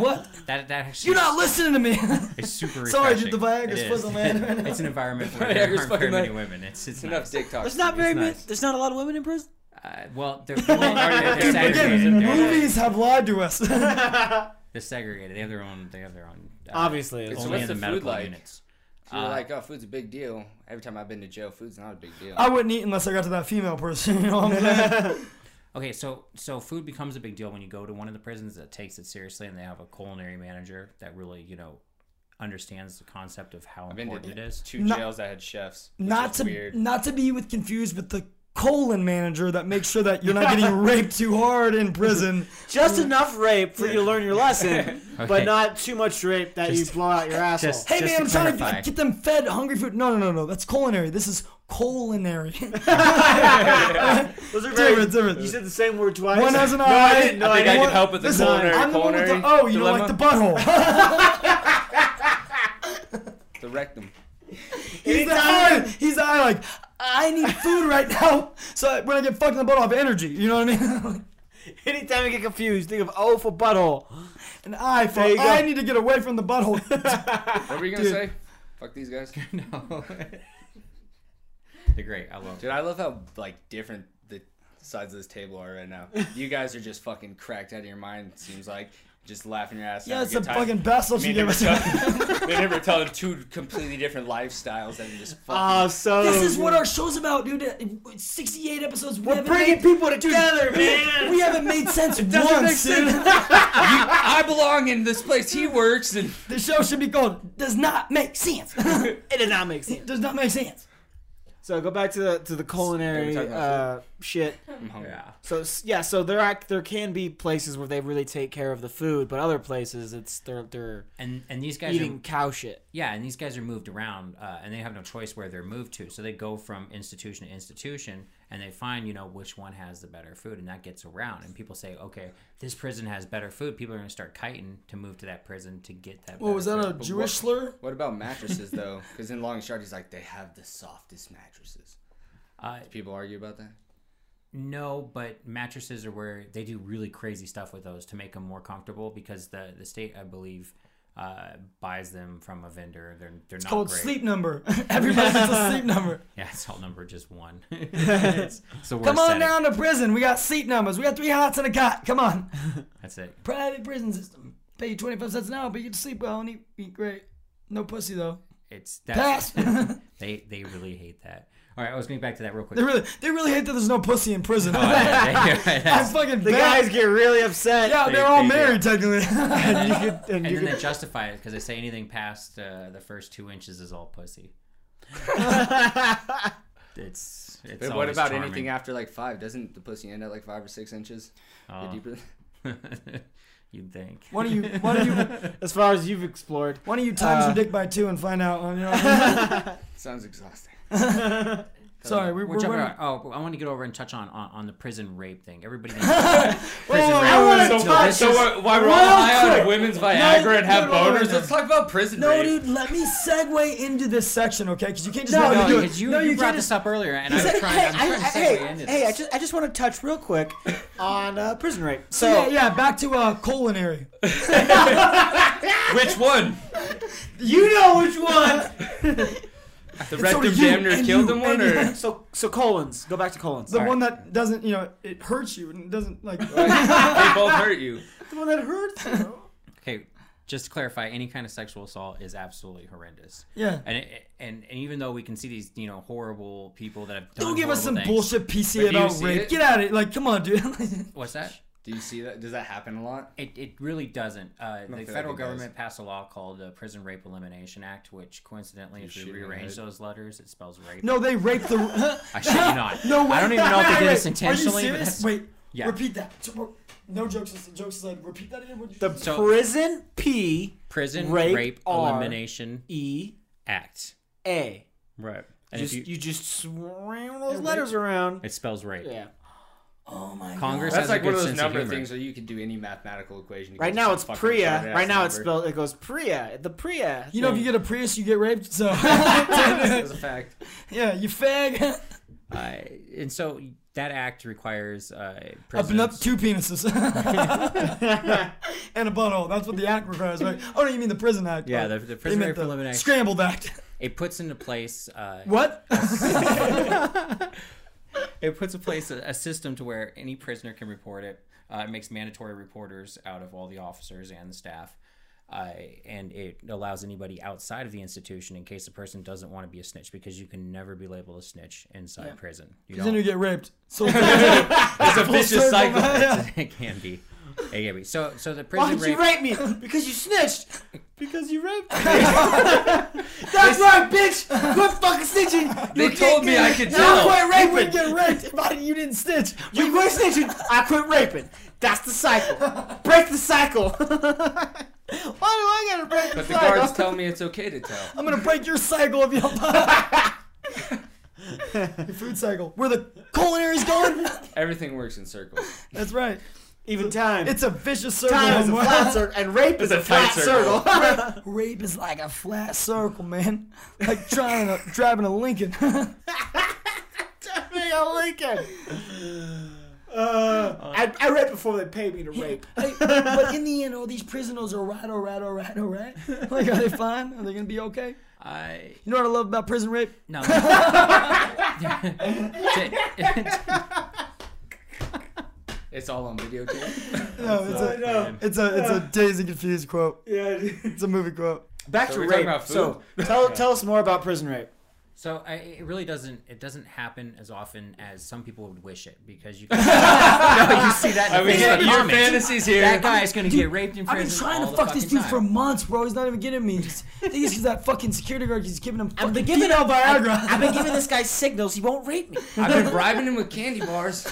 what? That that actually You're not listening to me. is super. Sorry, dude, the refreshing. Viagra's It is. puzzle, man, right now. it's an environment where there Viagra's aren't very fucking many nice. women. It's it's It's enough nice. dick talk. There's not very many. nice. There's not a lot of women in prison. Uh, well, they're, well, they're, they're segregated. Again, They're- movies have lied to us. they're segregated. They have their own. They have their own. Uh, Obviously, it's- only So in what's the, the food medical like? units. So you're Uh, like, oh, food's a big deal. Every time I've been to jail, food's not a big deal. I wouldn't eat unless I got to that female person. You know what I'm saying? Okay, so so food becomes a big deal when you go to one of the prisons that takes it seriously, and they have a culinary manager that really you know understands the concept of how I've been important it to is. two Not- jails that had chefs. which not is to weird. not to be with confused with the colon manager that makes sure that you're not getting raped too hard in prison. Just enough rape for you to learn your lesson, but Okay. not too much rape that you blow out your asshole. just- Hey man, to I'm trying clarify. to get them fed hungry food. No, no, no, no. That's culinary. This is culinary. Those are different, different. You said the same word twice. One has an No, eye. I didn't. No, I I think I didn't. could help with Listen, I'm the one with the oh, you know, like the butthole. the rectum. He's the eye. He's the eye. Like I need food right now. So when I get fucked in the butthole, I have energy. You know what I mean? Anytime you get confused, think of O for butthole. An eye for There you go. I need to get away from the butthole. What were you gonna Dude. say? Fuck these guys. no, they're great. I love. Dude, I love how like different the sides of this table are right now. You guys are just fucking cracked out of your mind. It seems like just laughing your ass. yeah, having it's the good time. fucking best Me she and gave him us. are telling- me and him are telling two completely different lifestyles and just fucking. Ah, Oh, so This is what good. our show's about, dude. It's 68 episodes. We We're haven't bringing made- people together, man. We haven't made sense doesn't make once. sense. dude. I belong in this place he works, and the show should be called "Does Not Make Sense." It did not make sense. Does not make sense. So go back to the to the culinary talking about uh, shit. I'm hungry. Yeah. So s- yeah, so there act there can be places where they really take care of the food, but other places it's they're they're And and these guys are eating cow shit. yeah, and these guys are moved around, uh, and they have no choice where they're moved to. So they go from institution to institution, and they find you know which one has the better food, and that gets around. And people say, okay, this prison has better food. People are going to start kiting to move to that prison to get that. What was better that food. a Jewish slur? What about mattresses though? Because in Long and Short, he's like, they have the softest mattresses. Uh, People argue about that. No, but mattresses are where they do really crazy stuff with those to make them more comfortable because the the state, I believe, uh, buys them from a vendor. They're they're It's not called great. Sleep Number. Everybody gets a Sleep Number. Yeah, it's all number just one. It's- it's the worst Come on setting. down to prison. We got seat numbers. We got three hots and a cot. Come on. That's it. Private prison system. Pay you 25 cents an hour, but you get to sleep well and eat, eat great. No pussy, though. It's Pass. that. they they really hate that. All right, I was going back to that real quick. They really, they really hate that there's no pussy in prison. Oh, yeah, yeah, yeah. I fucking The bet. guys get really upset. Yeah, They- they're all they do. married technically. and, and you then could- they justify it because they say anything past uh, the first two inches is all pussy. it's it's. But what always about charming. anything after like five? Doesn't the pussy end at like five or six inches? Oh. The deeper. You'd think. Why don't you? Why don't you? As far as you've explored, Why don't you times Uh, your dick by two and find out? uh, You know what I Sounds exhausting. mean? Sorry, we, We're we're jumping running. around. Oh, I want to get over and touch on on, on the prison rape thing. Everybody. Thinks whoa, prison whoa, rape. whoa, so is delicious. why- so why- why we're all high on women's Viagra and have boners? Let's talk about prison No, rape. dude, let me segue into this section, okay? Because you can't just let No, me no, do because it. you- no, you brought can't this just- up earlier, and You I'm said- trying- hey, I'm I- trying to I- segue hey, into Hey, I just I just want to touch real quick on uh, prison rape. So So yeah, yeah, back to uh, culinary. Which one? you know which one. The It's sort rectum of you damn near and killed you him one, and- or So so colons. Go back to colons. The All right. one that doesn't, you know, it hurts you and it doesn't like. they both hurt you? the one that hurts. you know? okay, just to clarify, any kind of sexual assault is absolutely horrendous. Yeah. And it, and and even though we can see these you know horrible people that have done Don't give us some horrible things- bullshit But PC do you about see rape. it? Get out of it. Like, come on, dude. What's that? Do you see that? Does that happen a lot? It, it really doesn't. Uh, feel the like federal it does. government passed a law called the Prison Rape Elimination Act, which coincidentally, if shoot you me in the rearrange head. those letters, it spells rape. no, they raped the. I shit you not. No way. I don't even know if they did Wait, wait, this intentionally. Are you but serious? that's- Wait. Yeah. Repeat that. No jokes. Jokes aside. Repeat that again. What did you The just- So- prison P Prison Rape Rape, R. Elimination E Act. A. Right. And if Just you, you, just swirl those letters around. it spells rape. Yeah. Oh my Congress That's has like a good one of those sense of number humor. things where you could do any mathematical equation. to Right get now some it's fucking Priya. retarded-ass Right now it's number. spelled. It goes Priya. The Priya. You know, if thing. you get a Prius, you get raped. So That's a fact. yeah, you fag. Uh, and so that act requires uh, Up and up prisons- two penises and a butthole. That's what the act requires, right? Oh no, you mean the prison act? Yeah, Oh, the, the they prison meant rape the elimination. Scrambled act. It puts into place. Uh, What? It puts in place a, a system to where any prisoner can report it. Uh, it makes mandatory reporters out of all the officers and the staff. Uh, and it allows anybody outside of the institution in case a person doesn't want to be a snitch because you can never be labeled a snitch inside prison. You Then you don't. get raped. So It's a vicious cycle. it can be. It can be. So, so the Why prison did you rape. rape me? Because you snitched. Because you raped me. That's right, bitch. Quit fucking snitching. They told me I could Now tell. quit you would raping. get raped if I, you didn't snitch. You quit snitching. I quit raping. That's the cycle. Break the cycle. Why do I gotta break But the the cycle? guards tell me it's okay to tell. I'm gonna break your cycle if you don't. your food cycle. Where the culinary's going? Everything works in circles. That's right. Even time. It's a vicious circle. time is a homeboy. flat circle, and rape is a, a flat tight circle. circle. Rape is like a flat circle, man. Like trying to driving a Lincoln. Driving a Lincoln. Uh, I, I raped before they paid me to rape. Hey, but in the end, all these prisoners are right, all right, all right, all right. Like, are they fine? Are they gonna be okay? I You know what I love about prison rape? no. It's all on videotape. No, it's a, it's a, it's a Days and Confused quote. Yeah. It's a movie quote. Back So to we're rape. talking about So tell tell us more about prison rape. So I, it really doesn't. It doesn't happen as often as some people would wish it because you. Can, no, you see that. In I mean, the yeah, Facebook your comments. fantasies here. That guy is gonna get raped in I've prison. been trying to all the fuck this fucking dude for time. months, bro. He's not even getting me. He's- I think it's because that fucking security guard keeps giving him I've fucking been giving female I've, Viagra. I've been giving this guy signals. He won't rape me. I've been bribing him with candy bars.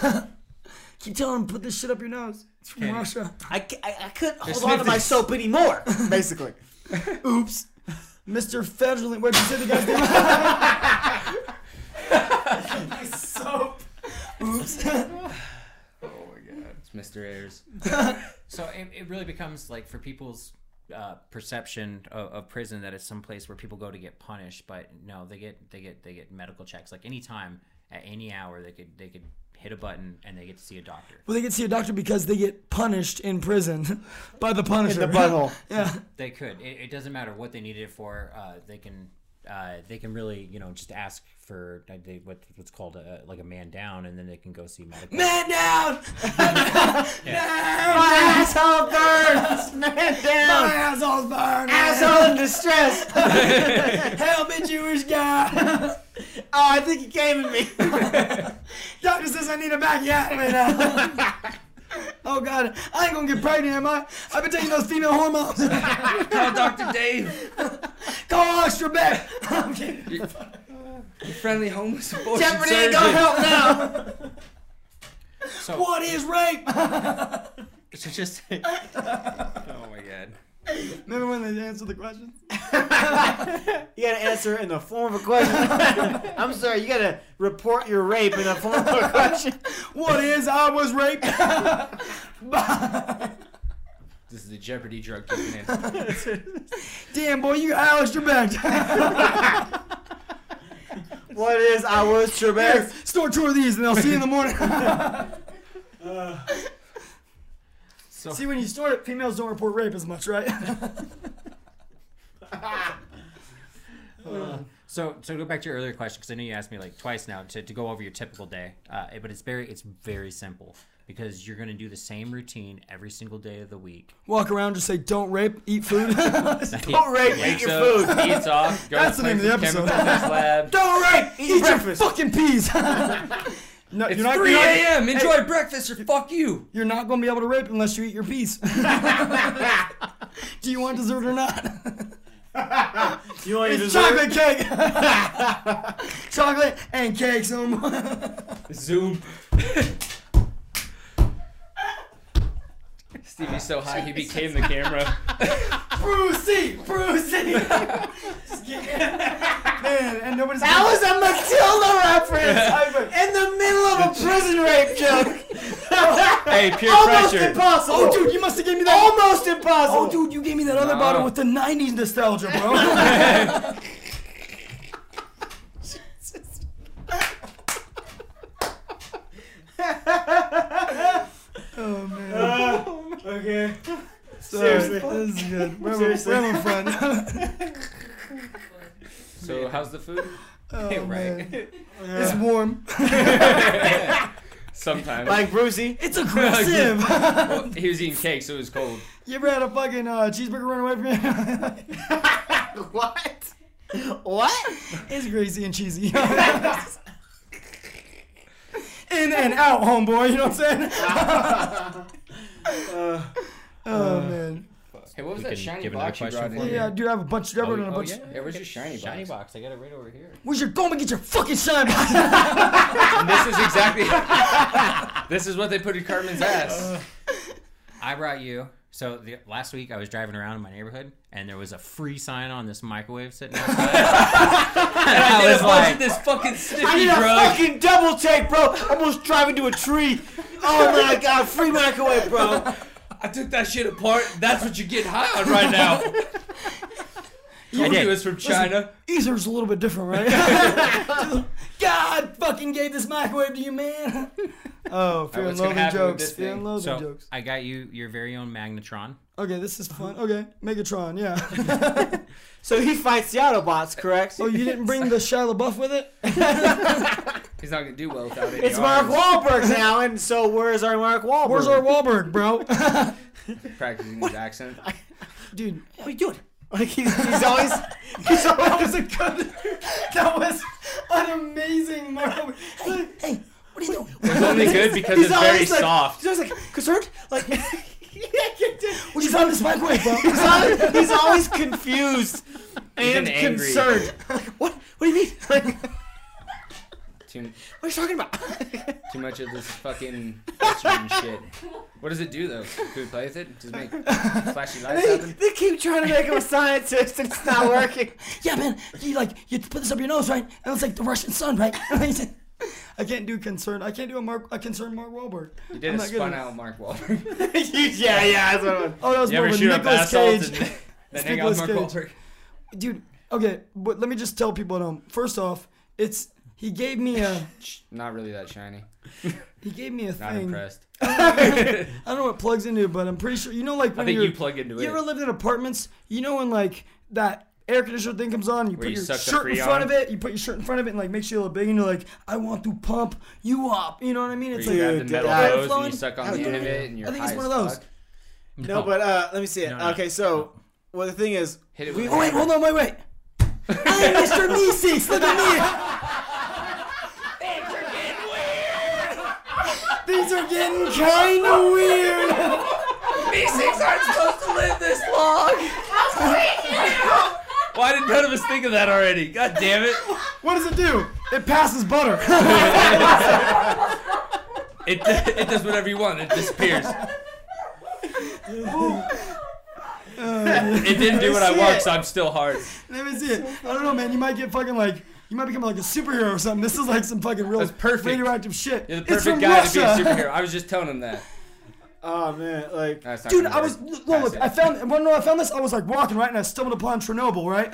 Keep telling him put this shit up your nose. It's from Russia. I, ca- I, I couldn't hold on to my soap anymore. Basically, Oops. Mr. Federally, what'd you say the guy's name? It's Mr. Ayers. So it, it really becomes like for people's uh, perception of, of prison that it's some place where people go to get punished, but no, they get they get they get medical checks. Like any time at any hour, they could they could hit a button, and they get to see a doctor. Well, they get to see a doctor because they get punished in prison by the Punisher. yeah. They could. It, it doesn't matter what they needed it for. Uh, they can. Uh, they can really, you know, just ask for uh, they, what, what's called a, like a man down, and then they can go see medical. Man down! My asshole burns! Man down! My asshole's burning! Asshole in distress! Help me, Jewish guy! oh, I think he came at me. Doctor says I need a back yet right now. Oh God, I ain't gonna get pregnant, am I? I've been taking those female hormones. Call Doctor Dave. Call Alex Trebek. I'm kidding. You friendly homeless abortion Jeopardy, surgeon. go help now. So, what is rape? So just. oh my god. Remember when they answered the question? You gotta answer in the form of a question. I'm sorry, you gotta report your rape in the form of a question. What is I was raped? This is the Jeopardy drug kicking in. Damn boy, you got Alex Trebek. What is I was Here, Trebek? store two of these, and I'll see you in the morning. So see, when you store it, females don't report rape as much, right? so, so to go back to your earlier question, because I know you asked me like twice now to, to go over your typical day, uh, but it's very it's very simple because you're going to do the same routine every single day of the week. Walk around, just say, "Don't rape, eat food." don't rape, Yeah, eat your so food. Eats off. Go That's to the name of the place episode. with chemical lab. Don't rape, Eat eat, your your breakfast. fucking peas. no, it's you're not 3 you're not- a.m. Enjoy Hey, breakfast or fuck you. You're not gonna be able to rape unless you eat your peas. Do you want dessert or not? You want your It's dessert? chocolate cake. chocolate and cake, someone. Zoom. Stevie's so high he became the camera. Brucey, Brucey. Man, and nobody's. That was a Matilda reference in the middle of a prison rape joke. hey, peer Almost pressure. impossible. Oh, dude, you must have gave me that. Almost impossible. Oh, dude, you gave me that other bottle with the '90s nostalgia, bro. Oh, Oh, Okay. Seriously, this is good. We're, having- Seriously. we're having fun. So how's the food? Oh, Yeah, man. right. It's warm. Sometimes. Like Brucey. It's aggressive. Well, he was eating cake, so it was cold. you ever had a fucking uh, cheeseburger run away from you? What? What? it's greasy and cheesy. In and out, homeboy. You know what I'm saying? Uh, oh man. Hey, what was We that can shiny give another box you question brought for in? me. Yeah, dude, I have a bunch. I Oh, wrote in a oh, bunch. yeah. Yeah, where's your shiny, Shiny box? box. I got it right over here. Where's your going to get your fucking shine? box? And this is exactly. this is what they put in Carmen's ass. I brought you. So the, last week I was driving around in my neighborhood, and there was a free sign on this microwave sitting outside. and I, was like, this fucking I snippy need a drug. fucking double take, bro. Almost driving to a tree. Oh my god, free microwave, bro. I took that shit apart. That's what you get high on right now. Told did. you it's from China. Easer's a little bit different, right? God fucking gave this microwave to you, man. Oh, fear what's and gonna loathing happen with jokes. this Fear and thing? loathing so jokes. I got you your very own magnetron. Okay, this is fun. Okay, Megatron, yeah. So he fights the Autobots, correct? Oh, you didn't bring the Shia LaBeouf with it? He's not gonna do well without it. It's Mark Wahlberg now, and so where's our Mark Wahlberg? Where's our Wahlberg, bro? Practicing his accent. Dude, What are you doing? Like he's, he's always. He's that always. was a good. That was an amazing Marvel. Hey, hey, what are you doing? It's only good because He's it's very always like- soft. He's always like concerned. Like What you found in this microwave, bro? he's always, he's always confused and an angry- concerned. Like what? What do you mean? Like what Too, are you talking about? too much of this fucking Western shit. What does it do though? Can we play with it? Does it make flashy lights They, happen? they keep trying to make him a scientist, and it's not working. yeah, man, you like you put this up your nose, right? And it's like the Russian sun, right? I can't do concern. I can't do a Mark a concerned Mark Wahlberg. You did I'm a not good spun at- out Mark Wahlberg. yeah, yeah, that's what it was. Oh, that was You more ever of a shoot up Nicolas asphalt Cage. and then hang out with Mark Nicolas Wahlberg? Dude, okay, but let me just tell people at home. First off, it's He gave me a. Not really that shiny. He gave me a Not thing. impressed. I don't know what it plugs into, but I'm pretty sure you know, like when think you're- you plug into you it. ever lived in apartments? You know when like that air conditioner thing comes on, you Where put you your suck the shirt in Freon? front of it. You put your shirt in front of it and like makes you a little big, and you're like, I want to pump you up. You know what I mean? Where It's you like grab the metal air hose and flowing. you suck on Hell the end of yeah. it and you're I think it's high one of as those. fuck. No, but uh, let me see it. No, no, okay, so well, the thing is, Hit it we- with Oh wait, hold on, wait, wait. hey, Mr. Meeseeks, look at me. Things are getting weird. Things are getting kind of weird. Meeseeks aren't supposed to live this long. Why did none of us think of that already? God damn it! What does it do? It passes butter. It it does whatever you want. It disappears. It didn't do what I want, so I'm still hard. Let me see it. I don't know, man. You might get fucking like. You might become like a superhero or something. This is like some fucking real That's perfect. radioactive shit. You're the It's from perfect guy to be a Russia. superhero. I was just telling him that. oh man, like That's not Dude, gonna I work. was no, Pass look, it. I found well, no, I found this. I was like walking right, and I stumbled upon Chernobyl. Right?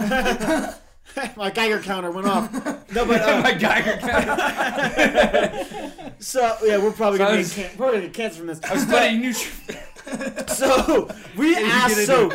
my Geiger counter went off. no, but uh, my Geiger counter. So yeah, we're probably So I gonna get was- can- probably gonna get cancer from this. I was studying nutrition. So we asked. it So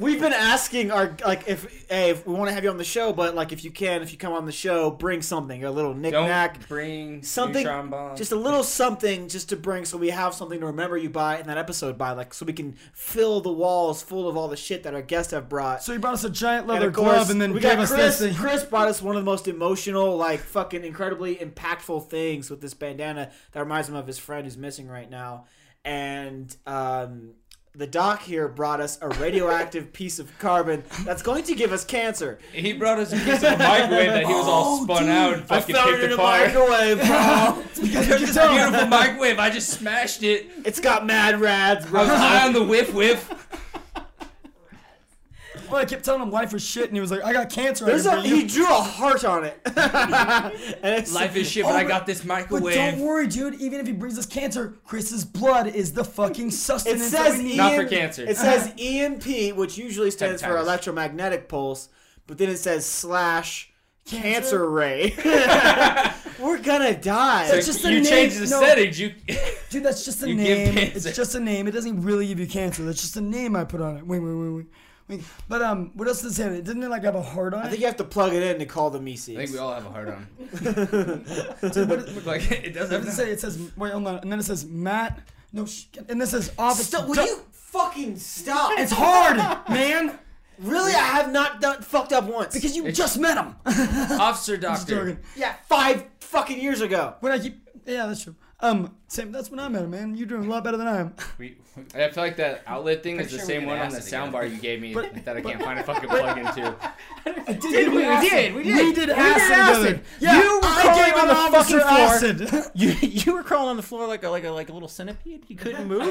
we've been asking our like if hey if we want to have you on the show, but like if you can, if you come on the show, bring something a little Don't knickknack, bring something, neutron bombs. just a little something, just to bring so we have something to remember you by in that episode by like so we can fill the walls full of all the shit that our guests have brought. so he brought us a giant And leather of course, glove, and then we gave got us Chris. this thing. Chris brought us one of the most emotional, like fucking incredibly impactful things with this bandana that reminds him of his friend who's missing right now. And um, the doc here brought us a radioactive piece of carbon that's going to give us cancer. He brought us a piece of a microwave that he was all spun out and I fucking found picked it in a apart. microwave, bro. There's this beautiful microwave. I just smashed it. it's got mad rads, I was bro. high on the whiff whiff. Well, I kept telling him life is shit, and he was like, "I got cancer." I There's can a, bring you." he drew a heart on it. and it's, Life is shit, but I but- got this Oh, But don't microwave. worry, dude. Even if he brings us cancer, Chris's blood is the fucking It sustenance. that says we need. Not for cancer. It says EMP, which usually stands for Hepatitis. electromagnetic pulse, but then it says slash cancer, ray. We're gonna die. It's just a you name- changed the no. settings. You Dude, that's just a You give name. cancer. It's just a name. It doesn't really give you cancer. That's just a name I put on it. Wait, wait, wait, wait. wait. But um, what else does it have? Didn't it like have a heart on I it? think you have to plug it in to call the I think we Mises. all have a heart on. Dude, what is- Like it what does it doesn't. say? It says wait, hold on. And then it says Matt. No, sh- and this is office. Stop! Will Duh. you fucking stop? It's hard, man. really, I have not done fucked up once. Because you just met him. Officer doctor. Jorgen. yeah, five fucking years ago. When I keep, yeah, that's true. Um, Sam, that's when I met him, man. You're doing a lot better than I am. We, I feel like that outlet thing is the Pretty sure same we one can on the ask it again. soundbar you gave me that I can't find a fucking plug into. Did, we, did. We did. We did acid. together. acid. You Yeah, were I crawling gave on him the officer fucking floor. acid. You, you were crawling on the floor like a like a like a little centipede. You couldn't move. He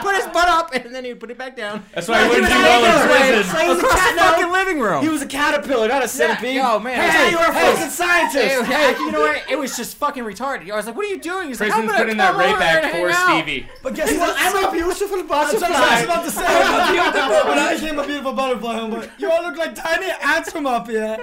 put his butt up and then he put it back down. That's why I He wouldn't was do an well in alligator. prison. Like, he was a cat- no, living room. He was a caterpillar, not a centipede. oh, man. That's Hey, how you were a hey. fucking scientist. you know what? It was just fucking retarded. I was like, "What are you doing?" He's like, "I'm Prison's gonna putting that come right over and back hang for out." Stevie. But guess Well, what? I'm a beautiful That's what I was butterfly. about to say. I became a beautiful butterfly, homeboy. You all look like tiny ants from up here.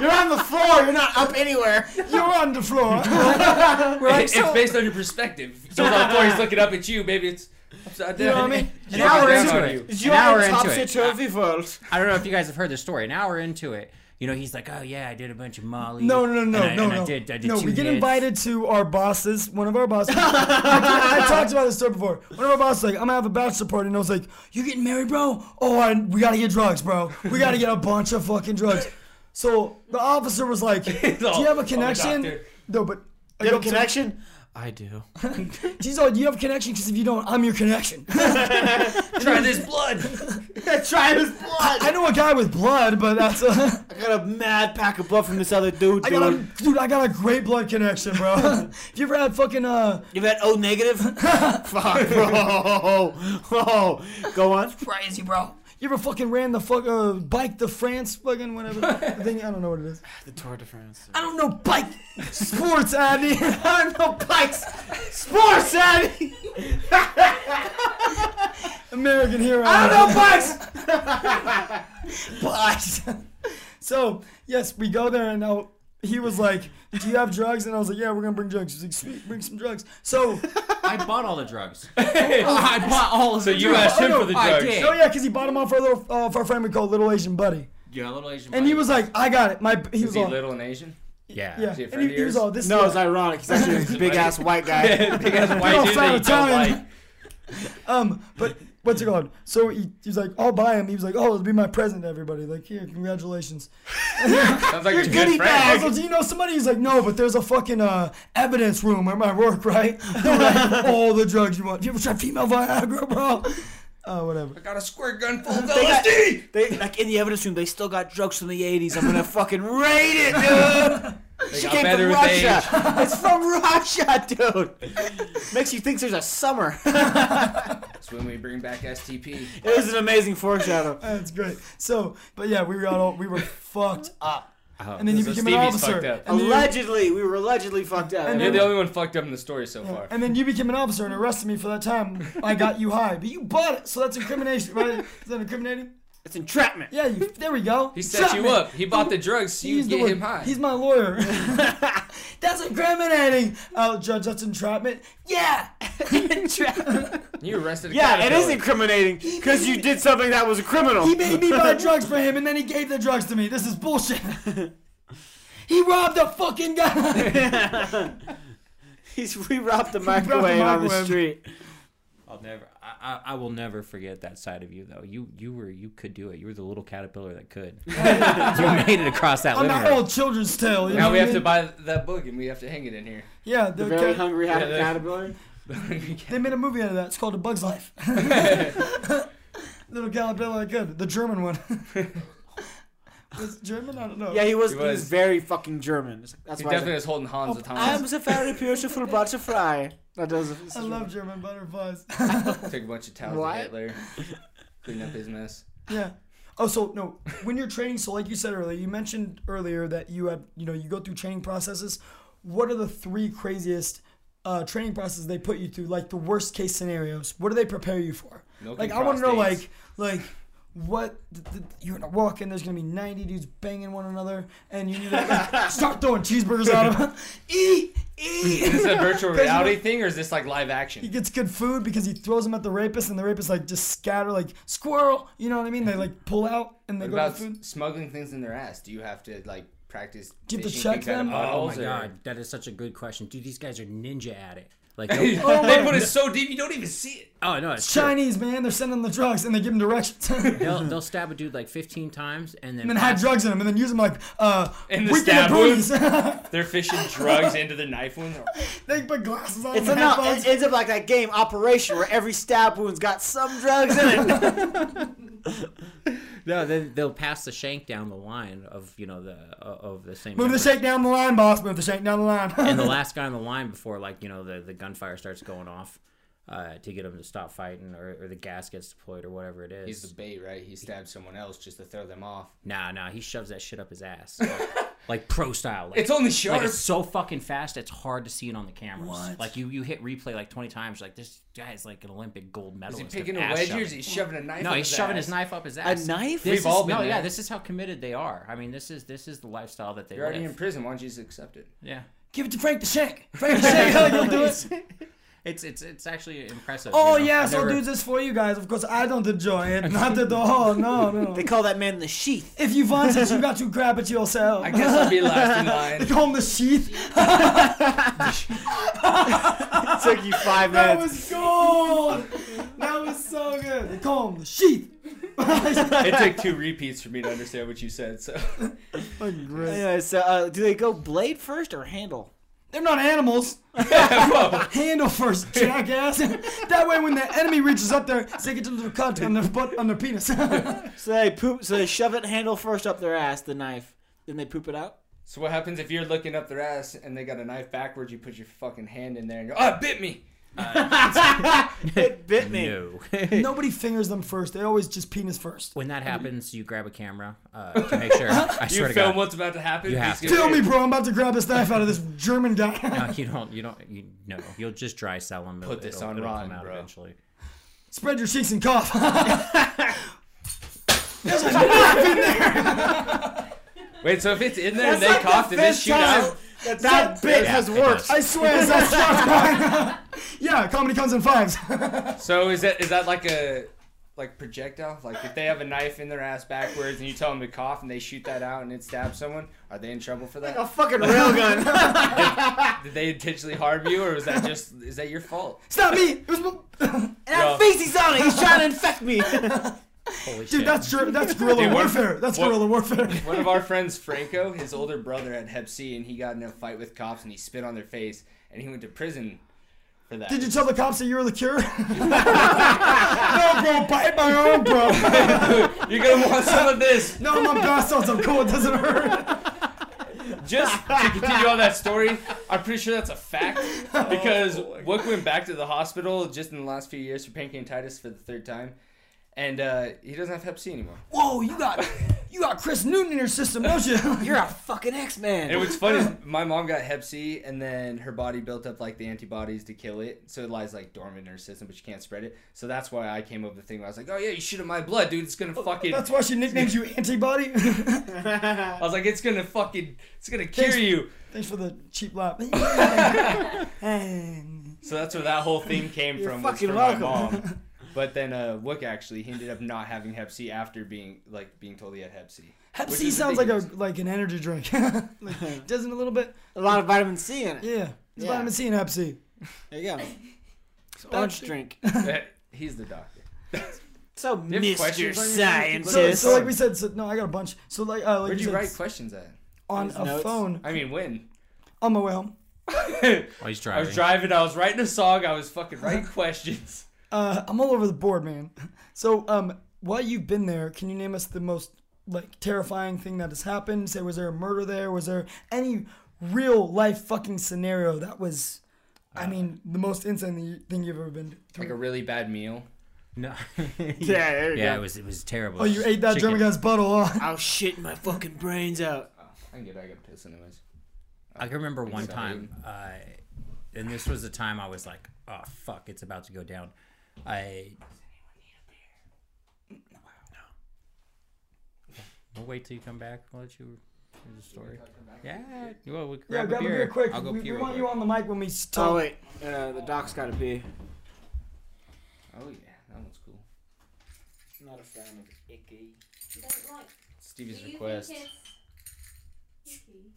You're on the floor. You're not up anywhere. You're on the floor. It- it's based on your perspective. So on the floor, he's looking up at you. Maybe it's upside down. You know what I mean? An hour into into it. you. You An are hour in top into it. situation world. I don't know if you guys have heard this story. An hour into it, you know, he's like, "Oh yeah, I did a bunch of Molly." No, no, no, no, and I, no, and no. I did, I did no, two we get hits. invited to our bosses. One of our bosses. I, I talked about this story before. One of our bosses like, I'm gonna have a bachelor party, and I was like, "You getting married, bro? Oh, I, we gotta get drugs, bro. We gotta get a bunch of fucking drugs." So the officer was like, "Do all- you all have a the connection?" doctor. No, but You have a connection? I do. She's like, "Do you have a connection? Because if you don't, I'm your connection." Try this blood. Try his blood. I know a guy with blood, but that's a. I got a mad pack of blood from this other dude, I got a, dude. dude, I got a great blood connection, bro. If you ever had fucking uh, You had O negative? Fuck, bro. Whoa. Go on. crazy, bro. You ever fucking ran the fuck uh, bike to France, fucking whatever. the thing, I don't know what it is. The Tour de France. I don't know bike sports, Andy. I don't know bikes. Sports, Andy. American hero. I don't know bikes. bikes. so yes, we go there and now he was like, "Do you have drugs?" And I was like, "Yeah, we're gonna bring drugs." He's like, "Sweet, bring some drugs." So I bought all the drugs. I bought all of So the you drugs. asked him Oh, no, for the I drugs. did. Oh yeah, because he bought them off for a little uh, for a friend we call Little Asian Buddy. Yeah, little Asian. And he was like, "I got it." My he Is was he all little and Asian? Yeah. yeah, Is he a and he, friend he of yours? was all this. No, yeah. it's ironic. He's actually this big ass white guy. Yeah, big ass white dude that you don't Italian. um, but what's it called? So he, he's like, "I'll buy him." He was like, "Oh, it'll be my present to everybody." Like, here, congratulations. Sounds like a good friend. Also, do you know somebody? He's like, no, but there's a fucking uh, evidence room at my work, right? They're like, all the drugs you want. You ever try female Viagra, bro? Uh, whatever. I got a squirt gun full of They got- LSD. They like in the evidence room. They still got drugs from the '80s. I'm gonna fucking raid it, dude. They She got came better from with Russia. age. It's from Russia, dude. Makes you think there's a summer. That's when we bring back STP. It was an amazing foreshadow. That's great. So, but yeah, we were all we were fucked up. And then Oh. so you became an Stevie's officer. fucked up. And then you- Allegedly, we were allegedly fucked up. And You're then- the only one fucked up in the story so far. And then you became an officer and arrested me for that time. I got you high, but you bought it, so that's incrimination, right? Is that incriminating? it's entrapment. Yeah, you, there we go. He set you Entrapment. up. He bought the drugs so you He's the get one- him high. He's my lawyer. that's incriminating. Oh, judge, that's entrapment. Yeah. Entrapment. You arrested a Yeah, it is caterpillar. incriminating because you did something that was criminal. He made me buy drugs for him, and then he gave the drugs to me. This is bullshit. he robbed a fucking guy. He's, we robbed the robbed the microwave on the microwave. street. I'll never. I, I, I will never forget that side of you though. You you were you could do it. You were the little caterpillar that could. you made it across that I'm living that room. old children's tale. You know Now we what I have to mean? buy that book and we have to hang it in here. Yeah, The the very cat- hungry happy Yeah, caterpillar. they made a movie out of that. It's called A Bug's Life. Little Galabella, good. The German one. Was it German? I don't know. Yeah, he was, He he was. was. very fucking German. That's He why. he's definitely is holding Oh, Hans with like, I'm Hans. a very beautiful butterfly. That does. I love German butterflies. Took a bunch of towels What? to Hitler. Clean up his mess. Yeah. Oh, so no, when you're training, so like you said earlier, you mentioned earlier that you had, you know, you go through training processes. What are the three craziest uh, training processes they put you through? Like the worst case scenarios. What do they prepare you for? Milking like I want to know, prostates. like, like what th- th- you're gonna walk in. There's gonna be 90 dudes banging one another, and you need to like, start throwing cheeseburgers at them. eat, eat. Is this a virtual reality thing or is this like live action? He gets good food because he throws them at the rapist, and the rapist like just scatter like squirrel. You know what I mean? They like pull out and they What go to about the food. smuggling things in their ass? Do you have to like practice? Do you have to fishing check things out them? of Oh, bottles my or- god, that is such a good question, dude. These guys are ninja at it. Like, they they'll- put it so deep you don't even see it. oh no, it's true. Chinese man, they're sending the drugs and they give him directions. and They'll, they'll stab a dude like 15 times and then, then hide drugs in him and then use them like uh In the weekend stab booties. They're fishing drugs into the knife wound. they put glasses on It's him, enough. headphones. It ends up like that game Operation where every stab wound's got some drugs in it. no, they, they'll pass the shank down the line of you know the of the same. Move the member. shake down the line, boss. Move the shake down the line. and the last guy on the line before like you know the, the gunfire starts going off uh, to get him to stop fighting or, or the gas gets deployed or whatever it is He's the bait, right? He stabbed someone else just to throw them off. nah nah he shoves that shit up his ass like pro style like, It's only like sharp. it's so fucking fast it's hard to see it on the cameras like you, you hit replay like 20 times you're like this guy's like an olympic gold is medalist he of picking a ass wedge or shoving. is he shoving a knife? no up he's shoving his ass? knife up his ass knife? this We've is, all been no there. yeah this is how committed they are i mean this is this is the lifestyle that they You're already in live prison. Why don't you just accept it? yeah give it to Frank the Shank. Frank the Shank, how you do it? it's it's it's actually impressive Oh you know? yeah, I've so never- do this for you guys. Of course, I don't enjoy it. Not at all. No, no. They call that man the sheath. If you want it, you got to grab it yourself. I guess I'll be last in they line. call him the sheath. It took you five That minutes. was gold. That was so good. They call him the sheath. it took two repeats for me to understand what you said. So Anyway, so uh, do they go blade first or handle? They're not animals. Handle first, jackass. that way, when the enemy reaches up there, they get a little cut on their butt, on their penis. So they poop. So they shove it handle first up their ass, the knife. Then they poop it out. So what happens if you're looking up their ass and they got a knife backwards? You put your fucking hand in there and go, "Oh, it bit me." it bit me. no Nobody fingers them first. They always just penis first. When that happens, you grab a camera uh, to make sure. I Mm-hmm. You swear to film God, what's about to happen. You It's have to. gonna Kill be- me, bro. I'm about to grab this knife out of this German guy. no, you don't. You don't. You no. You'll just dry sell them. Put this on it'll Ron, come out bro. eventually. Spread your cheeks and cough. There's a- Wait, so if it's in there and they That's like coughed the and then fifth shoot out, time that that bit Yeah, has it worked. does. I swear, it's not shots Yeah, comedy comes in fives. So is that is that like a like projectile? Like if they have a knife in their ass backwards and you tell them to cough and they shoot that out and it stabs someone, are they in trouble for that? a fucking railgun. oh. Did they intentionally harm you, or was that just is that your fault? it's not me. It was my- and I Yo. have feces on it. He's trying to infect me. Holy shit. dude. That's ger- that's guerrilla Dude, what- warfare. That's what- guerrilla warfare. One of our friends, Franco, his older brother had Hep C, and he got in a fight with cops and he spit on their face, and he went to prison for that. Did you tell the cops that you were the cure? no, bro. Bite my arm, bro. You're gonna want some of this. No, my blast sounds I'm cool. It doesn't hurt. Just to continue on that story, I'm pretty sure that's a fact because Wook went back to the hospital just in the last few years for pancreatitis for the third time, and uh, he doesn't have Hep C anymore. Whoa, you got you got Chris Newton in your system, don't you? You're a fucking X Man. And what's funny is my mom got Hep C, and then her body built up like the antibodies to kill it, so it lies like dormant in her system, but she can't spread it. So that's why I came up with the thing. Where I was like, "Oh yeah, you shoot at my blood, dude. It's gonna fucking." That's why she nicknamed you Antibody. I was like, "It's gonna fucking, it's gonna cure you." Thanks for the cheap lap. So that's where that whole thing came You're from. was fucking from welcome. My mom. But then uh, Wook actually he ended up not having Hep C after being like being told he had Hep C. Hep Which C is sounds like a ridiculous. like an energy drink. like, doesn't it a little bit? A lot of vitamin C in it. Yeah. It's Yeah. vitamin C and Hep C. There you go. It's orange drink. Eh, He's the doctor. So, have Mr. questions on your phone? Scientist. So, so like we said, so, no, I got a bunch. So like, uh, like Where'd we you said, write questions at? on His a notes? phone I mean, when? on my way home. While he's I driving. was driving. I was writing a song. I was fucking writing questions. Uh, I'm all over the board, man. So um, while you've been there, can you name us the most like terrifying thing that has happened? Say, was there a murder there? Was there any real life fucking scenario that was? Uh, I mean, the most insane you- thing you've ever been through. Like a really bad meal. No. yeah, there you yeah, it go. was it was terrible. oh, you ate that German guy's butt a lot. I'll shit my fucking brains out. I can get back up to this anyways. I can remember one Sorry. time, uh, and this was the time I was like, "Oh fuck, it's about to go down." I. We'll wait till you come back. We'll let you hear the story. Yeah, well, we can Yeah, grab, a, beer. quick. I'll go we, pee we real want quick. you on the mic when we talk. Oh, wait. Uh, the doc's gotta be. Oh yeah, that one's cool. Not a fan of icky. Don't like. Stevie's do you request. think it's icky?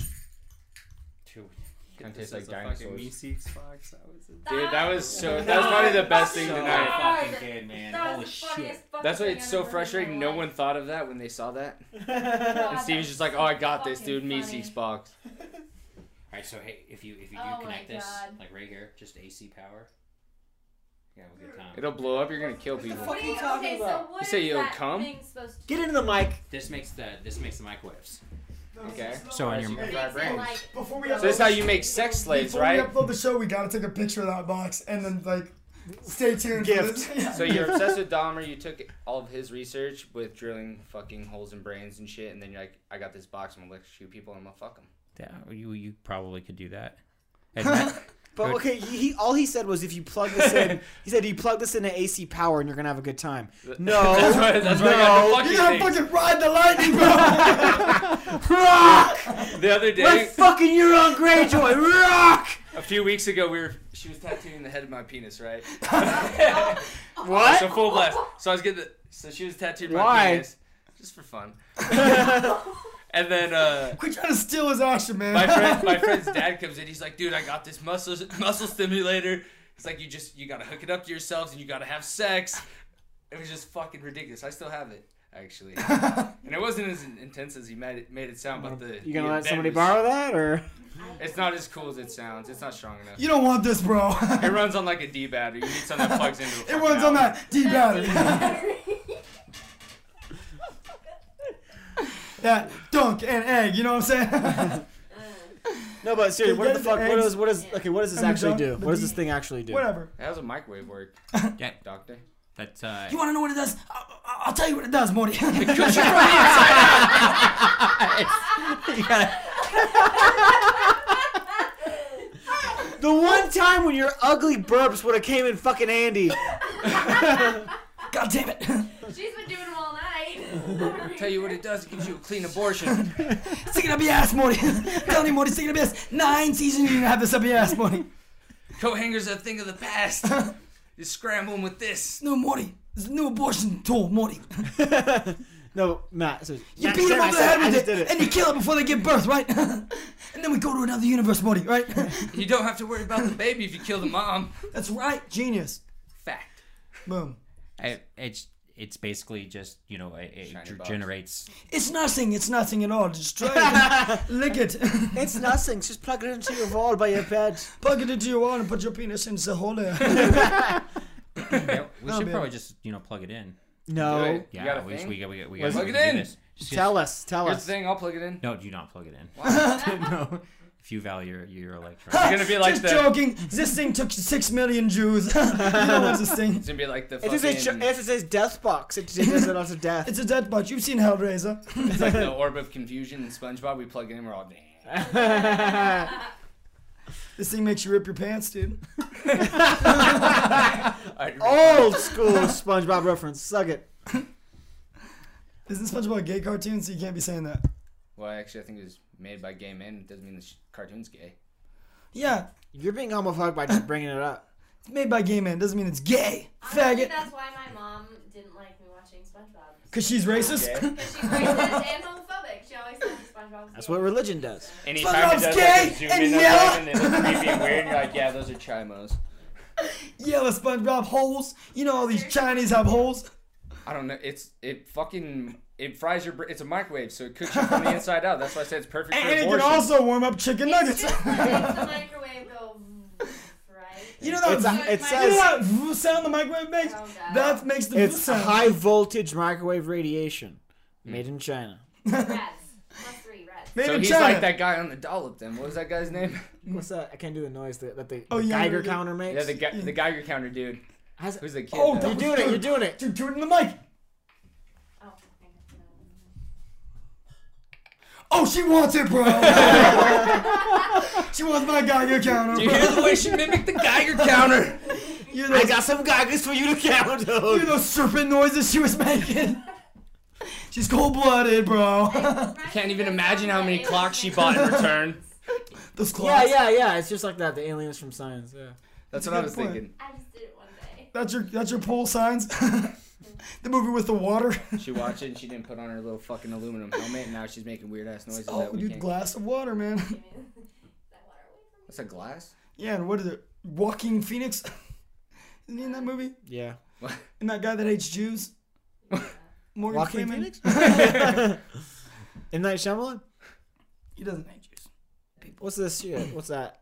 Kind of tastes This like is a fucking dinosaurs. Meeseeks box. That was a- Dude, that was so. That was probably the best thing So tonight. fucking good, man. That Holy was the funniest shit. fucking That's why thing it's I've so ever heard in my frustrating. No life. one thought of that when they saw that. God, And that Steve's was just like, so "Oh, I got this, dude. fucking funny. Meeseeks box." All right, so hey, if you if you do Oh my connect this, God. like right here, just AC power. Yeah, have a good time. It'll blow up. You're gonna kill people. fuck What are do you you- talking okay, about? So what You say is you'll that come? thing supposed to Get into the mic. This makes the this makes the microwaves. Okay. So on your Hey, Dry do? Makes it brains. like Before we So this is how you make sex slaves, Before right? we upload the show, we gotta take a picture of that box and then like stay tuned. For Gift. this. Yeah. So you're obsessed with Dahmer. You took all of his research with drilling fucking holes in brains and shit, and then you're like, "I got this box. I'm gonna electrocute people and I'm gonna fuck them." Yeah, you you probably could do that. But Good. okay, he, he all he said was if you plug this in, he said you plug this into AC power and you're gonna have a good time. No, That's why- that's why I got the no, fucking You're gonna thing. fucking ride the lightning, bro. rock! The other We're day, fucking Euron Greyjoy, rock! a few weeks ago, we were she was tattooing the head of my penis, right? What? So full blast. So I was getting the, so she was tattooed my Why? penis just for fun. and then uh, Quit trying to steal his action, man. my friend my friend's dad comes in. He's like, "Dude, I got this muscle muscle stimulator." It's like you just you gotta hook it up to yourselves and you gotta have sex. It was just fucking ridiculous. I still have it actually, and it wasn't as intense as he made it, made it sound. But the You gonna the let event somebody was- borrow that or? It's not as cool as it sounds. It's not strong enough. You don't want this, bro. It runs on like a D battery. You need something that plugs into. A it fucking runs on outlet. that D battery. that dunk and egg. You know what I'm saying? No, but seriously, Dude, what the there's fuck? What eggs. does what is okay? What does this And the actually dog- do? the What does bee- this thing actually do? Whatever. How's a microwave work? Yeah. doctor. That's uh, You want to know what it does? I- I- I'll tell you what it does, Morty. The one time when your ugly burps would have came in fucking Andy. God damn it. She's been doing them all night. Tell you what it does, it gives you a clean abortion. Sticking up your ass, Morty. Tell me, Morty, sticking up your ass. Nine seasons you're gonna have this up your ass, Morty. Coat hangers are a thing of the past. You're scrambling with this. No, Morty. There's no abortion tool, Morty. No, Matt. So, You Matt beat said- them I over the said- head I with just it, did it. and you kill it before they give birth, right? and then we go to another universe, Morty, right? You don't have to worry about the baby if you kill the mom. That's right, genius. Fact. Boom. I, it's it's basically just you know it, it Shiny ger- box. generates It's nothing. It's nothing at all. Just try it. Lick it. It's nothing. Just plug it into your wall by your bed. Plug it into your wall and put your penis in the hole there. Yeah, we No, should man. probably just you know plug it in. Do No. it. You Yeah, got a we, thing? we, we, we, we Let's gotta plug it do in. this. Just- Tell us. Tell Here's the us. thing, I'll plug it in. No, do not plug it in. no, if you value your, your It's electrons. gonna be like Just the. joking. This thing took six million Jews. you know what's this thing? It's gonna be like the It fucking. is a jo- it is a death box. It it does a lot of death. It's a dead bot. You've seen Hellraiser. It's like the orb of confusion in SpongeBob. We plug it in, we're all. "Nah." This thing makes you rip your pants, dude. Alright, Old school SpongeBob reference. Suck it. Isn't SpongeBob a gay cartoon? So you can't be saying that. Well, actually, I think it was made by gay men. It doesn't mean the sh- cartoon's gay. Yeah, You're being homophobic by just bringing it up. it's made by gay men. Doesn't mean it's gay. I think Faggot. that's why my mom didn't like me watching SpongeBob. Cause she's racist. Okay. Because she's racist and homophobic. She always thought SpongeBob was That's gay. what religion does. Anytime SpongeBob's it does gay like, a zoom and in on yellow. them and they look creepy and weird, you're like, yeah, those are chimos. Yellow SpongeBob holes. You know all these Chinese have holes. I don't know. It's it fucking it fries your. Br- it's a microwave, so it cooks you from the inside out. That's why I said it's perfect for And it can abortion. also warm up chicken It's nuggets. just what makes the microwave go right. You know that? It's vroom- a- it you know says that vroom sound the microwave makes? Oh, God. That makes the vroom it's sound. high voltage microwave radiation, made in China. Rats. Plus three rats. Made So in he's China. like that guy on the dollop. Then what was that guy's name? What's that? I can't do the noise that, that the, Mm. Oh, the yeah, Geiger yeah, yeah. counter makes. Yeah, the guy, the Geiger counter dude. Has- Who's the kid? Oh, though? you're doing it. You're doing it. Dude, do it in the mic. Oh, okay. Oh, she wants it, bro. she wants my Geiger counter. Do you Bro. hear the way she mimicked the Geiger counter? You I know, got some Geigers for you to count you on. know, serpent noises she was making. She's cold blooded, bro. Can't even imagine how many clocks she bought in return. Those clocks. Yeah, yeah, yeah. It's just like that. The aliens from science. Yeah. That's what I Good was point. thinking. I just did it one day. That's your that's your pole signs. the movie with the water. She watched it and she didn't put on her little fucking aluminum helmet, and now she's making weird ass noises. oh, that we dude, can't. glass of water, man. Give me that water away from me. That's a glass. Yeah, and what is it? Walking Phoenix. Isn't he in that movie? Yeah. And that guy that hates Jews. Morgan Walking Freeman. Phoenix. M Night Shyamalan. He doesn't hate Jews. What's this shit? What's that?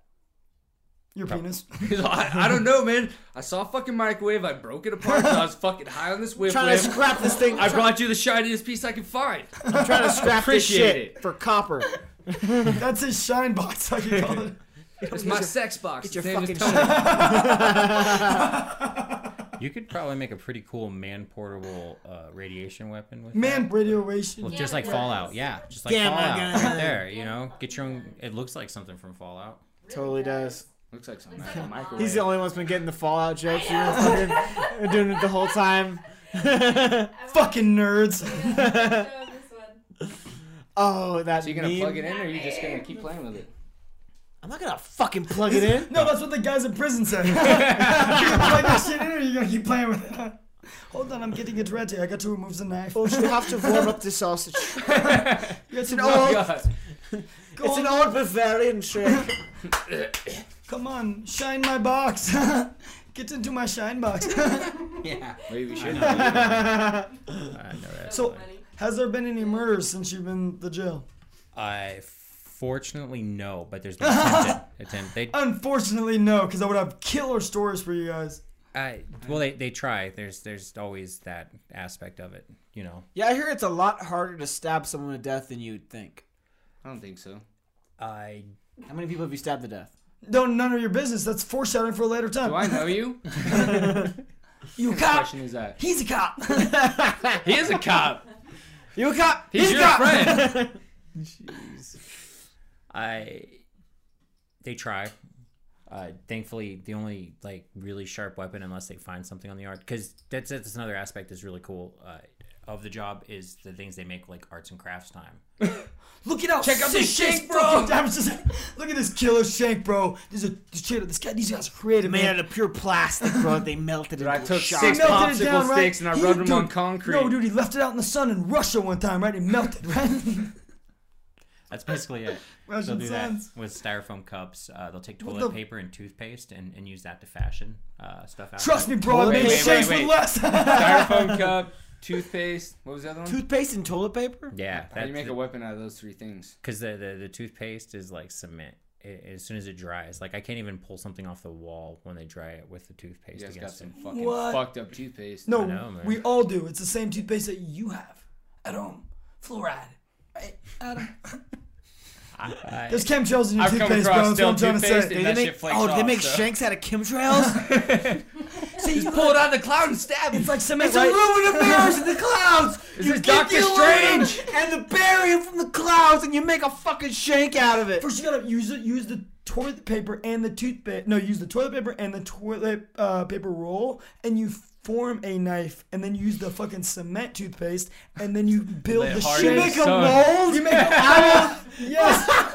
Your penis. He's like, I, I don't know, man. I saw a fucking microwave. I broke it apart. 'cause I was fucking high on this whip. trying to whip. scrap this thing. I brought you the shiniest piece I could find. I'm trying to scrap this Appreciate shit it. for copper. That's his shine box, I can call it. It's my sex box. Get your His name fucking is shit. Tony. You could probably make a pretty cool man portable uh, radiation weapon with Man, that. radiation. Well, just like Yeah. Fallout, yeah, just like Damn, I Fallout, got it. right there. You know, get your own. It looks like something from Fallout. Totally does. Looks like something. out of a microwave. He's the only one that's been getting the Fallout jokes. You've been fucking doing it the whole time. Fucking nerds. Yeah, this one. oh, that So you gonna meme. plug it in, or are you just gonna keep playing with it? I'm not gonna fucking plug it in. No, that's what the guys in prison said. you gonna plug that shit in or you gonna keep playing with it? Hold on, I'm getting it ready. I got to remove the knife. Well, you have to warm up the sausage. You got to Oh, remove- God. Go It's an on. old Bavarian trick. Come on, shine my box. Get into my shine box. Maybe we should. I know that. so, has there been any murders since you've been the jail? I fortunately no, but there's been attempted attempt. They, Oh. Unfortunately, no, because I would have killer stories for you guys. I, well, they, they try. There's there's always that aspect of it. You know, yeah, I hear it's a lot harder to stab someone to death than you'd think. I don't think so. I How many people have you stabbed to death? Don't none of your business. That's foreshadowing for a later time. Do I know you? You cop. Question is that He's a cop. he is a cop. You got He's, your friend. I they try. Uh, thankfully, the only like really sharp weapon, unless they find something on the yard, because that's that's another aspect that's really cool. Uh, of the job is the things they make like arts and crafts time. Look at how Check out sick this shank, this bro. fucking- I was just like, look at this killer shank, bro. This is a this, shit- this guy. These guys are creative, Made man. out of pure plastic, bro. They melted it. I into a took shot. six Melted popsicle it down, right? sticks and I He- rubbed them on dude, concrete. No, dude, he left it out in the sun in Russia one time, right? It melted, right? That's basically it. Russian they'll do sons. that with styrofoam cups. Uh, they'll take What toilet the- paper and toothpaste and, and use that to fashion uh, stuff out. Trust me, bro. I Wait, made wait, shakes wait, with wait. less. Styrofoam cup, toothpaste. What was the other one? Toothpaste and toilet paper? Yeah, How do you make a weapon out of those three things? because the, the the toothpaste is like cement. It, as soon as it dries, like I can't even pull something off the wall when they dry it with the toothpaste You guys got against it. some fucking What? fucked up toothpaste. No, I know, man. we all do. It's the same toothpaste that you have at home. Fluoride. Right, Adam? I- There's chemtrails in your I've come toothpaste, bro. across That's what stale I'm trying to toothpaste say. and- They That make, shit flakes oh, they off, make so. shanks out of chemtrails? See, you Pull it out of the cloud and stab him. It's like cement, it's right? aluminum bears in the clouds! This you is get Doctor the aluminum Strange. and the barium from the clouds and you make a fucking shank out of it. First, you gotta use it. Use the toilet paper and the toothpaste. No, use the toilet paper and the toilet uh, paper roll, and you form a knife, and then use the fucking cement toothpaste, and then you build Lay the hard shape. in the sun. mold. You make an owl. Yes.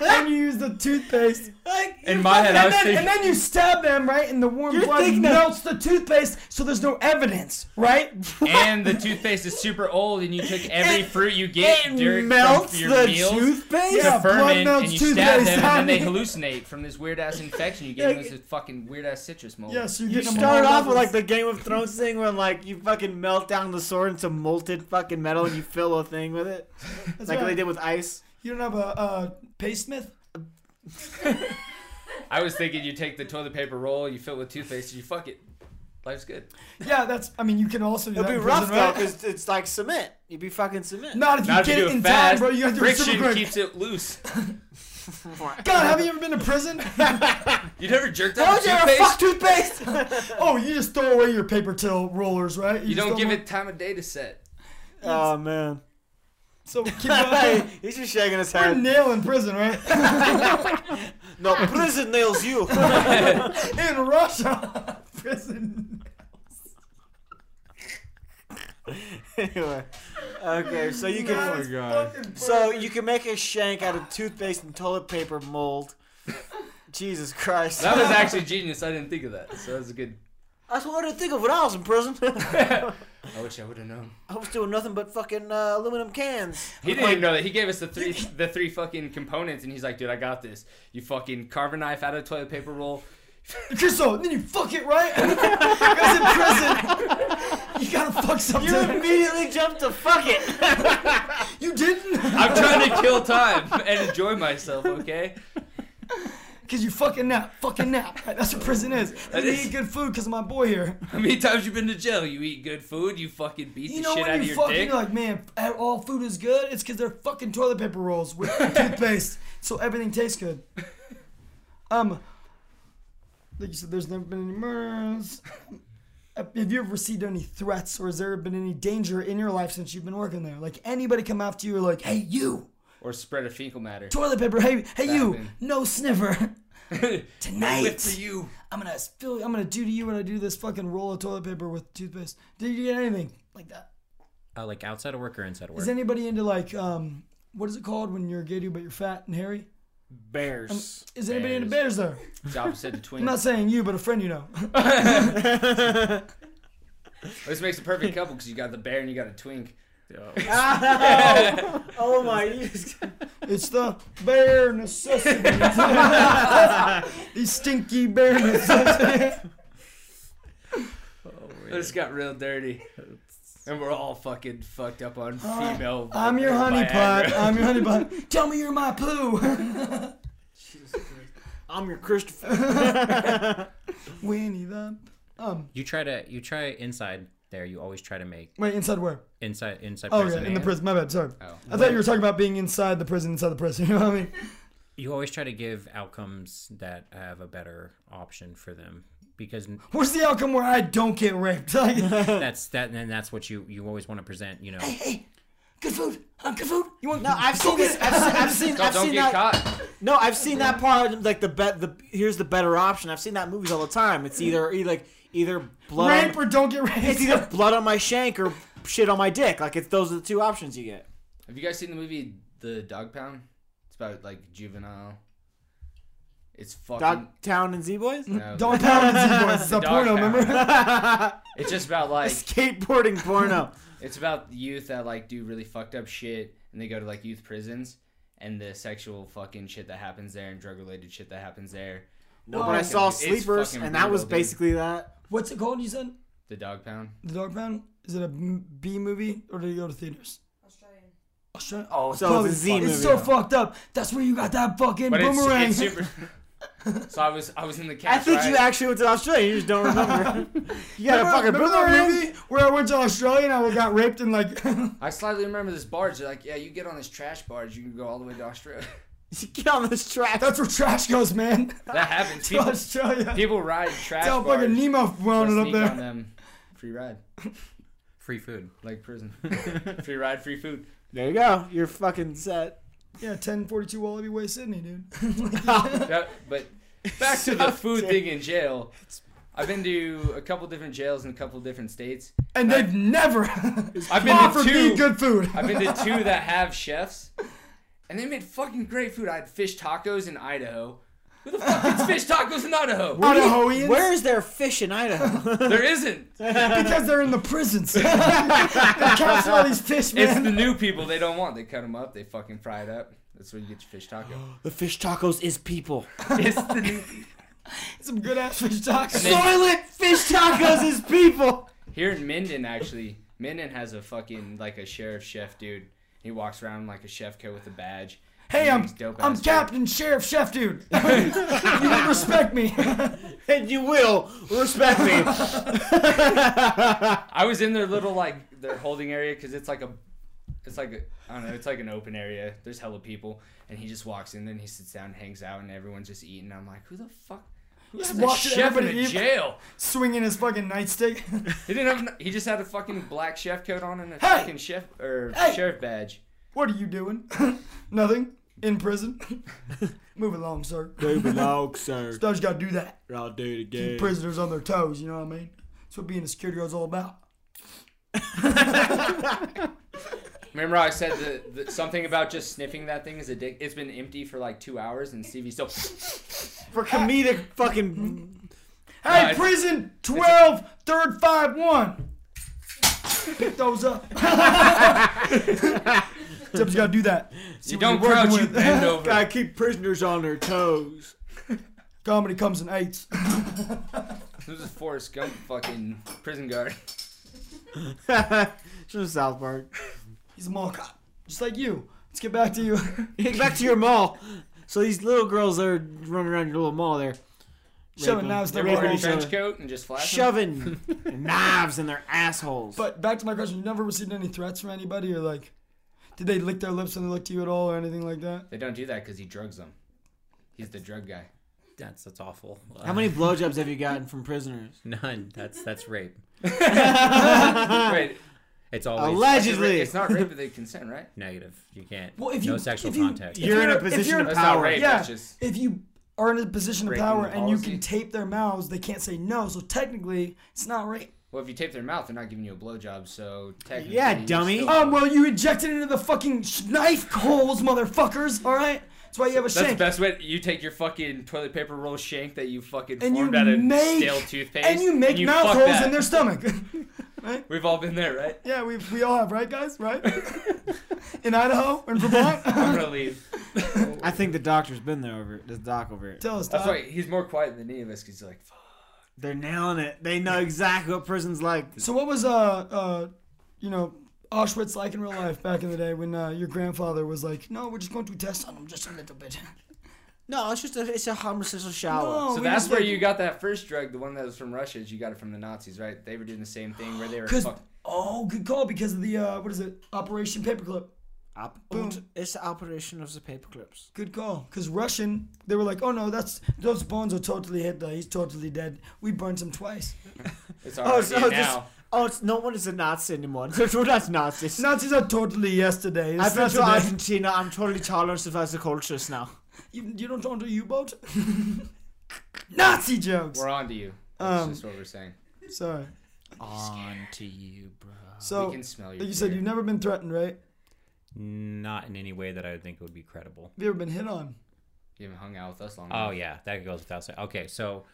and you use the toothpaste. Like, In my head, I and, was then, thinking. and then you stab them right, and the warm You're blood thinking of- melts the toothpaste, so there's no evidence, right? and the toothpaste is super old, and you took every fruit you get it during melts from your the meals toothpaste? to Yeah, blood ferment, and melts you stab toothpaste, them, and then they honey. hallucinate from this weird ass infection you gave them. This is fucking weird ass citrus mold. Yes, You get start off with like the Game of Thrones thing where like you fucking melt down the sword into molten fucking metal and you fill a thing with it, like what they did with ice. You don't have a uh, paste myth. I was thinking you take the toilet paper roll, you fill it with toothpaste, and you fuck it. Life's good. Yeah, that's. I mean, you can also. Do It'd that be in rough prison, though right? because it's like cement. You'd be fucking cement. Not if you Not if get you do it it in fast. time, bro. You gotta do it super Friction quick. keeps it loose. God, have you ever been to prison? You never jerked Oh, out you ever toothpaste. fuck toothpaste? oh, you just throw away your paper till rollers, right? You just don't give throw- it time of day to set. oh man, So keep going. he's just shaking his You're a head. nail in prison, right? No, prison nails you. in Russia, prison. anyway, okay, so you can. That's fucking So you can make a shank out of toothpaste and toilet paper mold. Jesus Christ. That was actually genius. I didn't think of that. So that was a good. That's what I didn't think of when I was in prison. I wish I would have known. I was doing nothing but fucking uh, aluminum cans. He didn't even know that. He gave us the three the three fucking components, and he's like, "Dude, I got this. You fucking carve a knife out of toilet paper roll. Crystal, then you fuck it, right? you guys in prison. You gotta fuck something. You immediately jumped to fuck it. you didn't? I'm trying to kill time and enjoy myself. Okay, Because you fucking nap. Fucking nap. Right? That's what prison is. And you is- eat good food because of my boy here. how many times you been to jail? You eat good food. You fucking beat You the know shit out when of you your fucking dick. you're like, man, all food is good. It's because they're fucking toilet paper rolls with toothpaste, so everything tastes good. Um, like you said, there's never been any murders. Have you ever received any threats, or has there been any danger in your life since you've been working there? Like anybody come after you, like, hey you, or spread a fecal matter. toilet paper. Hey, hey you, happened. no sniffer. Whip Tonight, for you. I'm gonna spill. I'm gonna do to you when I do this fucking roll of toilet paper with toothpaste. Did you get anything like that? Uh, like outside of work or inside of work? Is anybody into like um what is it called when you're gay dude but you're fat and hairy? Um, Bears. Is anybody into Bears. bears though? It's opposite to I'm twins. not saying you, but a friend you know. This makes a perfect couple because you got the bear and you got a twink. Oh my. you just- It's the bear necessities. These stinky bear necessities. This got real dirty, and we're all fucking fucked up on Uh, female. I'm your honey pot. I'm your honey pot. Tell me you're my poo. I'm your Christopher. Winnie the um You try to you try inside there. You always try to make wait inside where? inside inside. Oh prison yeah, in the and- prison. My bad. Sorry. Oh. I thought you were talking about being inside the prison, inside the prison. You know what I mean? You always try to give outcomes that have a better option for them because What's the outcome where I don't get raped? Like, that's that and that's what you you always want to present. You know. good food. Huh? Good food. You want No, I've seen this. I've seen. I've seen, Don't, I've don't seen get that. caught. No, I've seen that part. Like the bet. The here's the better option. I've seen that in movies all the time. It's e, either, either like either blood. rape um, on, or don't get raped? it's either blood on my shank or shit on my dick. Like it's those are the two options you get. Have you guys seen the movie The Dog Pound? It's about like juvenile. It's fucking Dog Town and Z Boys. No. Dog Town and Z Boys. It's The a Dog porno, Pound. remember? it's just about like skateboarding porno. it's about youth that like do really fucked up shit, and they go to like youth prisons, and the sexual fucking shit that happens there, and drug related shit that happens there. No, Nobody but I can- saw it's Sleepers, fucking and that was brutal, dude. basically that. What's it called? You said the Dog Pound. The Dark Pound. Is it a m- B movie or did it go to theaters? Australian. Australian. Oh, it's So probably it's a Z fucked- It's movie, so though. fucked up. That's where you got that fucking But it's, boomerang. it's super. so I was I was in the I couch. think right? you actually went to Australia. You just don't remember. you got remember, a fucking remember that boomerang. movie where I went to Australia and I got raped and like I slightly remember this barge. They're like, yeah, you get on this trash barge, you can go all the way to Australia. get on this trash. That's where trash goes, man. That happens. To People, Australia. people ride trash Tell barge. fucking Nemo wound it They'll up sneak there. on them. Free ride, Free food. like prison. free ride, free food. There you go. You're fucking set. Yeah, 1042 Wallaby Way, Sydney, dude. That- but back to the food thing in jail. I've been to a couple different jails in a couple different states. and they've never I've been to offered me two. good food. I've been to two that have chefs, and they made fucking great food. I had fish tacos in Idaho. Who the fuck eats fish tacos in Idaho? Idahoans. Where is there fish in Idaho? There isn't. because they're in the prisons. they capture all these fish, It's man. the new people they don't want. They cut them up. They fucking fry it up. That's where you get your fish taco. the fish tacos is people. It's the new Some good ass fish tacos. And then- Toilet fish tacos is people. Here in Minden, actually, Minden has a fucking like a sheriff chef dude. He walks around like a chef coat with a badge. Hey, He I'm makes dope I'm ass food. Captain Sheriff Chef, dude. you don't respect me. And you will respect me. I was in their little like their holding area because it's like a, it's like a, I don't know, it's like an open area. There's hella people, and he just walks in there and he sits down, and hangs out, and everyone's just eating. I'm like, who the fuck? Who's a watching chef in everybody a eat. jail? Swinging his fucking nightstick. He didn't have. n- He just had a fucking black chef coat on and a Hey! fucking chef or Hey! sheriff badge. what are you doing? Nothing. In prison. Move along, sir. sir. Sometimes you gotta do that. I'll do it Keep prisoners on their toes. You know what I mean? That's what being a security guard's all about. Remember, I said the, the, something about just sniffing that thing is a dick. It's been empty for like two hours, and Stevie's still. For comedic fucking. Hey, it's- prison 12, third 5 1. Pick those up. Sometimes you gotta do that. See You what don't you're working crouch, you with. bend over. Gotta keep prisoners on their toes. Comedy comes in eights. This is Forrest Gump, fucking prison guard. it's from South Park. He's a mall cop, just like you. Let's get back to you. Get back to your mall. So these little girls are running around your little mall there, Shoving Raping. knives in They're their Raping wearing a each balls. trench other. coat and just flashing. shoving knives in their assholes. But back to my question: You never received any threats from anybody, or like, did they lick their lips when they looked at you at all, or anything like that? They don't do that because he drugs them. He's the drug guy. That's that's awful. How many blowjobs have you gotten from prisoners? None. That's that's rape. Wait, It's always Allegedly, it's not rape with a consent, right? negative. You can't. Well, if no you- sexual if you- contact. you're in a If you're- if position you're- of That's not power. rape. yeah. It's just If you are in a position of Breaking power the and you policy. can tape their mouths, they can't say no. So technically, it's not rape. well, if you tape their mouth, they're not giving you a blowjob. So technically, Yeah, you dummy. still- Um, well, you injected it into the fucking sh- knife holes, motherfuckers. All right, that's why you have a That's the shank. best way. You take your fucking toilet paper roll shank that you fucking And you formed out of make stale toothpaste, And you make mouth fuck holes that. in their stomach. We've all been there, right? yeah, we we all have, right, guys? Right? in Idaho, in Vermont. I'm gonna leave. I think the doctor's been there over the doc over it. Tell us. That's Doc. why he's more quiet than any of us. Cause he's like, fuck. They're nailing it. They know exactly what prison's like. So what was uh uh you know Auschwitz like in real life back in the day when uh, your grandfather was like, no, we're just going to test on him just a little bit. No, it's just a it's a homosexual shower. No. So Oh, we that's just where did- you got that first drug, the one that was from Russia. Is you got it from the Nazis, right? They were doing the same thing where they were Cause fuck. oh, good call because of the uh what is it Operation Paperclip. Op- Boom. It's the operation of the paperclips. Good call because Russian they were like, oh no, that's those bones are totally Hitler. He's totally dead. We burned him twice. It's our idea so now. oh, it's, no one is a Nazi anymore. We're not Nazis. Nazis are totally yesterday. It's I've been not to today. Argentina. I'm totally tolerant of other cultures now. You, you don't own a U-boat. Nazi jokes. We're on to you. That's Um, just what we're saying. Sorry. On to you, bro. So we Uh, can smell your you said fear. you've never been threatened, right? Not in any way that I would think would be credible. Have you ever been hit on? You haven't hung out with us long Oh enough. yeah, that goes without saying. Okay, so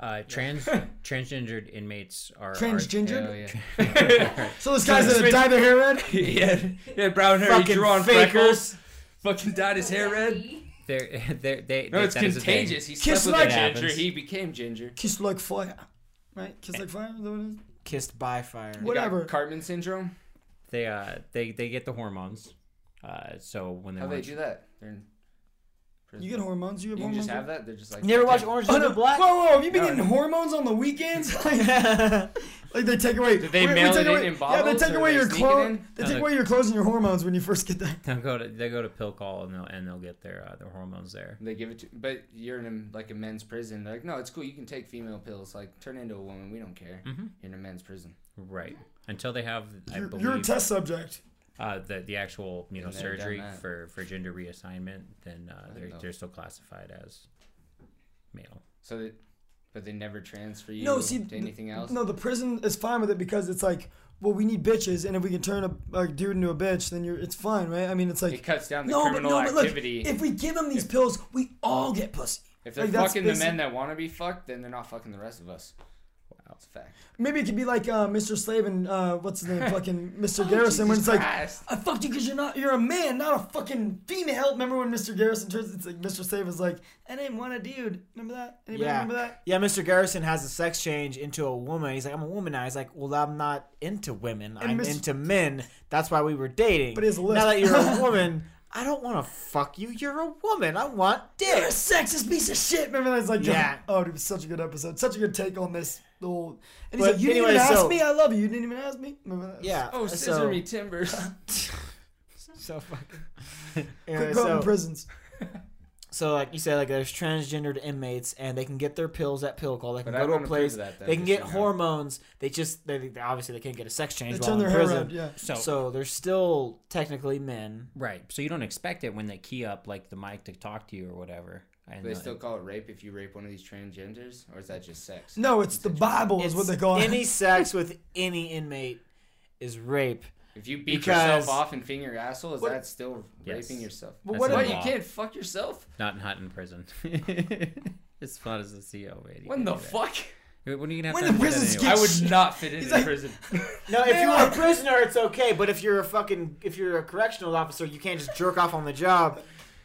uh, trans transgendered inmates are are- Transgendered? Hell, yeah. So this guy's gonna dye their hair red? he, had, he had brown hair. Fucking he drew on fakers. freckles. Fucking dyed his hair red. They're, they're, they No, they- it's that is a thing. contagious. He Kiss slept with like- a ginger. Happens. He became ginger. Kiss like fire, right? Kiss like fire. Is that what it is? Kissed by fire. You got Whatever. Cartman syndrome. They uh they they get the hormones. Uh, so when they How want they do that? They're in prison. You get hormones. You You have can hormones. just have that. They're just like. You never watch okay. Orange Oh, is the no. New Black? Whoa, whoa! Have you been No, getting no. hormones on the weekends? Like, like they take away. Did they we- we mail take it in away- in Yeah, bottles, they take or away they your sneak it clothes. in? They No, take they- away your clothes and your hormones when you first get there. They'll go to they go to pill call and they'll and they'll get their uh, their hormones there. They give it to, but you're in a, like a men's prison. They're like, no, it's cool. You can take female pills. Like, turn into a woman. We don't care. Mm-hmm. You're in a men's prison. Right. Until they have, I You're, believe, you're a test subject. uh, the the actual you know They've done surgery that. for for gender reassignment, then uh, they're know. they're still classified as male. So that, but they never transfer you No, see, to th- anything else. No, the prison is fine with it because it's like, well, we need bitches, and if we can turn a, a dude into a bitch, then you're it's fine, right? I mean, it's like It cuts down the no, but criminal no, but look, activity. if we give them these pills, we all get pussy. If they're Like, that's fucking the basic- men that want to be fucked, then they're not fucking the rest of us. Wow, it's a fact. Maybe it could be like uh, Mr. Slave and uh, what's his name, fucking Mr. Garrison, when it's Oh, Jesus like, Christ. I fucked you because you're not, you're a man, not a fucking female. Remember when Mr. Garrison turns, it's like Mr. Slave is like, I didn't want a dude. Remember that? Anybody Yeah. remember that? Yeah, Mr. Garrison has a sex change into a woman. He's like, I'm a woman now. He's like, well, I'm not into women. I'm Mr. into men. That's why we were dating. But his now lisp. that you're a woman, I don't want to fuck you. You're a woman. I want You're a dick. sexist piece of shit. Remember that's like, Yeah. oh, dude, it was such a good episode, such a good take on this. The whole, and he's But like, you anyway, didn't even so- ask me. I love you. You didn't even ask me. Remember that? Yeah. Uh, Oh, scissor so, me timbers. so fucking. Quit Anyway, growing so, prisons. so like you said, like there's transgendered inmates, and they can get their pills at pill call. They can But I go don't to a approve place. of that, though, they can just get so you know. hormones. They just they, they- obviously they can't get a sex change They while turn their in hair prison. around. Yeah. So, So they're still technically men. right, so you don't expect it when they key up like the mic to talk to you or whatever. And they uh, still call it rape if you rape one of these transgenders, or is that just sex? No, it's the Bible is what It's- they call it. any sex with any inmate is rape. If you beat Because- yourself off and finger your asshole, is that still Yes. raping yourself? But But what what? if- you can't fuck yourself? not not in prison. it's fun as a CEO, lady. When the fuck? When are you gonna have When the time for that prisons anyway? I would not fit into like- prison. No, if you were a prisoner, it's okay. But if you're a fucking, if you're a correctional officer, you can't just jerk off on the job.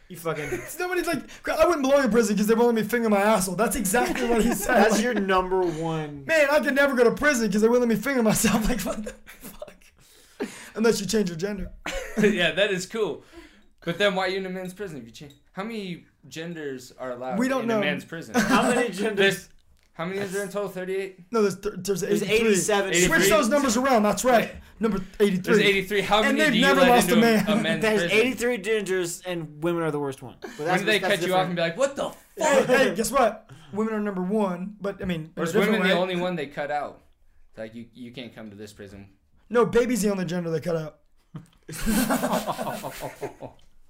You fucking. Nobody's like, I wouldn't belong in prison because they won't let me finger my asshole. That's exactly what he said. That's Like, your number one. man, I could never go to prison because they wouldn't let me finger myself. Like, what the fuck? Unless you change your gender. yeah, that is cool. But then why are you in a men's prison if you change? How many genders are allowed We don't in know. a men's prison? How many genders? There's- how many is there in total? 38? No, there's, th- there's, There's 83. 87. Switch 83. those numbers around. That's right. Number 83. There's 83. How And many they've do you never let lost a into man. a, men's There's prison? 83 gingers, and women are the worst one. But When that's- do they that's cut you off and different. be like, what the Hey, fuck? hey, guess what? Women are number one, but I mean, Or is they're women the different, right? only one they cut out? It's Like, you, you can't come to this prison. No, baby's the only gender they cut out.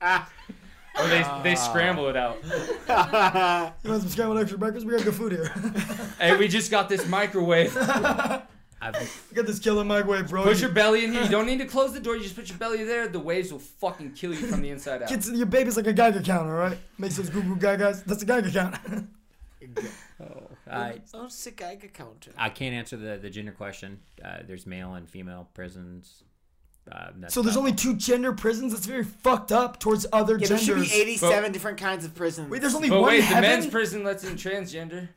Ah. Or they, they scramble it out. You want some scrambled extra breakfast? We got good food here. Hey, we just got this microwave. we got this killer microwave, bro. Put your belly in here. You don't need to close the door. You just put your belly there. The waves will fucking kill you from the inside out. Kids, your baby's like a Geiger counter, all right? Makes those goo goo guys. That's a Geiger counter. I Oh, it's a Geiger counter. I can't answer the the gender question. Uh, there's male and female prisons. Um, that's So there's about- only two gender prisons. That's very fucked up towards other Yeah, there genders. should be 87 different kinds of prisons. Wait, there's only But one wait, the heaven. men's prison lets in transgender.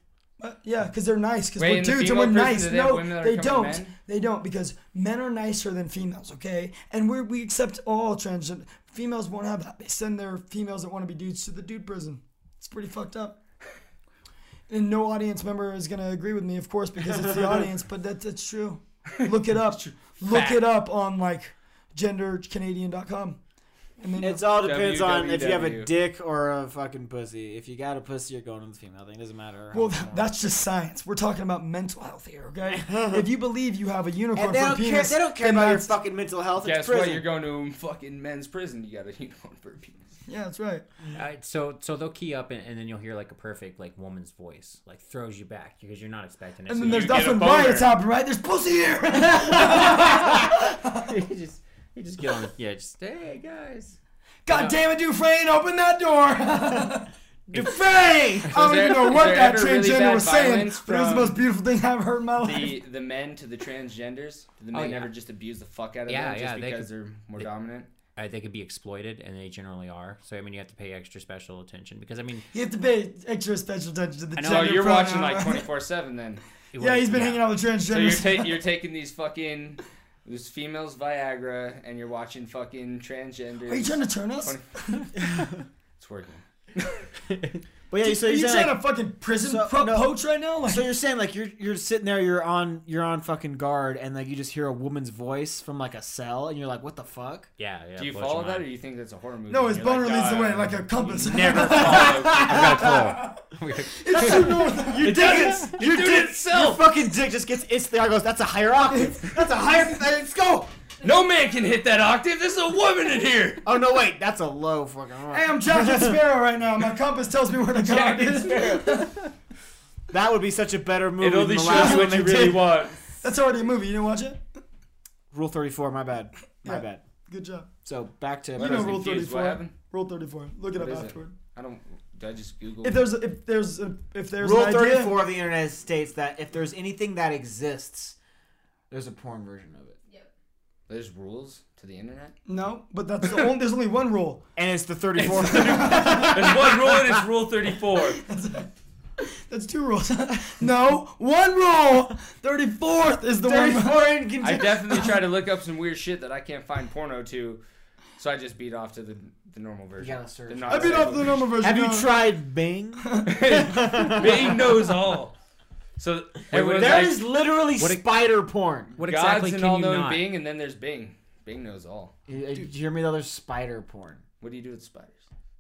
Uh, yeah, because they're nice. Because Wait, we're in the dudes and female we're prison, nice. do they have no, women that are they coming don't. to men? They don't because men are nicer than females. Okay, and we we accept all transgender. Females won't have that. They send their females that want to be dudes to the dude prison. It's pretty fucked up. And no audience member is gonna agree with me, of course, because it's the audience. But that's that's true. Look it up. Look it up on like gendercanadian.com. And then It's all depends on if you have a WWW. dick or a fucking pussy. If you got a pussy, you're going to the female thing. doesn't matter. how Well, much th- more. that's just science. We're talking about mental health here, okay? if you believe you have a unicorn And they for a don't care. penis, They don't care then about your that's- fucking mental health. It's Guess what? prison. You're going to a fucking men's prison. You got a unicorn for a penis. Yeah, that's right. Uh, so so they'll key up and, and then you'll hear like a perfect like woman's voice like throws you back because you're not expecting it. And So then you- there's get a nothing boner. riots happening, right? There's pussy here. Dude, you just you just get on. Yeah, just hey guys. God damn it, Dufresne, open that door! Dufresne! I don't there- even know is what there that ever really transgender bad was saying, violence but it was the from most beautiful thing I've heard in my life. The the men to the transgenders. Do the Oh, men yeah. ever just abuse the fuck out of Yeah, them yeah, just they because could- they are more dominant? Uh, they could be exploited, and they generally are. So I mean, you have to pay extra special attention because I mean, You have to pay extra special attention to the So gender you're watching pronoun. like 24 seven then. Yeah, he's been hanging out with So you're, transgenders. ta- you're taking these fucking these females Viagra and you're watching fucking transgenders. Are you trying to turn us? 20 it's working. But yeah, Dude, so are you're you saying trying like, to fucking prison so- pro- no. poach right now? Like, so you're saying like you're you're sitting there, you're on you're on fucking guard, and like you just hear a woman's voice from like a cell, and you're like, what the fuck? yeah, yeah. Do you blows your follow that mind. or do you think that's a horror movie? no, and his you're boner like, leads the "God, way like a compass. Never follow. I've got a clue. It's you know that. Your dick is your doing dick itself. Your fucking dick just gets it's there. Goes that's a higher octave. That's a higher. Let's go. No man can hit that octave. There's a woman in here. Oh no, wait, that's a low fucking. Hey, I'm Jack Sparrow right now. My compass tells me where to go. Jack and Sparrow. That would be such a better movie. It only than the shows last you one what they you really did. want. That's already a movie. You didn't watch it? Rule thirty four. My bad. My Yeah. bad. Good job. So back to You I know was Rule confused. What 34. happened? Rule 34. Look it What up is it? afterward. I don't. Did I just Google? If there's if there's if there's Rule an thirty idea, four of the internet states that if there's anything that exists, there's a porn version of it, there's rules to the internet. no, but that's the only, there's only one rule. and it's the thirty four. There's one rule and it's Rule 34. That's two rules. no, one rule. Thirty fourth is the Thirty one. four in I contention. definitely try to look up some weird shit that I can't find porno to, so I just beat off to the the normal version. gotta search. The I beat off the normal version. Have you no. tried Bing? non-sexual. Bing knows all. So everyone's There like, is literally What it- spider porn. What God's exactly an can you all-knowing not? Bing, and then there's Bing. Bing knows all. You- you hear me? though? There's spider porn. What do you do with spiders?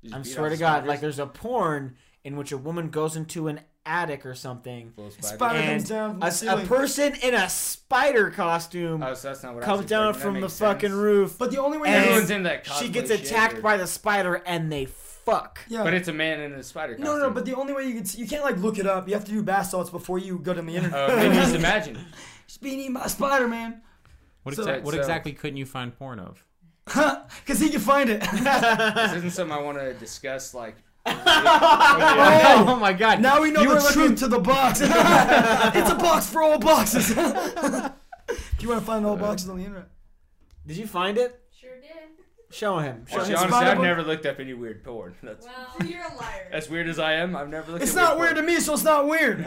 You just I'm beat swear off to God, spiders? like there's a porn in which a woman goes into an attic or something, Little spiders. Spider and comes down from a, the a ceiling. person in a spider costume Oh, so that's not what I was comes down expecting. That from the makes fucking sense. roof. But the only way And- Everyone's in that. she cosplay gets shit, attacked or- by the spider, and they fuck. yeah. But it's a man in a spider costume. no, no, no, but the only way you can see, you can't like look it up. You have to do bath salts before you go to Oh, the internet. Uh, maybe just imagine. Just being eaten by Spider Man, What, So- exa- what so- exactly couldn't you find porn of? cause he can find it. This isn't something I want to discuss. Like, Oh, my god! now we know You the were truth looking- to the box. it's a box for all boxes. if you want to find all boxes on the internet, Did you find it? Sure did. Show him. Show Actually, honestly, him. I've Spider-Man- never looked up any weird porn. That's Well, you're a liar. as weird as I am. I've never looked. it's at not weird to porn. me, so it's not weird.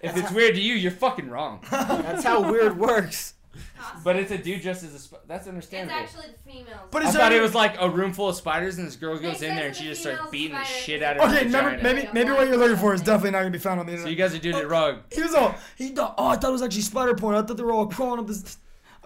If it's weird to you, you're fucking wrong. That's how weird works. But it's a dude dressed as a. Sp- that's It's understandable. actually the females. But I it's thought not- it was like a room full of spiders, and this girl goes They in said there that and she the just starts female beating the spider- shit out of her Okay, vagina. remember, maybe Oh. maybe what you're looking for is definitely not gonna be found on the So internet. you guys are doing it wrong. he was all he thought. Oh, I thought it was actually spider porn. I thought they were all crawling up this.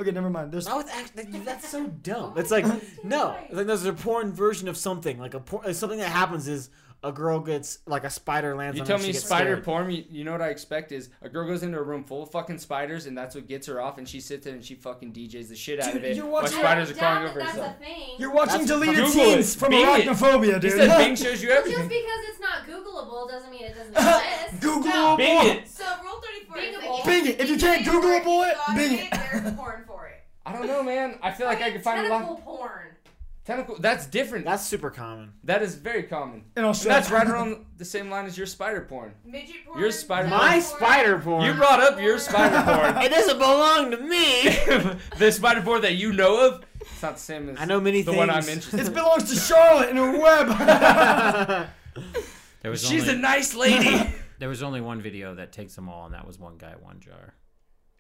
Okay, never mind. There's Oh, it's act- that- that's so dumb. It's like no, it's like there's a porn version of something. Like a por- something that happens is a girl gets like a spider lands. You on tell her, me she gets spider scared. porn. You, you know what I expect is a girl goes into a room full of fucking spiders, and that's what gets her off. And she sits there and she fucking DJs the shit out Dude, of it. you're while watching- spiders are I doubt crawling over that herself. That's a thing. you're watching That's- deleted Google it. scenes from Bing it. arachnophobia, He dude. said Bing shows you Just everything. because it's not Googleable doesn't mean it doesn't exist. Google No. Bing it. So rule 34 is Bingable. that Bing it. If you can can't Google it, boy, dog Bing it, it. There's porn for it. I don't know, man. I feel like I Fucking could find a lot. tentacle porn. Tentacle. That's different. That's super common. That is very common. And I'll And show that's you. right around the same line as your spider porn. Midget porn. Your spider- dog My porn. spider porn. You brought up your spider porn. it doesn't belong to me. the spider porn that you know of. It's not the same as I know many the one I'm things. interested. It belongs to Charlotte and her web. There in. was She's only, a nice lady. there was only one video that takes them all, and that was one guy, one jar.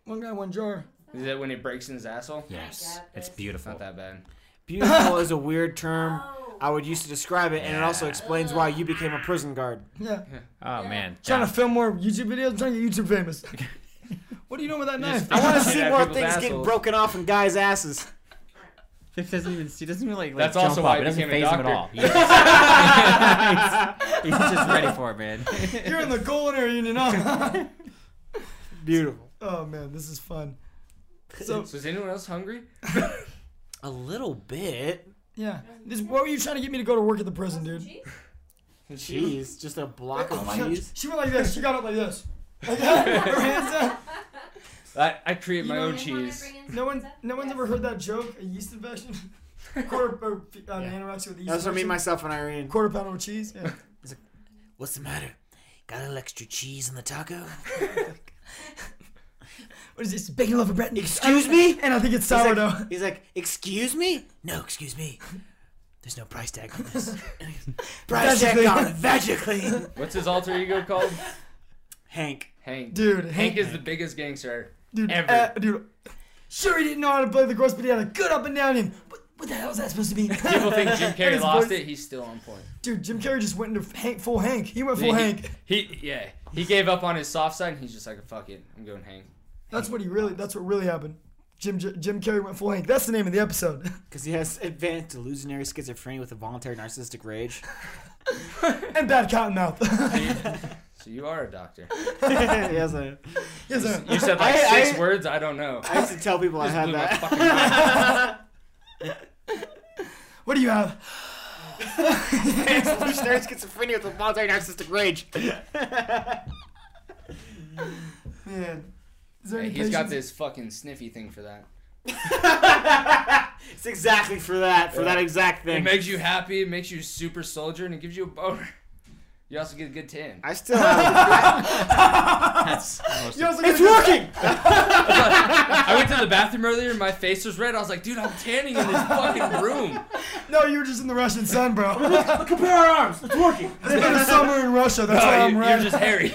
one guy, one jar. is that when it breaks in his asshole? Yes, got it's this. It's beautiful. not that bad. Beautiful is a weird term. Oh. I would use to describe it, and it also explains why you became a prison guard. Yeah. Oh man, Trying Yeah. to film more YouTube videos. Trying to get YouTube famous. what are you doing with that knife? I want to Shit see out more people's things get assholes. broken off in guys' asses. Fifth doesn't even see. Doesn't even like. That's jump also up. why It I doesn't became a faze him at all. He's just, ready for it, man. You're in the culinary union. huh? Beautiful. oh man, this is fun. So, so is anyone else hungry? A little bit. Yeah. This, what were you trying to get me to go to work at the prison, dude? Cheese? Cheese, just a block Oh of my god. cheese. She went like this. She got up like this. Like that. Her hands down. I, I create my own You know- cheese. No one, no one's ever heard that joke. A yeast infection, quarter or uh, an anorexia with a yeast That's what me, infection? myself, and Irene. Quarter pounder with cheese. Yeah. What's the matter? Got a little extra cheese on the taco? what is this? Bacon lover bread. Excuse me? And I think it's He's like- sourdough. He's like, excuse me? No, excuse me. There's no price tag on this. price tag Magically. on it, magically. What's his alter ego called? Hank. Hank. Dude, Hank, Hank- is the biggest gangster dude, ever. uh, dude. Sure, he didn't know how to play the course, but he had a good up and down him. What, what the hell is that supposed to mean? People think Jim And Carrey his lost voice- it. He's still on point. Dude, Jim Carrey just went into Hank, full Hank. He went full he, Hank. He yeah. He gave up on his soft side. and He's just like fuck it. I'm going Hank. That's what he really. That's what really happened. Jim Jim Carrey went full Hank. That's the name of the episode. Because he has advanced delusionary schizophrenia with a voluntary narcissistic rage. and bad cottonmouth. So you are a doctor. yes, I. Yes, You I s- am. You said like I- six I- words. I don't know. I used to tell people I Just had blew my that. fucking mind. What do you have? Evolutionary schizophrenia with a voluntary narcissistic rage. Man. Is Hey, he's got this fucking sniffy thing for that. It's exactly for that, for Yeah. that exact thing. It makes you happy. It makes you a super soldier, and it gives you a boner. You also get a good tan. I still have That's It's working! I went to the bathroom earlier. and My face was red. I was like, dude, I'm tanning in this fucking room. No, you were just in the Russian sun, bro. Compare our arms. It's working. They've been a summer in Russia. That's No, why you- I'm you're red. just hairy.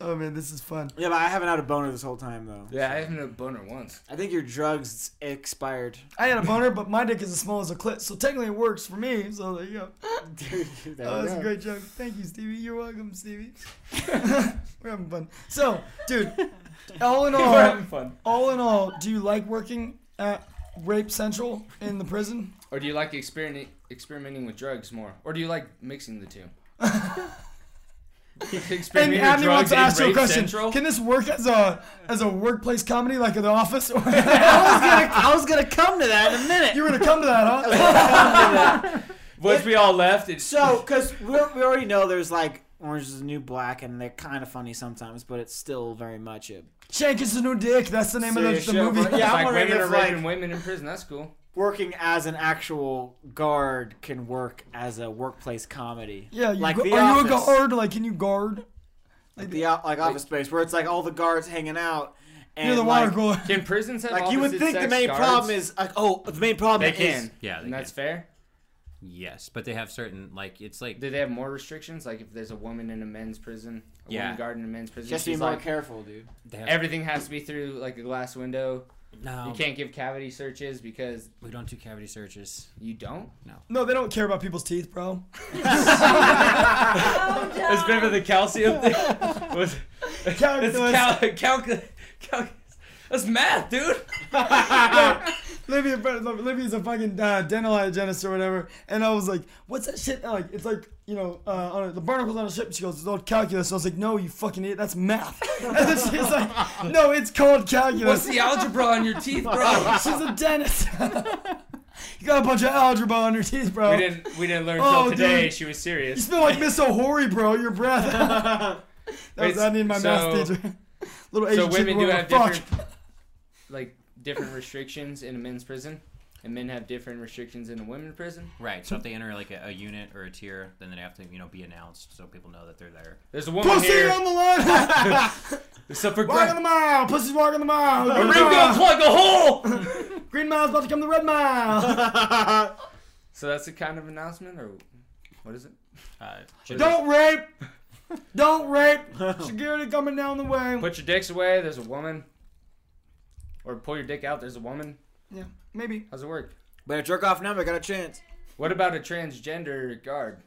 oh man, this is fun. Yeah, but I haven't had a boner this whole time though. Yeah, I haven't had a boner once. I think your drugs expired. I had a boner, but my dick is as small as a clit, so technically it works for me. So there you go. Dude, there Oh, we that's a go. great joke. Thank you, Stevie. You're welcome, Stevie. We're having fun. So, dude, all in all, We're having fun. all in all, do you like working at Rape Central in the prison? Or do you like experimenting experimenting with drugs more? Or do you like mixing the two? And experimenting Abby wants to and ask you a rape question. central? Can this work as a as a workplace comedy, like in The Office? Or I was gonna, I was gonna come to that in a minute. you were gonna come to that, huh? Once we all left, it's So, because we already know there's like Orange is the New Black, and they're kind of funny sometimes, but it's still very much a Shank is the new dick. That's the name serious of the, the show, movie. but- Yeah, I'm like wondering women are if like raping women in prison. That's cool. working as an actual guard can work as a workplace comedy. Yeah, you like gu- the are office, you a guard? Like, can you guard? like the o- like Office Space, where it's like all the guards hanging out. And You're the water like, cooler. Can prisons have like you would opposite think the sex main guards? problem is like oh the main problem they is can. Yeah, they and that's can. fair. Yes, but they have certain like it's like Do they have more restrictions? Like if there's a woman in a men's prison, a Yeah. woman guard in a men's prison, just be she's more like, careful, dude. they have, everything has to be through like a glass window. no. You can't give cavity searches because We don't do cavity searches. you don't. No, they don't care about people's teeth, bro. Oh, It's been for the calcium thing. Was, Calculus. cal- calc- calc- that's math, dude. Libby, Libby's a fucking uh, dental hygienist or whatever, and I was like, "What's that shit?" Like, it's like you know, uh, on a, the barnacles on a ship. She goes, "It's called calculus." I was like, "No, you fucking idiot, that's math." And then she's like, "No, it's called What's calculus." the algebra on your teeth, bro? she's a dentist. you got a bunch of algebra on your teeth, bro. We didn't. We didn't learn Oh, till today. dude. She was You serious. smell like Miss O'Hori, bro. Your breath. that was Wait, I need my math so- teacher. Little Asian So chick women do going, have fuck. different, like different restrictions in a men's prison, and men have different restrictions in a women's prison. Right. So if they enter like a, a unit or a tier, then they have to you know be announced so people know that they're there. There's a woman Pussy here. on the line. So for walking Greg, the mile. Pussy's walking the mile. Green we're gonna mile. plug a hole. Green mile's about to come the red mile. So that's a kind of announcement, or what is it? Uh, Don't rape. Don't rape. Security coming down the way. Put your dicks away. There's a woman. Or pull your dick out. There's a woman. yeah, maybe. How's it work? Better jerk off now. I got a chance. What about a transgender guard?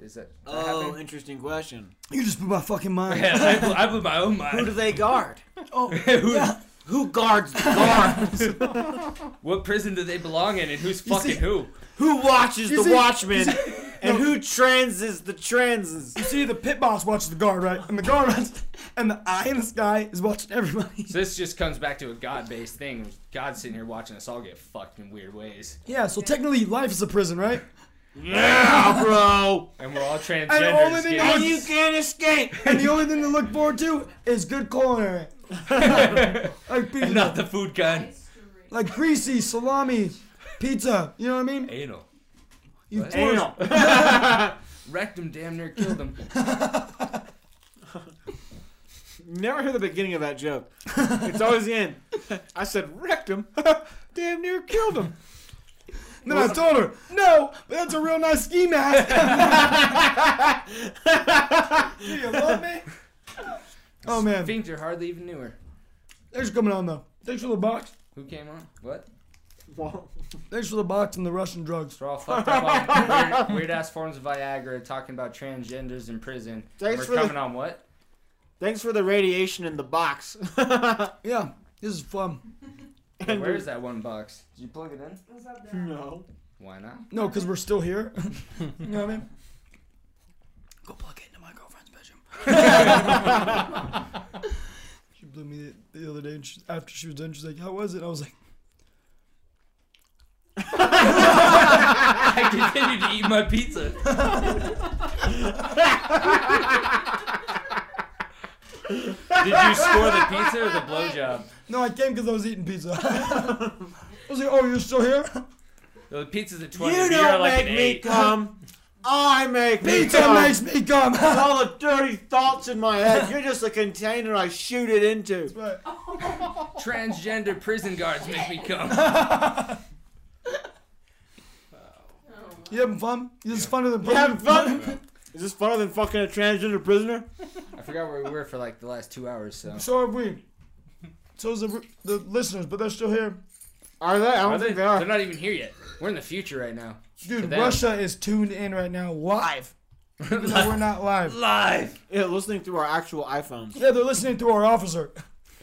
Is that? Does that Oh, happen? interesting question. You just blew my fucking mind. Yeah, I blew, I blew my own Who do mind. they guard? Oh, Who- Who guards the guards? What prison do they belong in, and who's You see- fucking who? who watches You the see- watchmen? and who transes the transes? You see, the pit boss watches the guard, right? And the guard runs, and the eye in the sky is watching everybody. So this just comes back to a God-based thing. God's sitting here watching us all get fucked in weird ways, Yeah, so technically life is a prison, right? Yeah, bro. and we're all transgenders. only thing getting- I- And you can't escape. And the only thing to look forward to is good culinary. like pizza. not the food kind. Like greasy salami pizza. You know what I mean? Anal. You What? anal. Wrecked him, damn near killed him. Never hear the beginning of that joke. It's always the end. I said wrecked him. Damn near killed him. Then I told her, no, but that's a real nice ski mask. Do you love me? Oh man, Sphincter hardly even knew her. thanks for coming on though. Thanks for the box. Who came on? What? Thanks for the box and the Russian drugs. We're all fucked up on weird, weird ass forms of Viagra talking about transgenders in prison. Thanks We're for the- coming on what? Thanks for the radiation in the box. yeah, this is fun. Hey, where is that one box? Did you plug it in? No. Why not? No, because we're still here. you know what I mean? Go plug it into my girlfriend's bedroom. She blew me the, the other day and she, after she was done. She's like, "How was it?" I was like, I continue to eat my pizza. Did you score the pizza or the blowjob? "No, I came because I was eating pizza." I was like, "Oh, you're still here?" The pizza's a 20. You but don't you're like make an me eight. come. I make Pizza me come. makes me come. With all the dirty thoughts in my head, you're just a container I shoot it into. Transgender prison guards make me come. You having fun? This is funner than You having fun? Is this funner than fucking a transgender prisoner? I forgot where we were for like the last two hours, so. So have we. So is the, the listeners, but they're still here. Are they? I don't Are they? think they They're are. not even here yet. We're in the future right now. To Dude, them. Russia is tuned in right now, live. Even though we're not live. Live! Yeah, listening through our actual iPhones. Yeah, they're listening through our officer.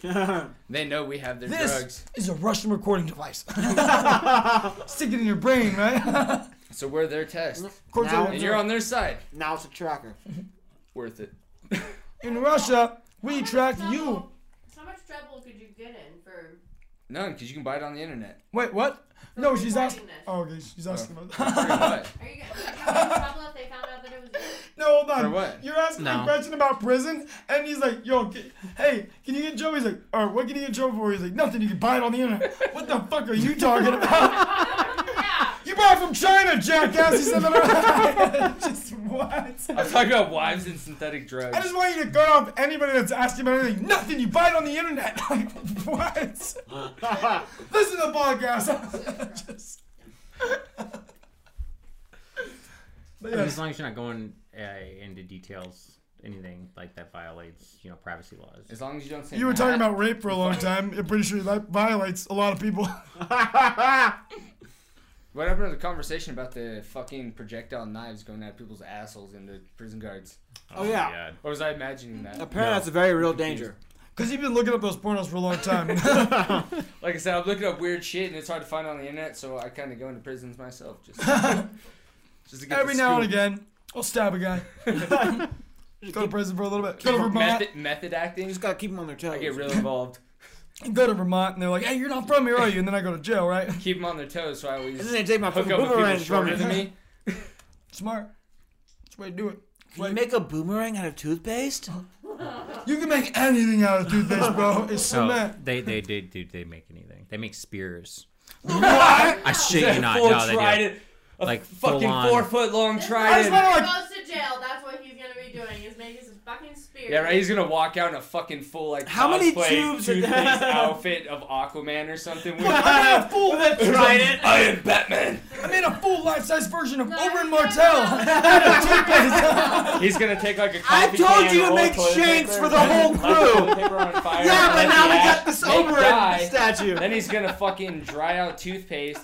They know we have their This drugs. is a Russian recording device. Stick it in your brain, right? So we're their test. Of course, Now- they- And you're on their side. now it's a tracker. Worth it. in Russia, we track trouble, you. How much trouble could you get in for? None, because you can buy it on the internet. Wait, what? No, she's asking. recording this. Oh, okay, she's asking about For what? Are you gonna would you get in trouble if they found out that it was you? No, hold on. For what? You're asking me a No. question about prison, and he's like, "Yo, ca- hey, can you get in trouble?" He's like, "Or what can you get in trouble for?" He's like, "Nothing. You can buy it on the internet." what the fuck are you talking about? you bought it from China, jackass. He said that. just what? I'm talking about wives and synthetic drugs. I just want you to cut off anybody that's asking about anything. Nothing. You buy it on the internet. Like, what? Listen to the podcast. Just- But I mean, yeah, as long as you're not going uh, into details, anything like that violates, you know, privacy laws. As long as you don't say You were talking that. about rape for a long time. I'm pretty sure that violates a lot of people. What happened to the conversation about the fucking projectile knives going at people's assholes and the prison guards? Oh, yeah. God. Or was I imagining that? Apparently, that's a very real danger. Because you've been looking up those pornos for a long time. Like I said, I'm looking up weird shit and it's hard to find on the internet, so I kind of go into prisons myself just, just to get Every the now and scoop. again, I'll stab a guy. go to prison for a little bit. Go to Vermont. Method, method You acting, just gotta keep them on their toes. I get real involved. Go to Vermont, and they're like, "Hey, you're not from here, are you?" And then I go to jail, right? Keep them on their toes, so I always And then they take my hook fucking up with people boomerang from shorter me. than me. Smart. That's the way to do it. Can you make a boomerang out of toothpaste? You can make anything out of toothpaste, bro. It's So cement. they they did do they make anything? They make spears. What? I shit you not. Full No, they do. trident, a Like full fucking on. four foot long I just trident. wanna, If like, he goes to jail. That's what he's gonna be doing. Is making some fucking spear. Yeah, right. He's gonna walk out in a fucking full like How many cosplay tubes- toothpaste outfit of Aquaman or something. With I made a full, trident. I am Batman. I made a full life-size version of No, Oberyn no, no. Martell. out of toothpaste. He's gonna take like a. I coffee told can, you to roll make toilet shanks paper, for the whole light crew. toilet paper on fire, Yeah, but light now we the ash, got this make Oberon dye. statue. Then he's gonna fucking dry out toothpaste,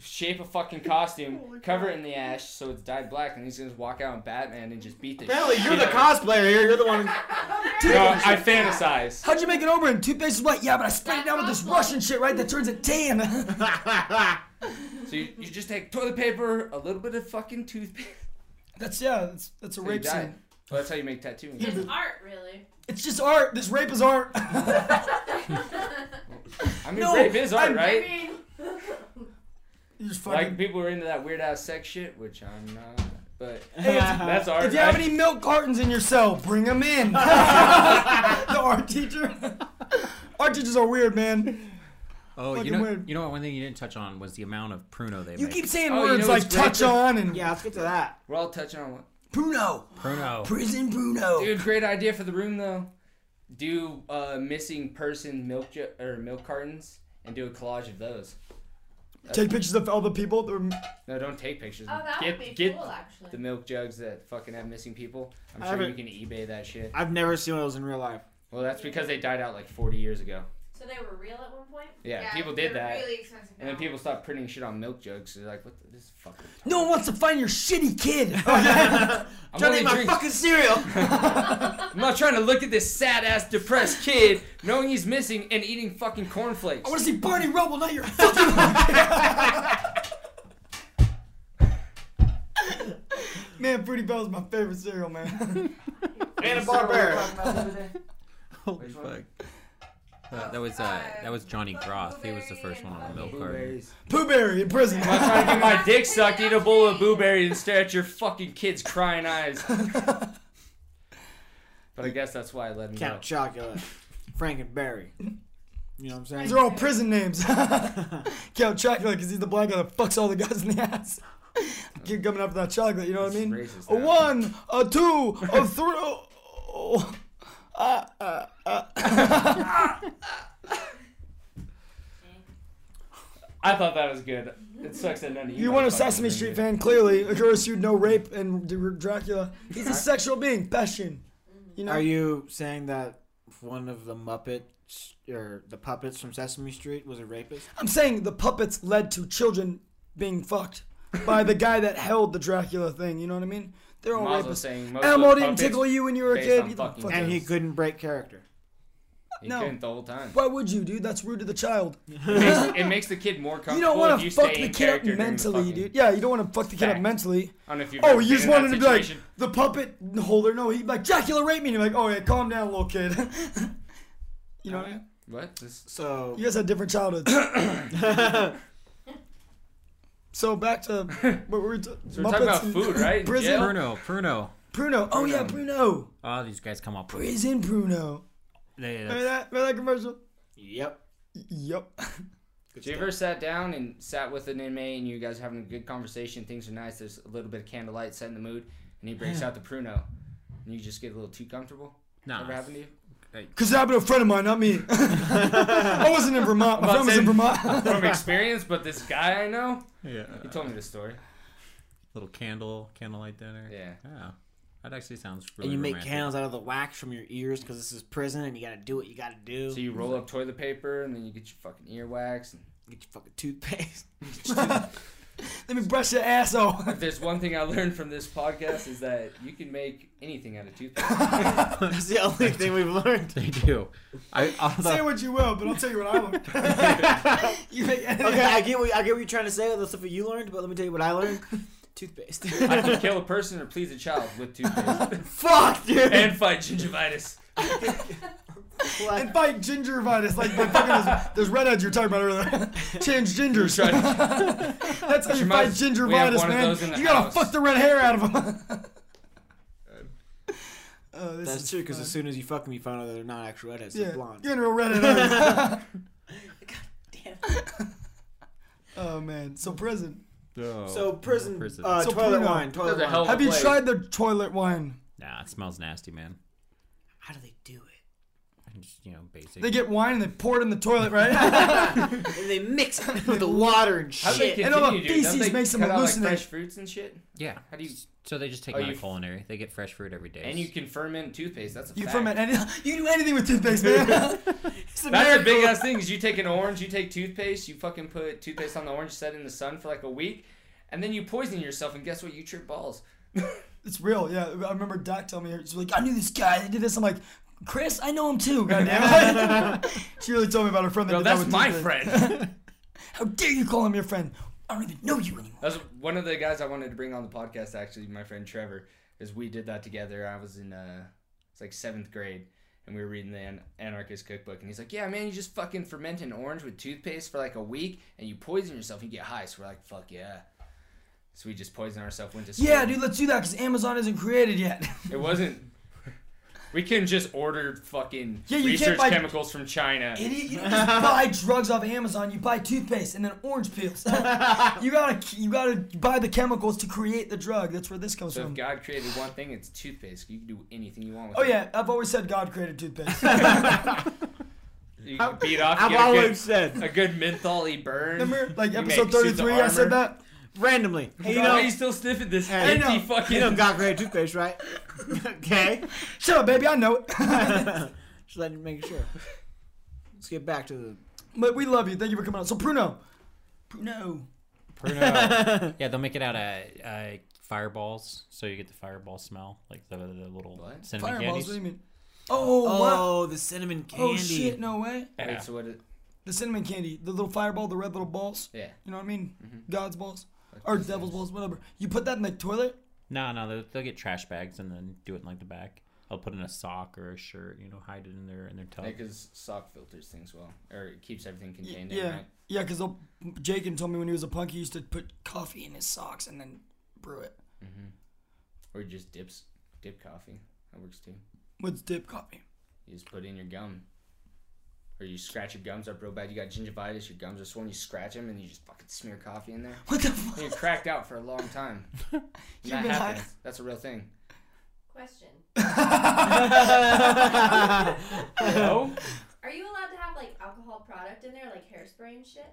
shape a fucking costume, cover it in the ash so it's dyed black, and he's gonna just walk out in Batman and just beat the. Apparently, shit you're the out of- cosplayer here. You're the one. No, I fantasize. How'd you make an Oberyn? Toothpaste is white. Yeah, but I sprayed it down with this Russian shit, right? That turns it tan. So you, you just take toilet paper, a little bit of fucking toothpaste. that's yeah. That's, that's a and you rape dye it. scene. Well, that's how you make tattoos. It's art, really. It's just art. This rape is art. I mean, No, rape is art, I'm- right? I mean, oh, You just fucking. like people are into that weird ass sex shit, which I'm not. But Hey, if- that's art. If you have right? any milk cartons in your cell, bring them in. the art teacher. Our judges are weird, man. Oh, Fucking you know, weird. you know what? One thing you didn't touch on was the amount of pruno they You make. keep saying words like touch on and yeah, let's get to that. We're all touching on what? Bruno. Pruno. Prison Bruno. Dude, great idea for the room though. Do uh, missing person milk ju- or milk cartons and do a collage of those. Take pictures of all the people. that were- No, don't take pictures. Oh, that get would be get cool, actually. the milk jugs that fucking have missing people. I'm I sure you haven't- can eBay that shit. I've never seen one of those in real life. Well, that's because they died out like 40 years ago. So they were real at one point? Yeah, people did they're that. Really expensive and then now. people stopped printing shit on milk jugs. They're like, what the, this is fucking. No one wants to find your shitty kid. I'm Trying to only eat my drink- fucking cereal. I'm not trying to look at this sad ass depressed kid knowing he's missing and eating fucking cornflakes. I want to see Barney Rubble, not your. man, Fruity Bell's my favorite cereal, man. Anna Barbera. Holy fuck. Uh, that was uh, that was Johnny Groth. He was the first one on the milk carton. Pooh Berry in prison. I'm not trying to get my dick sucked, eat a bowl of blueberries, and stare at your fucking kids' crying eyes. But I guess that's why I let him Count go. Chocula, Frankenberry. You know what I'm saying? These are all prison names. Count Chocula, because he's the black guy that fucks all the guys in the ass. Keep coming after that chocolate, you know what I mean? A one, a two, a three. oh, oh, uh, uh, uh. I thought that was good. It sucks that none of you. you weren't a motherfuckers Sesame are Street doing fan, clearly. Of you know rape and D- Dracula. He's a sexual being, passion. You know? Are you saying that one of the Muppets or the puppets from Sesame Street was a rapist? I'm saying the puppets led to children being fucked by the guy that held the Dracula thing. You know what I mean? They're all Mazel rapists. saying most of Elmo the didn't puppets tickle you when you were a based kid. on You don't fucking fuck And he those. couldn't break character. it. He No. couldn't the whole time. Why would you, dude? That's rude to the child. It makes, it makes the kid more comfortable. You don't want if to you fuck stay the in kid up character during the mentally, fucking- dude. Yeah, you don't want to fuck the kid up Fact. mentally. I don't know if you've Oh, ever you been just in wanted that to be like situation. the puppet holder. No, he like Dracula raped me. And you're like, oh yeah, calm down, little kid. you know what I mean? What? This, So You guys had different childhoods. so back to what were we ta- so we're talking Muppets about and food, right? Prison. Yeah. Pruno, Pruno. Pruno. Oh yeah, Pruno. Oh, these guys come up. with- Prison Pruno. They, Remember that? Remember that commercial? Yep. Yep. Have you ever sat down and sat with an inmate and you guys are having a good conversation? Things are nice. There's a little bit of candlelight setting the mood, and he breaks out the Pruno, and you just get a little too comfortable. Nah. Ever happened to you? Cause it happened to a friend of mine, not me. I wasn't in Vermont. My Well, friend was in I'm Vermont. saying from experience, but this guy I know, Yeah. he told me this story. Little candle, candlelight dinner. Yeah. Yeah. That actually sounds really and you make romantic. candles out of the wax from your ears because this is prison and you gotta do what you gotta do. So you roll up toilet paper, and then you get your fucking earwax. And Get your fucking toothpaste. Let me brush your ass off. if there's one thing I learned from this podcast is that you can make anything out of toothpaste. That's the only thing we've learned. They do. I uh, Say although, what you will, but I'll tell you what I learned. you make Okay, I get what I get what you're trying to say, all the stuff that you learned, but let me tell you what I learned. toothpaste. I can kill a person or please a child with toothpaste Fuck, dude. and fight gingivitis. and fight gingivitis like the fucking those, those redheads you were talking about earlier. Change You gingers. tried to- That's how you fight reminds- we have gingivitis, one of those in man. the You gotta house. fuck the red hair out of them. oh, this That's is true, because fun. as soon as you fuck them, you find out they're not actual redheads, yeah, they're blonde. you're in real redhead. aren't you? oh man, so prison. Oh, So prison, prison. Uh, So toilet Bruno. wine, toilet That's a wine. hell of a Have you place. tried the toilet wine? nah, it smells nasty, man. How do they do it? And Just you know, basic. They get wine and they pour it in the toilet, right? And they mix it with the water and How do they shit. continue, And all the dude? Don't feces they makes them cut out, like, hallucinate. fresh fruits and shit. yeah. How do you? So they just take Oh, oh, out you- of culinary. They get fresh fruit every day. And you can ferment toothpaste. That's a you fact. ferment any. You can do anything with toothpaste, man. That's the big ass thing is you take an orange, you take toothpaste, you fucking put toothpaste on the orange, set it in the sun for like a week, and then you poison yourself, and guess what? You trip balls. It's real, yeah. I remember Doc telling me, she's like, I knew this guy that did this. I'm like, Chris, I know him too, goddamn it. she really told me about her friend that Bro, did that that's with my toothpaste. friend. How dare you call him your friend? I don't even know you anymore. That's one of the guys I wanted to bring on the podcast. Actually, my friend Trevor, is we did that together. I was in uh, it's like seventh grade, and we were reading the An- Anarchist Cookbook, and he's like, "Yeah, man, you just fucking ferment an orange with toothpaste for like a week, and you poison yourself, and you get high." So we're like, "Fuck yeah." So we just poison ourselves. Went to school. Yeah, dude, let's do that because Amazon isn't created yet. It wasn't. We can just order fucking Yeah, you can't research buy- chemicals from China. Idiot, you don't just buy drugs off Amazon. You buy toothpaste and then orange peels. you gotta, you gotta buy the chemicals to create the drug. That's where this comes So if from. God created one thing, it's toothpaste. You can do anything you want with Oh it. yeah, I've always said God created toothpaste. You can beat off. you I've get a always good, said a good mentholy burn. Remember, like You episode make suits of thirty-three, I said armor. that randomly. Hey, you Why know, are you still sniffing this Hey, empty you know- fucking? you know, got great toothpaste, right? okay. Shut up, baby. I know it. Just letting make sure. Let's get back to the. But we love you. Thank you for coming on. So Pruno, Pruno, Pruno. yeah, they'll make it out of uh, fireballs, so you get the fireball smell, like the, the little cinnamon fireballs. candies. What do you mean? Oh, Oh, wow. the cinnamon Oh candy. shit! No way. Yeah. Wait, so what it- The cinnamon candy, the little fireball, the red little balls. Yeah. Mm-hmm. You know what I mean? God's balls or devil's balls, whatever. You put that in the toilet. No, no, they'll, they'll get trash bags and then do it in like the back. I'll put in a sock or a shirt, you know, hide it in their in their tub. Because sock filters things well, or it keeps everything contained. In, Yeah, right? yeah. Because Jacob told me when he was a punk, he used to put coffee in his socks and then brew it. hmm Or you just dips dip coffee. That works too. What's dip coffee? You just put it in your gum. Or you scratch your gums up real bad. You got gingivitis. Your gums are swollen. You scratch them and you just fucking smear coffee in there. What the fuck? You're cracked out for a long time. And that been high- happens. That's a real thing. Question. Hello? Are you allowed to have like alcohol product in there, like hairspray and shit?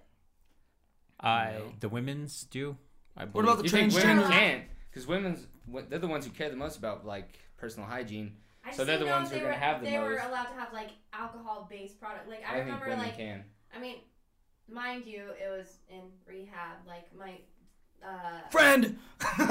Uh, the women's do. I What about the you think women transgender- can't? Because women's what- they're the ones who care the most about like personal hygiene. I just so they're the didn't know ones if who are they gonna were- have the They most. were allowed to have like alcohol-based product. Like I, I think remember, women like can. I mean, mind you, it was in rehab. Like my uh, Friend. Dude,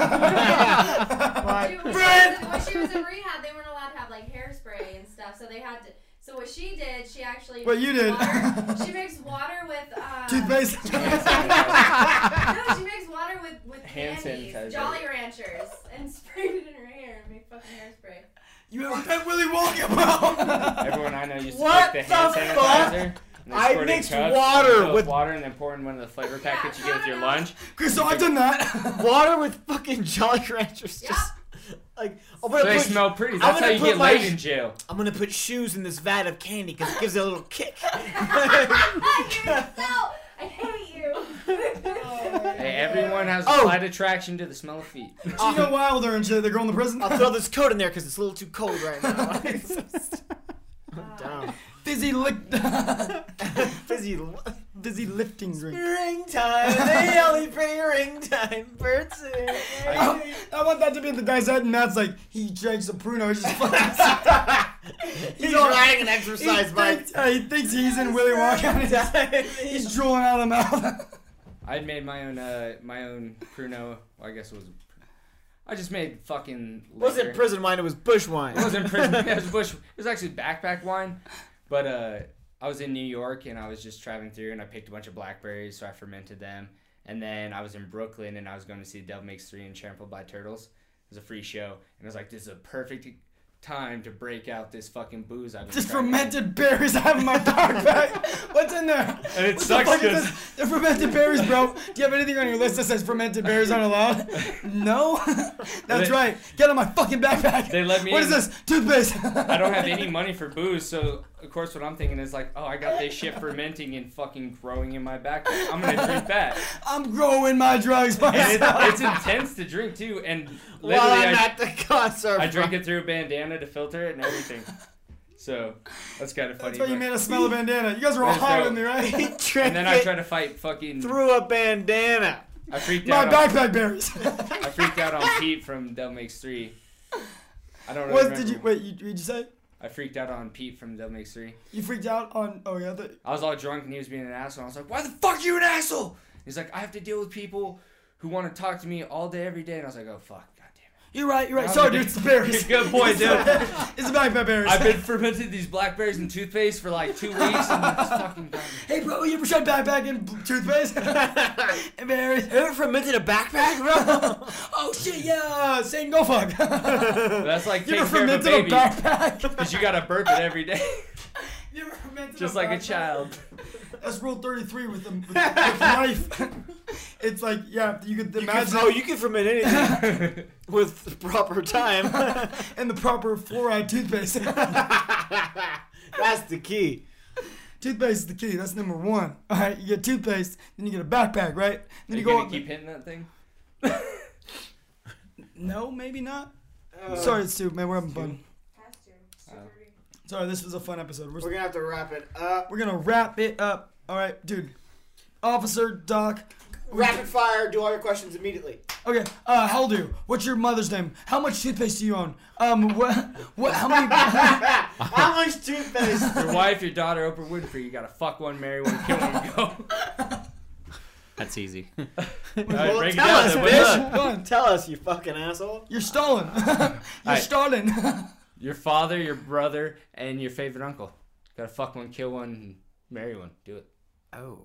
when, Friend. She was, when she was in rehab, they weren't allowed to have like hairspray and stuff, so they had to. So what she did, she actually What you mixed did. Water, she makes water with uh, Toothpaste. no, she makes water with with Hand sanitizer. candies, Jolly Ranchers, and sprayed it in her hair and made fucking hairspray. You ever met Willy Wonka, bro? Everyone I know used to What take the, the hand fuck? sanitizer. and they I squirt it in mixed cups, water fill it with- water and then pour in one of the flavor packets you get with your lunch. Chris, so I've done that. Water with fucking Jolly Ranchers. Just like I'm gonna So they put- smell pretty. I'm That's how gonna you put get my- laid in jail. I'm gonna put shoes in this vat of candy because it gives it a little kick. No, I hate you. Hey, everyone has a Oh. slight attraction to the smell of feet. Gina Wilder and shit, the girl in the prison. I'll throw this coat in there because it's a little too cold right now. I'm down. Fizzy lick. Fizzy. Fizzy lifting drink. Ring time, they only pray ring time, birds. sing. I, I want that to be in the guy's head, and Matt's like, he drinks a Pruno. He's just fucking. He's riding an exercise he bike. Thinks, uh, he thinks he's in Willy Wonka. and he's- He's drooling out of the mouth. I made my own, uh, my own Pruno. Well, I guess it was. I just made fucking. wasn't liquor. prison wine, it was bush wine. It wasn't prison. it was bush. It was actually backpack wine, but uh, I was in New York and I was just traveling through and I picked a bunch of blackberries, so I fermented them. And then I was in Brooklyn and I was going to see The Devil Makes Three and Trampled by Turtles. It was a free show, and I was like, "This is a perfect time to break out this fucking booze I've been Just trying to-" fermented berries out of my backpack. What's in there? And it What sucks the fuck is 'cause- this? They're fermented berries, bro. Do you have anything on your list that says fermented berries aren't allowed? No. That's They- right. Get on my fucking backpack. They let me What is in. this? Toothpaste. I don't have any money for booze, so of course what I'm thinking is like, oh, I got this shit fermenting and fucking growing in my backpack. I'm gonna drink that. I'm growing my drugs And myself. it's, it's intense to drink too, and literally While I'm I, at the concert. I drink it through a bandana to filter it and everything. So that's kind of funny. That's why you but- made us smell a bandana. You guys were all Let's high go. with me, right? And then I tried to fight fucking. through a bandana. I freaked My out. on- backpack berries. I freaked out on Pete from Devil Makes Three. I don't know. What did you wait? You, did you say I freaked out on Pete from Devil Makes Three. you freaked out on? Oh yeah, the, I was all drunk and he was being an asshole. I was like, why the fuck you an asshole? He's like, I have to deal with people who want to talk to me all day, every day. And I was like, oh, fuck. you're right. You're right. How's Sorry, it- dude. It's the berries. Good boy, It's dude. the- It's the backpack berries. I've been fermenting these blackberries and toothpaste for like two weeks. And it's fucking done. Hey, bro, you ever tried backpack and toothpaste? and berries. Ever fermented a backpack, bro? Oh shit, yeah. Saying go fuck. That's like You taking ever care of a fermented a baby. backpack? Because you got to burp it every day. You ever fermented Just a like a backpack? child. That's rule thirty three with the with, with knife. It's like yeah, you could You can- imagine. oh, you can ferment anything with the proper time and the proper fluoride toothpaste. That's the key. Toothpaste is the key. That's number one. All right, you get toothpaste, then you get a backpack, right? Then Are you go gonna out- keep hitting that thing? No, maybe not. Uh, Uh, Sorry, it's two. Man, we're having fun. Oh. Sorry, this was a fun episode. We're, We're gonna have to wrap it up. we're gonna wrap it up. All right, dude. Officer Doc. Rapid fire. Do all your questions immediately. Okay. Uh, how old are you? What's your mother's name? How much toothpaste do you own? Um, what? What? How many? how much toothpaste? your wife, your daughter, Oprah Winfrey. You gotta fuck one, marry one, kill one, That's easy. Well, break it tell down us, then, bitch. what's up? Tell us, you fucking asshole. You're stalling. All You're right. stalling. Your father, your brother, and your favorite uncle. Gotta fuck one, kill one, and marry one. Do it. Oh.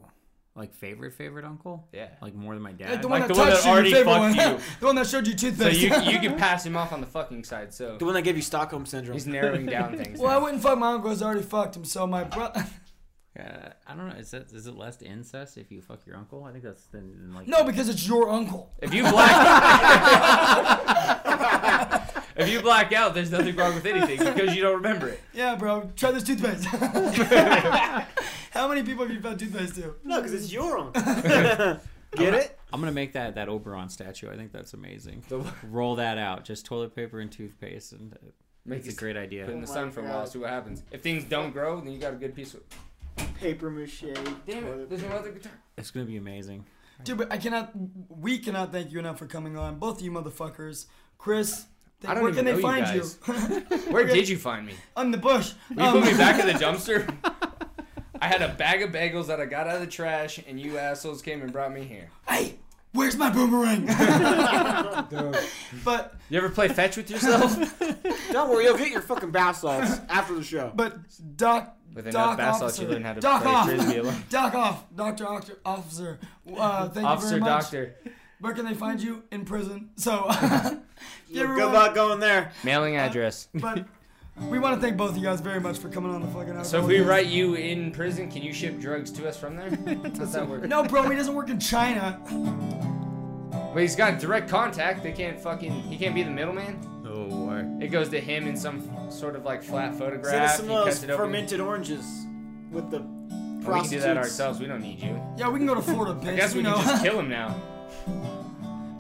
Like favorite favorite uncle? Yeah. Like more than my dad. Yeah, the one Like that the one touched that you, your already favorite fucked one. you. the one that showed you So toothpaste. you you can pass him off on the fucking side. So The one that gave you Stockholm syndrome. He's narrowing down things. Well, I wouldn't fuck my uncle. 'cause I already fucked him. So my brother. Uh, I don't know. Is that is it less incest if you fuck your uncle? I think that's then then, like No, because it's your uncle. If you black, if you black out, there's nothing wrong with anything because you don't remember it. Yeah, bro. Try this toothpaste. How many people have you found toothpaste to? No, because it's your uncle. Get it? I'm gonna make that that Oberon statue. I think that's amazing. Roll that out. Just toilet paper and toothpaste, and uh, Make it's a it- great idea. Put it in the sun for a while, see what happens. If things don't grow, then you got a good piece of. Paper mache. Damn it! There's no other guitar. It's gonna be amazing. Dude, but I cannot. We cannot thank you enough for coming on, both of you motherfuckers. Chris, I don't where even can they know you find you? guys. Where did you find me? On the bush. Um, Will you put me back in the dumpster? I had a bag of bagels that I got out of the trash, and you assholes came and brought me here. Where's my boomerang? but you ever play fetch with yourself? Don't worry, you'll get your fucking bath salts after the show. But Doc, With enough Doc bath salts, you Officer. learn how to Doc play off. frisbee alone. Doc off. Doctor, doctor officer. Uh, thank Officer, you very much. doctor. Where can they find you in prison? So, Good luck going there. Mailing address. But we want to thank both of you guys very much for coming on the fucking. So if Alcoholics. we write you in prison, can you ship drugs to us from there? How's that work? No, bro, he doesn't work in China. But he's got direct contact. They can't fucking. He can't be the middleman. Oh, why? It goes to him in some sort of like flat photograph. Send us some He of those cuts it open. fermented oranges with the Oh, we can prostitutes. do that ourselves. We don't need you. Yeah, we can go to Florida, bitch. I guess we you can know. just kill him now.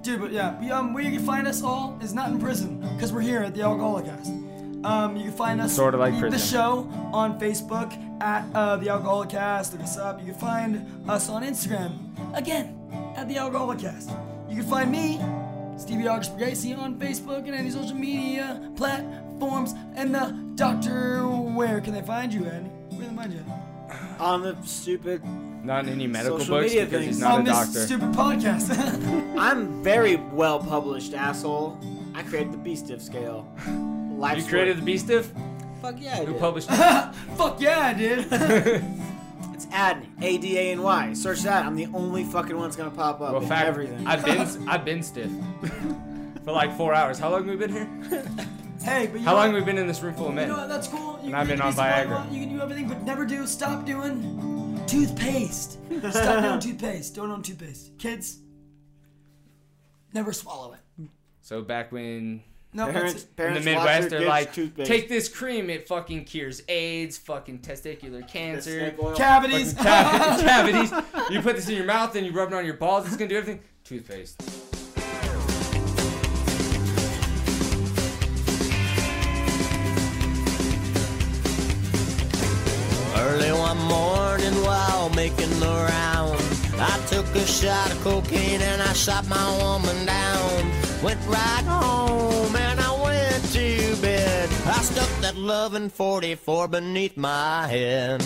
Dude, but yeah, we, um, where you can find us all is not in prison, because we're here at the Alcoholicast. Um, you can find us Sorta like the prison. show on Facebook at uh, the Alcoholicast. Look us up. You can find us on Instagram again at the Alcoholicast. You can find me, Stevie August Brigacey, on Facebook and any social media platforms. And the Doctor, where can they find you, Andy? Where can they find you? on the stupid Not in any medical Social books media because things. he's On not a this doctor. Stupid podcast. I'm very well published, asshole. I created the B stiff scale. Life you created the B stiff? Fuck yeah. I Who did. published Fuck yeah, I did. It's Adney. A D A N Y. Search that. I'm the only fucking one that's gonna pop up. Well, in fact, everything. I've been I've been stiff for like four hours. How long have we been here? hey, but you How long know what? have we been in this room full of You men? know what? That's cool. And You can I've been do on some Viagra. Pokemon, You can do everything, but never do stop doing toothpaste. Stop doing toothpaste. Don't own toothpaste. Kids, never swallow it. So back when No, that's Parents- in it. the parents watch Midwest, their they're kids' like, toothpaste. take this cream, it fucking cures AIDS, fucking testicular cancer, snake oil. Cavities. fucking cav- cavities. You put this in your mouth and you rub it on your balls, it's gonna do everything. Toothpaste. Early one morning while making the round, I took a shot of cocaine and I shot my woman down. Went right home and I went to bed. I stuck that loving 44 beneath my head.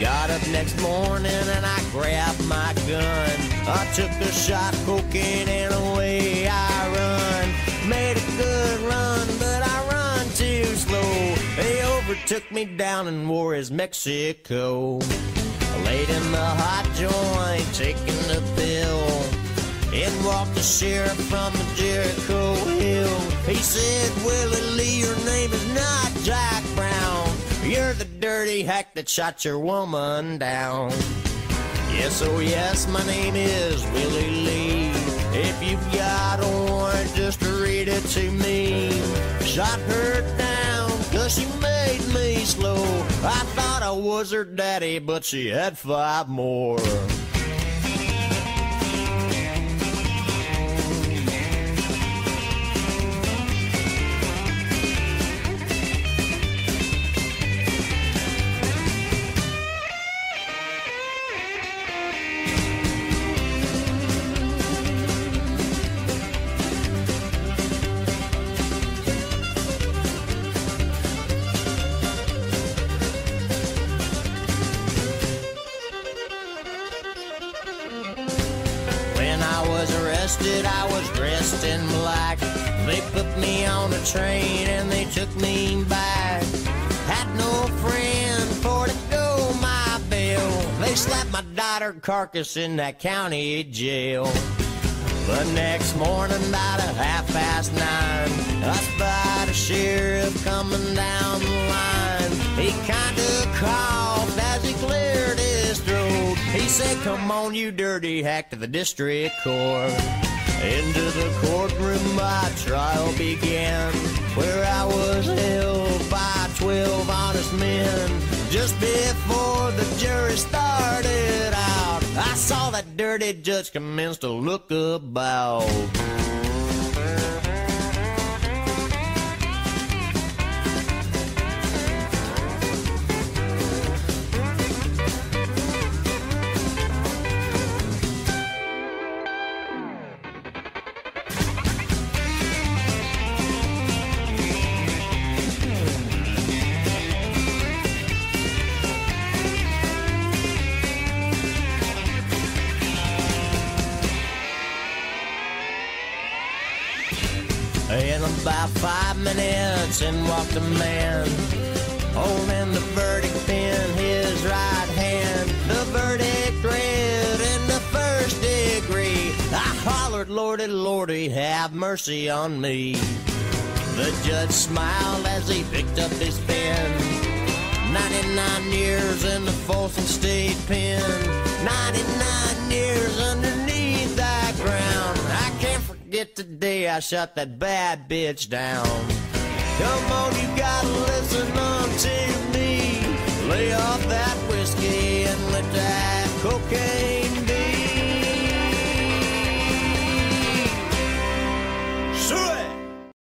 Got up next morning and I grabbed my gun. I took a shot of cocaine and away I run. Made a good run, but I run too slow. They overtook me down in Juarez, Mexico. Laid in the hot joint, taking the pill. In walked the sheriff from Jericho Hill. He said, Willie Lee, your name is not Jack Brown. You're the dirty hack that shot your woman down. Yes, oh yes, my name is Willie Lee. If you've got a warrant, just read it to me. Shot her down, cause she made me slow. I thought I was her daddy, but she had five more. When I was arrested, I was dressed in black. They put me on a train and they took me back. Had no friend for to go my bail. They slapped my daughter carcass in that county jail. The next morning, about a half past nine, I spied a sheriff coming down the line. He kinda coughed as he cleared his throat. He said, Come on, you dirty hack, to the district court. Into the courtroom, my trial began, where I was held by twelve honest men. Just before the jury started out, I saw that dirty judge commence to look about. In about five minutes, in walked a man, holding the verdict in his right hand. The verdict read in the first degree. I hollered, Lordy, Lordy, have mercy on me. The judge smiled as he picked up his pen. 99 years in the Folsom State Pen. 99 years underneath that ground. I can't forget the day I shut that bad bitch down. Come on, you gotta listen on to me. Lay off that whiskey and let that cocaine